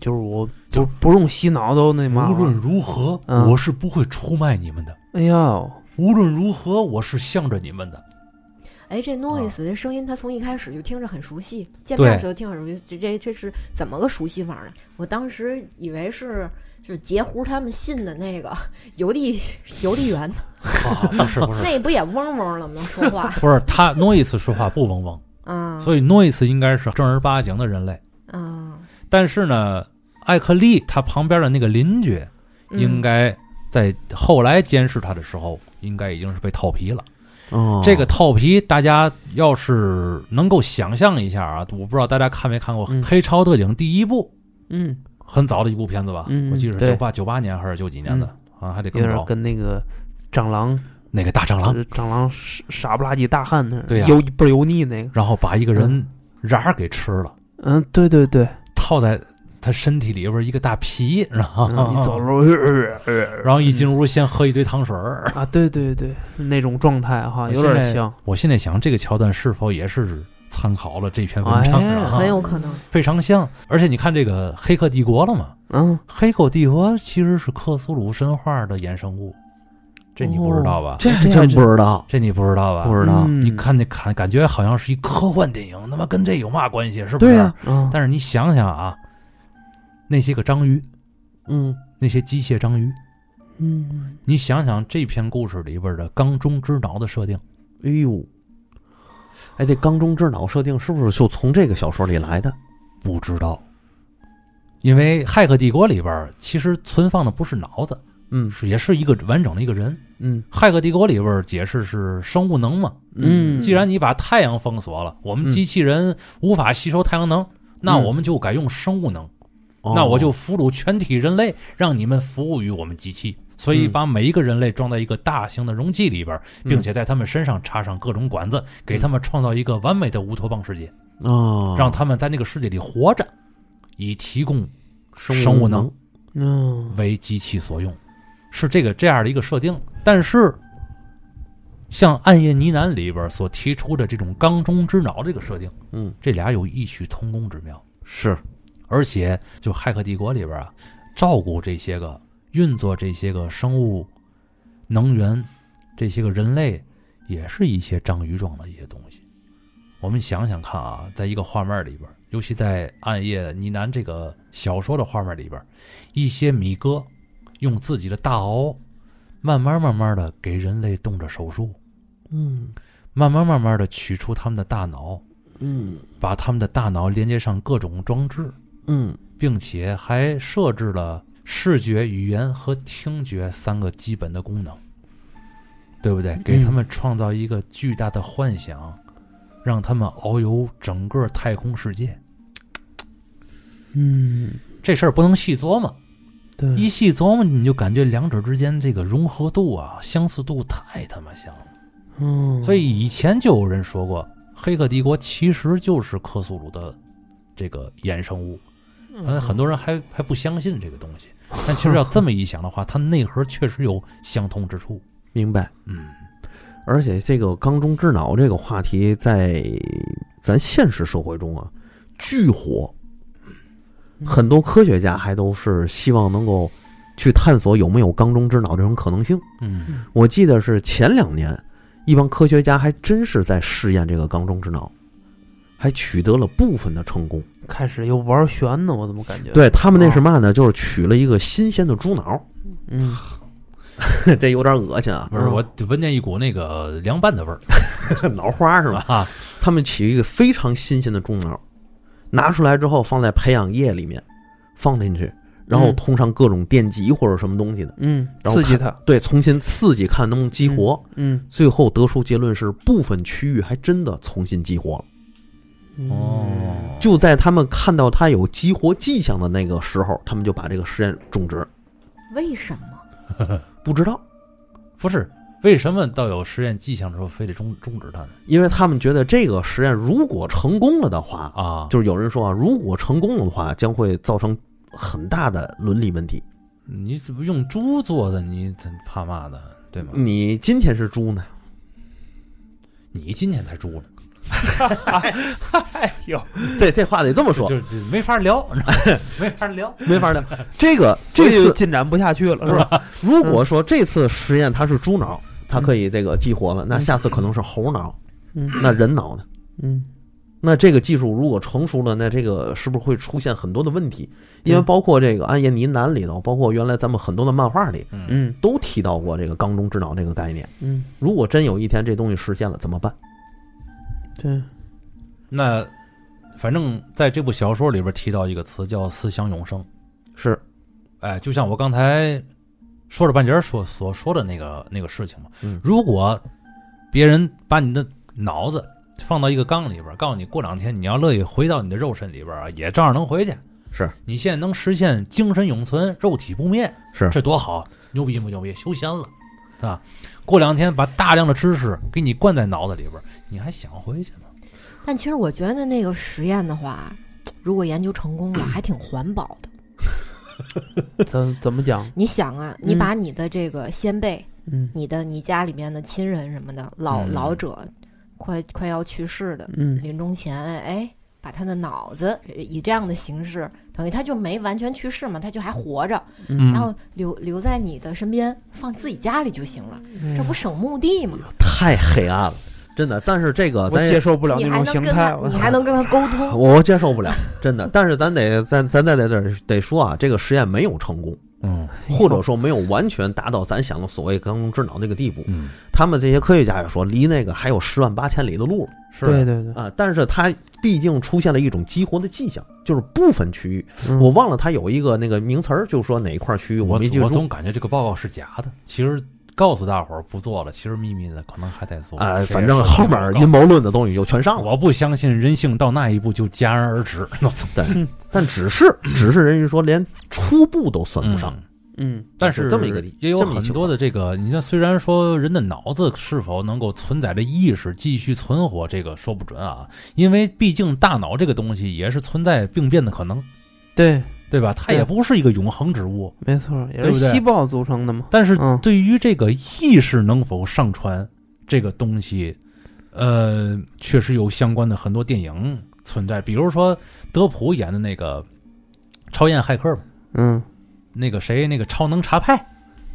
[SPEAKER 5] 就是我就不用洗脑都那嘛
[SPEAKER 2] 无
[SPEAKER 5] 了，
[SPEAKER 2] 论如何，
[SPEAKER 5] 嗯
[SPEAKER 2] 我是不会出卖你们的。
[SPEAKER 5] 哎呦，
[SPEAKER 2] 无论如何，我是向着你们的。
[SPEAKER 3] 哎，
[SPEAKER 2] 啊
[SPEAKER 3] 这 noise 这声音，他从一开始就听着很熟悉，见面的
[SPEAKER 2] 对
[SPEAKER 3] 时候听着很熟悉，这这这是怎么个熟悉法呢？我当时以为是就是截胡他们信的那个邮递邮递员，
[SPEAKER 2] 啊，不是不是
[SPEAKER 3] 那不也嗡嗡了吗？说 话
[SPEAKER 2] 不是，他 Noise 说话不嗡嗡，
[SPEAKER 3] 啊，
[SPEAKER 2] 所以 Noise 应该是正儿八经的人类。
[SPEAKER 3] 啊，
[SPEAKER 2] 但是呢，艾克利他旁边的那个邻居，
[SPEAKER 3] 嗯
[SPEAKER 2] 应该在后来监视他的时候，应该已经是被套皮了。
[SPEAKER 4] 哦，
[SPEAKER 2] 这个套皮，大家要是能够想象一下啊，我不知道大家看没看过
[SPEAKER 5] 嗯
[SPEAKER 2] 《黑超特警》第一部，
[SPEAKER 5] 嗯，
[SPEAKER 2] 很早的一部片子吧，
[SPEAKER 5] 嗯
[SPEAKER 2] 我记得是
[SPEAKER 5] 对嗯
[SPEAKER 2] 九八九八年还是九几年的。啊，还得
[SPEAKER 5] 有
[SPEAKER 2] 更
[SPEAKER 5] 点
[SPEAKER 2] 早，
[SPEAKER 5] 跟那个蟑螂，
[SPEAKER 2] 那个大蟑螂，
[SPEAKER 5] 呃蟑螂傻傻不拉几大汉那儿
[SPEAKER 2] 啊对呀
[SPEAKER 5] 油倍儿油腻那个，
[SPEAKER 2] 然后把一个人瓤儿给吃了，
[SPEAKER 5] 嗯，对对对，
[SPEAKER 2] 套在他身体里边儿一个大皮，然后
[SPEAKER 5] 嗯一走路，呃呃呃
[SPEAKER 2] 啊然后一进屋先喝一堆糖水儿。
[SPEAKER 5] 啊，对对对，那种状态哈，有
[SPEAKER 2] 啊我现
[SPEAKER 5] 点
[SPEAKER 2] 在
[SPEAKER 5] 像，
[SPEAKER 2] 我现在想，这个桥段是否也是参考了这篇文章
[SPEAKER 5] 哎
[SPEAKER 2] 啊？
[SPEAKER 3] 很有可能。
[SPEAKER 2] 非常像。而且你看这个《黑客帝国》了吗？
[SPEAKER 5] 嗯
[SPEAKER 2] 《黑客帝国》其实是克苏鲁神话的衍生物，哦这你不知道吧？
[SPEAKER 4] 这还
[SPEAKER 5] 这
[SPEAKER 4] 真
[SPEAKER 5] 还
[SPEAKER 4] 不知道，
[SPEAKER 2] 这你不知道吧？
[SPEAKER 4] 不知道。
[SPEAKER 5] 嗯
[SPEAKER 2] 你看那看，感觉好像是一科幻电影，他妈跟这有嘛关系？是不是？
[SPEAKER 5] 对呀，
[SPEAKER 4] 啊，
[SPEAKER 2] 但是你想想啊，那些个章鱼，
[SPEAKER 4] 嗯
[SPEAKER 2] 那些机械章鱼，
[SPEAKER 5] 嗯，
[SPEAKER 2] 你想想这篇故事里边的缸中之挠的设定，
[SPEAKER 4] 哎呦，哎，这缸中之脑设定是不是就从这个小说里来的？
[SPEAKER 2] 不知道，因为《骇客帝国》里边其实存放的不是脑子，
[SPEAKER 4] 嗯
[SPEAKER 2] 是也是一个完整的一个人。
[SPEAKER 4] 嗯
[SPEAKER 2] 《骇客帝国》里边解释是生物能嘛，
[SPEAKER 5] 嗯
[SPEAKER 2] 既然你把太阳封锁了，我们
[SPEAKER 4] 嗯
[SPEAKER 2] 机器人无法吸收太阳能，那
[SPEAKER 4] 嗯哦
[SPEAKER 2] 我们就改用生物能。那我就俘虏全体人类，让你们服务于我们机器。所以
[SPEAKER 4] 嗯
[SPEAKER 2] 把每一个人类装在一个大型的容器里边，
[SPEAKER 4] 嗯
[SPEAKER 2] 并且在他们身上插上各种管子，给他们创造一个完美的乌托邦世界，
[SPEAKER 4] 啊，
[SPEAKER 2] 让他们在那个世界里活着，以提供
[SPEAKER 4] 生
[SPEAKER 2] 物
[SPEAKER 4] 能
[SPEAKER 2] 能
[SPEAKER 5] 嗯，
[SPEAKER 2] 为机器所用，是这个这样的一个设定。但是，像《暗夜呢喃》里边所提出的这种缸中之脑这个设定，
[SPEAKER 4] 嗯，
[SPEAKER 2] 这俩有异曲同工之妙。
[SPEAKER 4] 是
[SPEAKER 2] 而且就《骇客帝国》里边啊，照顾这些个运作这些个生物、能源，这些个人类，也是一些章鱼状的一些东西。我们想想看啊，在一个画面里边，尤其在《暗夜呢喃》这个小说的画面里边，一些米哥用自己的大螯，慢慢慢慢的给人类动着手术，
[SPEAKER 4] 嗯
[SPEAKER 2] 慢慢慢慢的取出他们的大脑，
[SPEAKER 4] 嗯
[SPEAKER 2] 把他们的大脑连接上各种装置，
[SPEAKER 4] 嗯
[SPEAKER 2] 并且还设置了视觉、语言和听觉三个基本的功能，对不对？给他们创造一个巨大的幻想，让他们遨游整个太空世界。
[SPEAKER 5] 嗯，
[SPEAKER 2] 这事儿不能细琢磨，
[SPEAKER 5] 对，
[SPEAKER 2] 一细琢磨你就感觉两者之间这个融合度啊、相似度太他妈像了。
[SPEAKER 5] 嗯，
[SPEAKER 2] 所以以前就有人说过，《黑客帝国》其实就是克苏鲁的这个衍生物。嗯，很多人还还不相信这个东西，但其实要这么一想的话，它内核确实有相通之处。
[SPEAKER 4] 明白。
[SPEAKER 2] 嗯，
[SPEAKER 4] 而且这个缸中之脑这个话题，在咱现实社会中啊，巨火，
[SPEAKER 5] 嗯
[SPEAKER 4] 很多科学家还都是希望能够去探索有没有缸中之脑这种可能性。
[SPEAKER 2] 嗯
[SPEAKER 4] 我记得是前两年，一帮科学家还真是在试验这个缸中之脑，还取得了部分的成功。
[SPEAKER 5] 开始又玩悬呢，我怎么感觉？，
[SPEAKER 4] 对他们那是嘛呢？就是取了一个新鲜的猪脑，
[SPEAKER 5] 嗯，
[SPEAKER 4] 这有点恶心啊，
[SPEAKER 2] 不是，我就闻见一股那个凉拌的味儿
[SPEAKER 4] 脑花是吧？
[SPEAKER 2] 啊。
[SPEAKER 4] 他们取一个非常新鲜的猪脑，拿出来之后放在培养液里面，放进去，然后
[SPEAKER 5] 嗯
[SPEAKER 4] 通上各种电极或者什么东西的，
[SPEAKER 5] 嗯，
[SPEAKER 4] 然后
[SPEAKER 5] 刺激
[SPEAKER 4] 看
[SPEAKER 5] 他，
[SPEAKER 4] 对，重新刺激看能不能激活。
[SPEAKER 5] 嗯，
[SPEAKER 4] 最后得出结论是，部分区域还真的重新激活了。
[SPEAKER 2] 哦，
[SPEAKER 4] 就在他们看到它有激活迹象的那个时候，他们就把这个实验种植。
[SPEAKER 3] 为什么？
[SPEAKER 4] 不知道，
[SPEAKER 2] 不是，为什么到有实验迹象的时候非得终终止它呢？
[SPEAKER 4] 因为他们觉得这个实验如果成功了的话，
[SPEAKER 2] 啊，
[SPEAKER 4] 就是有人说啊，如果成功了的话，将会造成很大的伦理问题。
[SPEAKER 2] 你怎么用猪做的？你怎么怕嘛的？对吗？
[SPEAKER 4] 你今天是猪呢？
[SPEAKER 2] 你今天才猪呢，
[SPEAKER 4] 这这话得这么说，
[SPEAKER 2] 就就没法聊，你知道吗没法聊。
[SPEAKER 5] 嗯
[SPEAKER 4] 没法聊。这个
[SPEAKER 5] 这
[SPEAKER 4] 这
[SPEAKER 5] 就嗯
[SPEAKER 4] 次
[SPEAKER 5] 进展不下去了，是 吧？
[SPEAKER 4] 如果说这次实验它是猪脑，它可以这个激活了，那下次可能是猴脑，
[SPEAKER 5] 嗯
[SPEAKER 4] 那人脑呢？
[SPEAKER 5] 嗯，
[SPEAKER 4] 那这个技术如果成熟了，那这个是不是会出现很多的问题？因为
[SPEAKER 5] 嗯
[SPEAKER 4] 包括这个《暗夜呢喃》里头，包括原来咱们很多的漫画里
[SPEAKER 5] 嗯，
[SPEAKER 4] 都提到过这个“缸中之脑”这个概念。
[SPEAKER 5] 嗯，
[SPEAKER 4] 如果真有一天这东西实现了，怎么办？
[SPEAKER 5] 对，
[SPEAKER 2] 那反正在这部小说里边提到一个词叫“思想永生”。
[SPEAKER 4] 是，
[SPEAKER 2] 哎，就像我刚才说了半截儿所所说的那个那个事情嘛，
[SPEAKER 4] 嗯
[SPEAKER 2] 如果别人把你的脑子放到一个缸里边儿，告诉你过两天你要乐意回到你的肉身里边儿啊，也照样能回去。
[SPEAKER 4] 是
[SPEAKER 2] 你现在能实现精神永存、肉体不灭，
[SPEAKER 4] 是
[SPEAKER 2] 这多好，牛逼不牛逼？修仙了，是吧？过两天把大量的知识给你灌在脑子里边儿，你还想回去吗？
[SPEAKER 3] 但其实我觉得那个实验的话，如果研究成功了，还挺环保的。
[SPEAKER 5] 怎怎么讲？
[SPEAKER 3] 你想啊，你
[SPEAKER 5] 嗯
[SPEAKER 3] 把你的这个先辈、
[SPEAKER 5] 嗯
[SPEAKER 3] 你的你家里面的亲人什么的，老
[SPEAKER 2] 嗯
[SPEAKER 3] 老者，快快要去世的，
[SPEAKER 5] 嗯
[SPEAKER 3] 临终前，哎，把他的脑子以这样的形式，等于他就没完全去世嘛，他就还活着，
[SPEAKER 2] 嗯
[SPEAKER 3] 然后留留在你的身边，放自己家里就行了，
[SPEAKER 5] 哎
[SPEAKER 3] 这不省墓地吗？
[SPEAKER 4] 太黑暗了，真的。但是这个
[SPEAKER 5] 我
[SPEAKER 4] 咱
[SPEAKER 5] 接
[SPEAKER 4] 也
[SPEAKER 5] 受不了
[SPEAKER 3] 你
[SPEAKER 5] 那
[SPEAKER 3] 还
[SPEAKER 5] 种
[SPEAKER 3] 能
[SPEAKER 5] 形
[SPEAKER 3] 跟
[SPEAKER 5] 态
[SPEAKER 3] 他，，
[SPEAKER 5] 我
[SPEAKER 3] 你还能跟他沟通？
[SPEAKER 4] 我接受不了，真的。但是咱得咱咱在这儿得说啊，这个实验没有成功，
[SPEAKER 1] 嗯
[SPEAKER 4] 或者说没有完全达到咱想的所谓刚中智脑那个地步。
[SPEAKER 1] 嗯，
[SPEAKER 4] 他们这些科学家也说，离那个还有十万八千里的路了
[SPEAKER 2] 是
[SPEAKER 5] 对对对，
[SPEAKER 4] 啊。但是它毕竟出现了一种激活的迹象，就是部分区域，
[SPEAKER 5] 嗯
[SPEAKER 4] 我忘了它有一个那个名词儿，就说哪一块区域
[SPEAKER 2] 我
[SPEAKER 4] 没记
[SPEAKER 2] 我
[SPEAKER 4] 住。
[SPEAKER 2] 总感觉这个报告是假的，其实告诉大伙儿不做了，其实秘密的可能还在做。
[SPEAKER 4] 啊，
[SPEAKER 2] 这也
[SPEAKER 4] 反正
[SPEAKER 2] 是
[SPEAKER 4] 后
[SPEAKER 2] 一个报告
[SPEAKER 4] 面阴谋论的东西就全上了，
[SPEAKER 2] 我不相信人性到那一步就戛然而止，
[SPEAKER 4] 但只是只是人家说连初步都算不上，
[SPEAKER 2] 嗯
[SPEAKER 5] 嗯
[SPEAKER 2] 但是
[SPEAKER 4] 这么一个理
[SPEAKER 2] 也有
[SPEAKER 4] 这么一
[SPEAKER 2] 很
[SPEAKER 4] 情
[SPEAKER 2] 多
[SPEAKER 4] 况
[SPEAKER 2] 的这个，你像虽然说人的脑子是否能够存在着意识继续存活，这个说不准啊，因为毕竟大脑这个东西也是存在病变的可能，
[SPEAKER 5] 对，
[SPEAKER 2] 对吧？它也
[SPEAKER 5] 对
[SPEAKER 2] 不是一个永恒之物。
[SPEAKER 5] 没错，也
[SPEAKER 2] 对
[SPEAKER 5] 是
[SPEAKER 2] 不对
[SPEAKER 5] 细胞组成的嘛。
[SPEAKER 2] 但是
[SPEAKER 5] 嗯
[SPEAKER 2] 对于这个意识能否上传这个东西，呃，确实有相关的很多电影存在，比如说德普演的那个《超验骇客》吧，
[SPEAKER 5] 嗯
[SPEAKER 2] 那个谁，那个超能查派。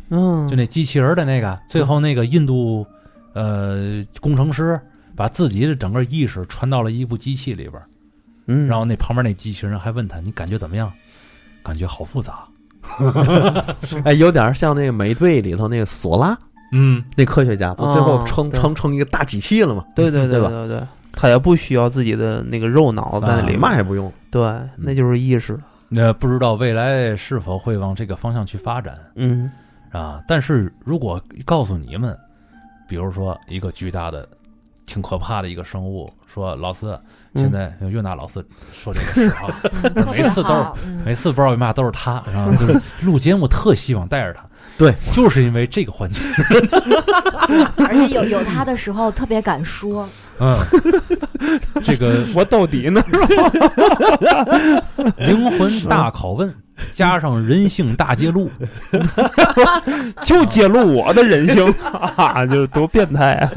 [SPEAKER 5] 嗯，
[SPEAKER 2] 就那机器人儿的那个，最后那个印度呃工程师把自己的整个意识传到了一部机器里边儿，
[SPEAKER 5] 嗯，
[SPEAKER 2] 然后那旁边那机器人还问他：“你感觉怎么样？”感觉好复杂。
[SPEAKER 4] 哎，有点像那个美队里头那个索拉
[SPEAKER 2] 嗯，
[SPEAKER 4] 那科学家，不
[SPEAKER 5] 哦
[SPEAKER 4] 最后成
[SPEAKER 5] 对
[SPEAKER 4] 成成一个大机器了吗？
[SPEAKER 5] 对对
[SPEAKER 4] 对吧
[SPEAKER 5] 对对，他也不需要自己的那个肉脑在那里
[SPEAKER 2] 啊
[SPEAKER 5] 面
[SPEAKER 4] 嘛也不用，
[SPEAKER 5] 对，那就是意识。
[SPEAKER 2] 那不知道未来是否会往这个方向去发展
[SPEAKER 5] 嗯
[SPEAKER 2] 啊？但是如果告诉你们，比如说一个巨大的、挺可怕的一个生物，说老四，
[SPEAKER 5] 嗯
[SPEAKER 2] 现在越南老四说这个事啊，
[SPEAKER 3] 嗯
[SPEAKER 2] 每次都是每次不知道为嘛都是他，然后就是录节目特希望带着他，
[SPEAKER 4] 对，
[SPEAKER 2] 就是因为这个环节，
[SPEAKER 3] 而且有有他的时候特别敢说，
[SPEAKER 2] 嗯，这个
[SPEAKER 5] 我到底呢？
[SPEAKER 2] 灵魂大拷问加上人性大揭露，
[SPEAKER 5] 就揭露我的人性， 啊，就是多变态啊！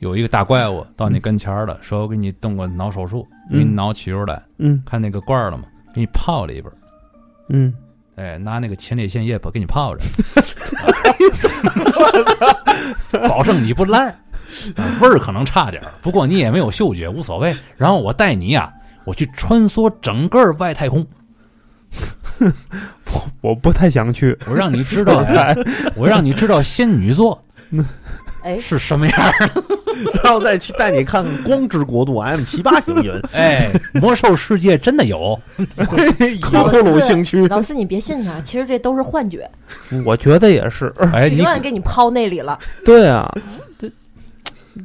[SPEAKER 2] 有一个大怪物到你跟前儿了，说我给你动个脑手术，给你
[SPEAKER 5] 嗯
[SPEAKER 2] 脑取出来，
[SPEAKER 5] 嗯
[SPEAKER 2] 看那个罐儿了吗？给你泡里边儿，
[SPEAKER 5] 嗯，
[SPEAKER 2] 哎，拿那个前列腺液泡给你泡 着，保证你不烂，啊味儿可能差点儿，不过你也没有嗅觉，无所谓。然后我带你呀、我去穿梭整个外太空，
[SPEAKER 5] 我不太想去。
[SPEAKER 2] 我让你知道，我让你知道仙女座
[SPEAKER 3] 哎，
[SPEAKER 2] 是什么样儿。
[SPEAKER 4] 然后再去带你看看光之 国度 M 七八星 云，
[SPEAKER 2] 哎，魔兽世界真的有，
[SPEAKER 3] 老
[SPEAKER 4] 透露
[SPEAKER 3] 四
[SPEAKER 4] 兴趣。
[SPEAKER 3] 老四，你别信他，其实这都是幻觉，
[SPEAKER 5] 我觉得也是，
[SPEAKER 2] 哎，
[SPEAKER 3] 就
[SPEAKER 2] 你
[SPEAKER 3] 永远给你抛那里了。
[SPEAKER 5] 对啊，这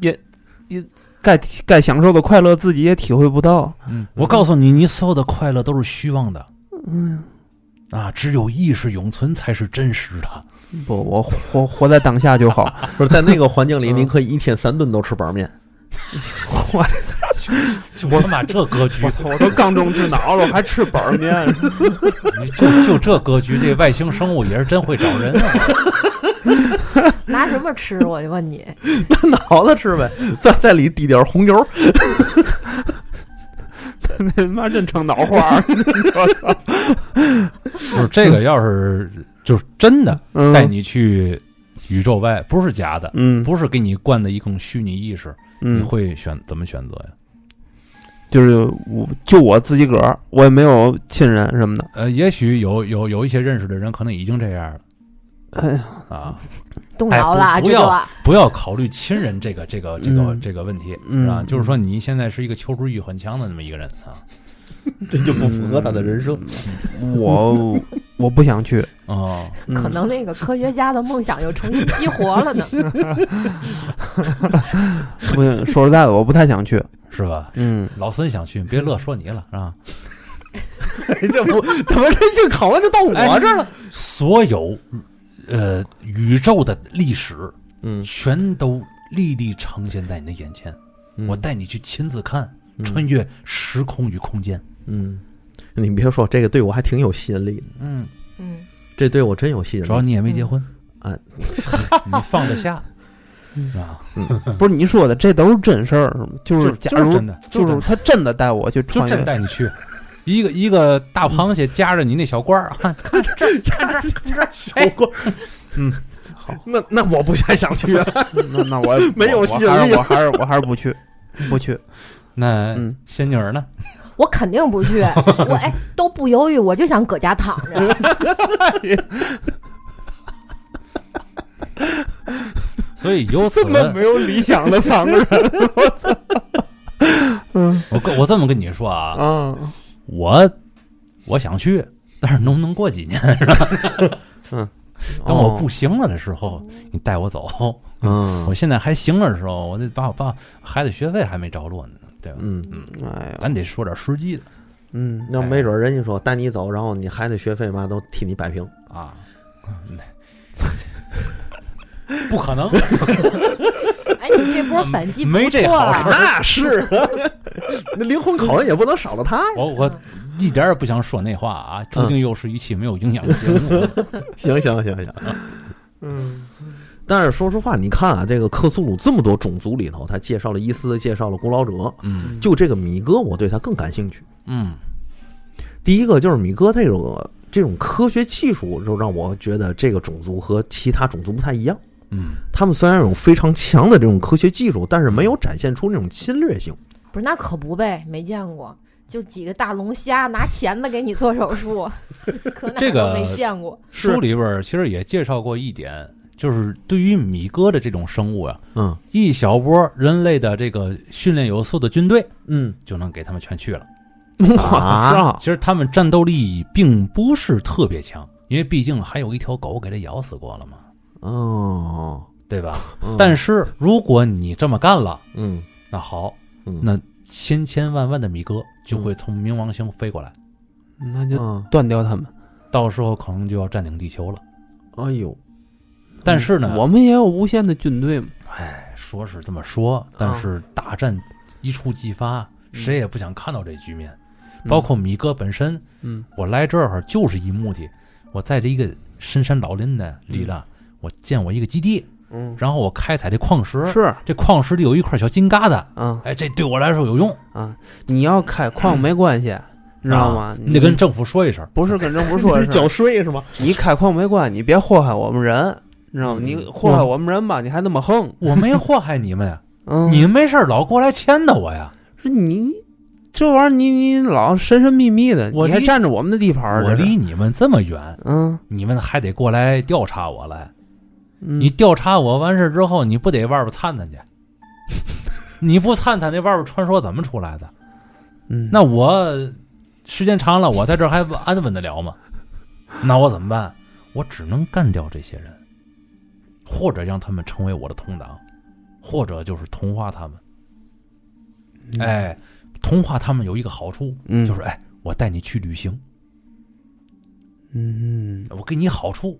[SPEAKER 5] 也也该该享受的快乐自己也体会不到。
[SPEAKER 2] 嗯我告诉你，你所有的快乐都是虚妄的，嗯，啊，只有意识永存才是真实的。
[SPEAKER 5] 不，我活活在当下就好。
[SPEAKER 4] 不是在那个环境里，
[SPEAKER 5] 嗯
[SPEAKER 4] 您可以一天三顿都吃板面。
[SPEAKER 2] 我他妈这格局
[SPEAKER 5] 我，操，我都刚中智脑了，我还吃板儿面？
[SPEAKER 2] 你就就这格局，这外星生物也是真会找人啊！
[SPEAKER 3] 拿什么吃？我就问你，
[SPEAKER 4] 脑子吃呗，再再里滴点红油。
[SPEAKER 5] 那他妈真成脑花儿。我操
[SPEAKER 2] 就是这个，要是就是真的
[SPEAKER 5] 嗯
[SPEAKER 2] 带你去宇宙外，不是假的，
[SPEAKER 5] 嗯
[SPEAKER 2] 不是给你灌的一种虚拟意识，你
[SPEAKER 5] 嗯，
[SPEAKER 2] 会选怎么选择呀？
[SPEAKER 5] 就是我就我自己个儿，我也没有亲人什么的。
[SPEAKER 2] 呃，也许有有有一些认识的人可能已经这样了
[SPEAKER 5] 哎呀，
[SPEAKER 2] 啊，
[SPEAKER 3] 动摇了啊，
[SPEAKER 2] 哎不
[SPEAKER 3] 这
[SPEAKER 2] 不
[SPEAKER 3] 就
[SPEAKER 2] 要
[SPEAKER 3] 啊
[SPEAKER 2] 不要考虑亲人这个这个这个
[SPEAKER 5] 嗯
[SPEAKER 2] 这个问题，
[SPEAKER 5] 嗯
[SPEAKER 2] 是吧？就是说你现在是一个求知欲很强的那么一个人啊，
[SPEAKER 4] 这就不符合他的人生。
[SPEAKER 5] 我我不想去，
[SPEAKER 2] 哦，
[SPEAKER 5] 嗯
[SPEAKER 3] 可能那个科学家的梦想又重新激活了呢。
[SPEAKER 5] 不是说实在的，我不太想 去。
[SPEAKER 2] 是吧？
[SPEAKER 5] 嗯，
[SPEAKER 2] 老孙想去，别乐说你了啊！
[SPEAKER 4] 这不，怎么人性考完就到我这儿了？
[SPEAKER 2] 所有呃宇宙的历史
[SPEAKER 4] 嗯，
[SPEAKER 2] 全都历历呈现在你的眼前，我带你去亲自看，穿越时空与空间。
[SPEAKER 4] 嗯，你别说，这个对我还挺有吸引力的，
[SPEAKER 2] 嗯，
[SPEAKER 3] 嗯，
[SPEAKER 4] 这对我真有吸引
[SPEAKER 2] 主要
[SPEAKER 4] 力。
[SPEAKER 2] 你也没结婚
[SPEAKER 4] 嗯啊，
[SPEAKER 2] 你放得下。是吧？
[SPEAKER 5] 不是您说的，这都是真事儿，是吗？就是
[SPEAKER 2] 嗯就
[SPEAKER 5] 假如
[SPEAKER 2] 就是真的
[SPEAKER 5] 就
[SPEAKER 2] 就是真
[SPEAKER 5] 他真的带我去
[SPEAKER 2] 就
[SPEAKER 5] 穿
[SPEAKER 2] 真
[SPEAKER 5] 越，
[SPEAKER 2] 带你去，一个一个大螃蟹夹着你那小罐儿，看看这看这看这，哎，
[SPEAKER 4] 嗯那那我不太想去了。啊
[SPEAKER 5] 那那 我
[SPEAKER 4] 没有
[SPEAKER 5] 我
[SPEAKER 4] 吸引力
[SPEAKER 5] 我还是我还是我还是不去，不 去。
[SPEAKER 2] 那
[SPEAKER 5] 嗯
[SPEAKER 2] 仙女儿呢？
[SPEAKER 3] 我肯定不 去，我哎都不犹豫，我就想搁家躺着。
[SPEAKER 5] 哎
[SPEAKER 2] 所以由此
[SPEAKER 5] 这么没有理想的 三个人，我操！嗯
[SPEAKER 2] 我跟我这么跟你说啊，
[SPEAKER 5] 啊，
[SPEAKER 2] 我我想去，但是能不能过几年？
[SPEAKER 4] 嗯
[SPEAKER 5] 哦
[SPEAKER 2] 等我不行了的时候，你带我走。
[SPEAKER 4] 嗯
[SPEAKER 2] 我现在还行了的时候，我得把我爸孩子学费还没着落呢，对吧？
[SPEAKER 4] 嗯，
[SPEAKER 5] 哎呀，
[SPEAKER 2] 咱得说点实际的
[SPEAKER 5] 嗯，
[SPEAKER 4] 那没准儿人家说带你走，然后你孩子学费嘛都替你摆平。
[SPEAKER 2] 啊，嗯 不可能，
[SPEAKER 3] 哎，你这波反击
[SPEAKER 2] 没
[SPEAKER 3] 不
[SPEAKER 2] 这
[SPEAKER 3] 错
[SPEAKER 2] 好事
[SPEAKER 3] 啊
[SPEAKER 2] 儿！
[SPEAKER 4] 那是，啊那灵魂拷问也不能少了他呀。
[SPEAKER 2] 我我一点儿也不想说那话啊，注定又是一期没有营养的节目。
[SPEAKER 4] 行行行行，
[SPEAKER 5] 嗯
[SPEAKER 4] 但是说实话，你看啊，这个克苏鲁这么多种族里头，他介绍了伊斯，介绍了古老者，
[SPEAKER 2] 嗯
[SPEAKER 4] 就这个米哥，我对他更感兴趣。
[SPEAKER 2] 嗯
[SPEAKER 4] 第一个就是米哥这种这种科学技术，就让我觉得这个种族和其他种族不太一样。
[SPEAKER 2] 嗯，
[SPEAKER 4] 他们虽然有非常强的这种科学技术，但是没有展现出那种侵略性。
[SPEAKER 3] 不是那可不呗，没见过，就几个大龙虾拿钳子给你做手 术，可哪
[SPEAKER 2] 这
[SPEAKER 3] 儿
[SPEAKER 2] 个
[SPEAKER 3] 都没见过。
[SPEAKER 2] 书里边儿其实也介绍过一点，就是对于米哥的这种生物啊，
[SPEAKER 4] 嗯
[SPEAKER 2] 一小波人类的这个训练有素的军队
[SPEAKER 4] 嗯，
[SPEAKER 2] 就能给他们全去了。
[SPEAKER 5] 我
[SPEAKER 4] 啊
[SPEAKER 5] 操，
[SPEAKER 2] 其实他们战斗力并不是特别强，因为毕竟还有一条狗给它咬死过了嘛，
[SPEAKER 4] 哦，
[SPEAKER 2] 对吧？但
[SPEAKER 4] 是
[SPEAKER 2] 是如果你这么干了，
[SPEAKER 4] 嗯
[SPEAKER 2] 那好，
[SPEAKER 4] 嗯
[SPEAKER 2] 那千千万万的米哥就会从冥王星飞过来，
[SPEAKER 5] 那就
[SPEAKER 4] 嗯，
[SPEAKER 5] 断掉他们。
[SPEAKER 2] 到时候可能就要占领地球了。
[SPEAKER 4] 哎呦，
[SPEAKER 2] 但是呢，
[SPEAKER 5] 嗯我们也有无限的军队嘛，
[SPEAKER 2] 哎，说是这么说，但是大战一触即发，谁也不想看到这局面。包括米哥本身，
[SPEAKER 5] 嗯
[SPEAKER 2] 我来这儿就是一目的，我在这一个深山老林的里了，我建我一个基地，
[SPEAKER 5] 嗯
[SPEAKER 2] 然后我开采这矿石，
[SPEAKER 5] 是
[SPEAKER 2] 这矿石里有一块小金疙瘩，
[SPEAKER 5] 啊
[SPEAKER 2] 哎，这对我来说有用，
[SPEAKER 5] 啊，你要开矿没关系，你知道吗？
[SPEAKER 2] 你嗯啊得跟政府说一声。
[SPEAKER 5] 不是跟政 府说的事儿，
[SPEAKER 4] 税是吗？
[SPEAKER 5] 你开矿没关系，你别祸害我们人，你知
[SPEAKER 2] 嗯
[SPEAKER 5] 道吗？你祸害
[SPEAKER 2] 我
[SPEAKER 5] 我们人吧，你还那么横，
[SPEAKER 2] 我没祸害你们呀，
[SPEAKER 5] 嗯，
[SPEAKER 2] 你们没事儿老过来牵的我呀，
[SPEAKER 5] 是你这玩意儿，你你老神神秘秘的，
[SPEAKER 2] 我
[SPEAKER 5] 你还
[SPEAKER 2] 离
[SPEAKER 5] 占着我们的地盘儿，
[SPEAKER 2] 我
[SPEAKER 5] 这是
[SPEAKER 2] 离你们这么远，
[SPEAKER 5] 嗯，
[SPEAKER 2] 你们还得过来调查我来。你
[SPEAKER 5] 你
[SPEAKER 2] 调查我完事之后，你不得外边探探去？ 你不探探那外边传说怎么出来的？
[SPEAKER 5] 嗯
[SPEAKER 2] 那我时间长了，我在这儿还安稳的聊 吗？那我怎么办？我只能干掉这些人，或者让他们成为我的同党，或者就是同化他们。哎，同化他们有一个好处，
[SPEAKER 5] 嗯
[SPEAKER 2] 就是哎，我带你去旅行，
[SPEAKER 5] 嗯
[SPEAKER 2] 我给你好处，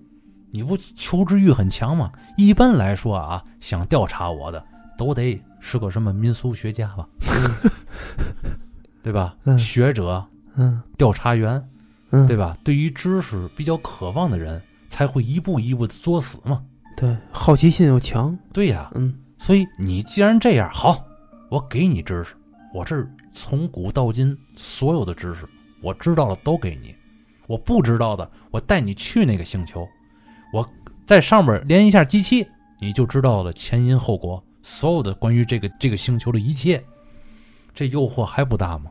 [SPEAKER 2] 你不求知欲很强吗？一般来说啊，想调查我的都得是个什么民俗学家吧， 对吧？
[SPEAKER 5] 嗯
[SPEAKER 2] 学者、
[SPEAKER 5] 嗯
[SPEAKER 2] 调查员，
[SPEAKER 5] 嗯
[SPEAKER 2] 对吧？对于知识比较渴望的人，才会一步一步的作死嘛。
[SPEAKER 5] 对，好奇心又强，
[SPEAKER 2] 对呀，
[SPEAKER 5] 嗯
[SPEAKER 2] 所以你既然这样，好，我给你知识，我这儿从古到今所有的知识，我知道了都给你，我不知道的，我带你去那个星球，我在上面连一下机器，你就知道了前因后果，所有的关于这个这个星球的一切，这诱惑还不大吗？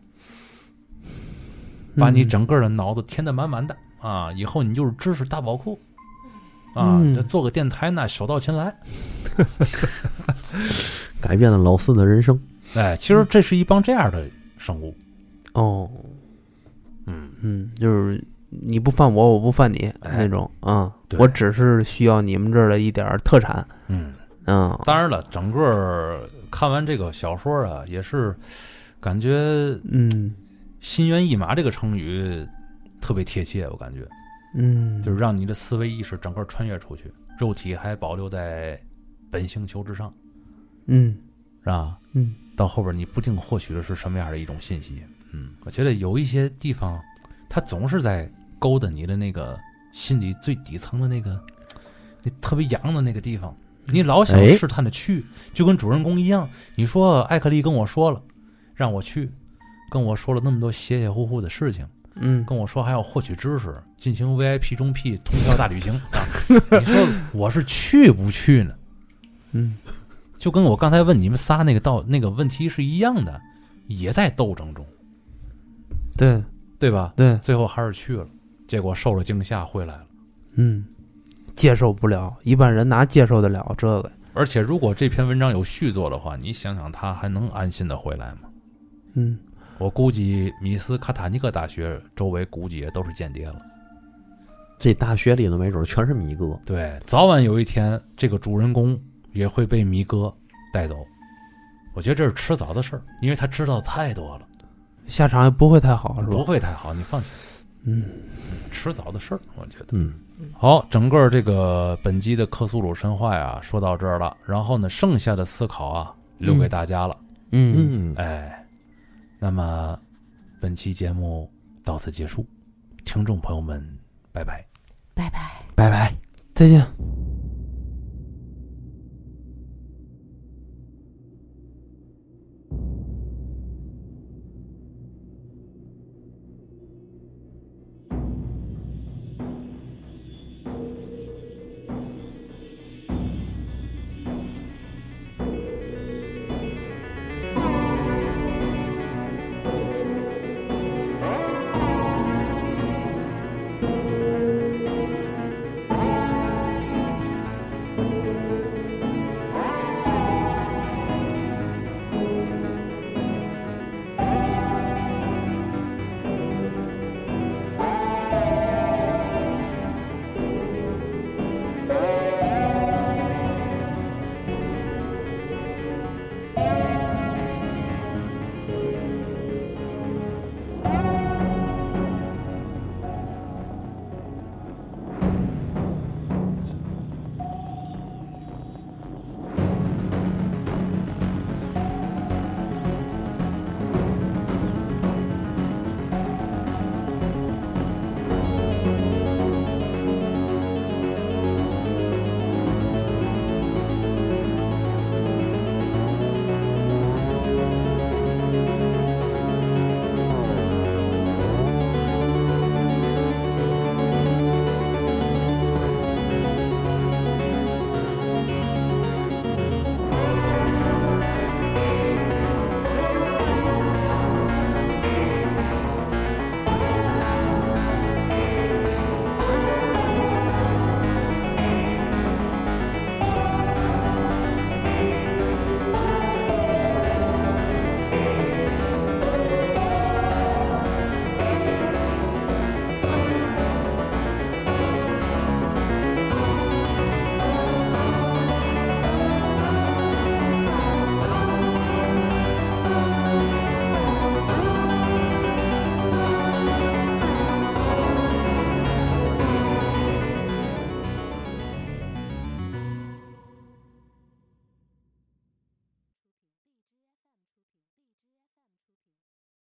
[SPEAKER 2] 把你整个的脑子填得满满的啊，以后你就是知识大宝库。啊，
[SPEAKER 5] 嗯
[SPEAKER 2] 这做个电台那手到擒来，
[SPEAKER 4] 改变了老四的人生。
[SPEAKER 2] 哎，其实这是一帮这样的生物，
[SPEAKER 5] 哦，
[SPEAKER 2] 嗯，
[SPEAKER 5] 嗯，就是你不犯我，我不犯你
[SPEAKER 2] 哎
[SPEAKER 5] 那种啊，
[SPEAKER 2] 对
[SPEAKER 5] 我只是需要你们这儿的一点儿特产，
[SPEAKER 2] 嗯，
[SPEAKER 5] 嗯
[SPEAKER 2] 当然了，整个儿看完这个小说啊，也是感觉
[SPEAKER 5] 嗯
[SPEAKER 2] “心猿意马”这个成语特别贴切，我感觉
[SPEAKER 5] 嗯，
[SPEAKER 2] 就是让你的思维意识整个穿越出去，肉体还保留在本星球之上，
[SPEAKER 5] 嗯
[SPEAKER 2] 是吧？
[SPEAKER 5] 嗯，
[SPEAKER 2] 到后边你不定获取的是什么样的一种信息，嗯，我觉得有一些地方，它总是在勾搭你的那个心里最底层的那个，那特别阳的那个地方，你老想
[SPEAKER 4] 哎
[SPEAKER 2] 试探的去，就跟主人公一样。你说艾克利跟我说了，让我去，跟我说了那么多邪邪乎乎的事情，
[SPEAKER 5] 嗯，
[SPEAKER 2] 跟我说还要获取知识，进行 VIP 中 P 通宵大旅行。啊、你说我是去不去呢？
[SPEAKER 5] 嗯，
[SPEAKER 2] 就跟我刚才问你们仨那个道那个问题是一样的，也在斗争中，
[SPEAKER 5] 对
[SPEAKER 2] 对吧？
[SPEAKER 5] 对，
[SPEAKER 2] 最后还是去了，结果受了惊吓回来了。
[SPEAKER 5] 嗯，接受不了，一般人哪接受得了这个？
[SPEAKER 2] 而且如果这篇文章有续作的话，你想想他还能安心的回来吗？
[SPEAKER 5] 嗯，
[SPEAKER 2] 我估计米斯卡塔尼克大学周围估计也都是间谍了。
[SPEAKER 4] 这大学里头没准全是米哥，
[SPEAKER 2] 对，早晚有一天这个主人公也会被迷哥带走，我觉得这是迟早的事儿，因为他知道太多了，
[SPEAKER 5] 下场也不会太好，是
[SPEAKER 2] 不
[SPEAKER 5] 吧？
[SPEAKER 2] 会太好，你放心，
[SPEAKER 5] 嗯，
[SPEAKER 2] 迟早的事儿，我觉得。
[SPEAKER 4] 嗯，
[SPEAKER 2] 好，整个这个本集的科苏鲁神话呀，说到这儿了，然后呢，剩下的思考啊，留给大家了。
[SPEAKER 5] 嗯，
[SPEAKER 4] 嗯，
[SPEAKER 2] 哎，那么本期节目到此结束，听众朋友们，拜拜。
[SPEAKER 3] 拜拜。
[SPEAKER 5] 拜拜，再见。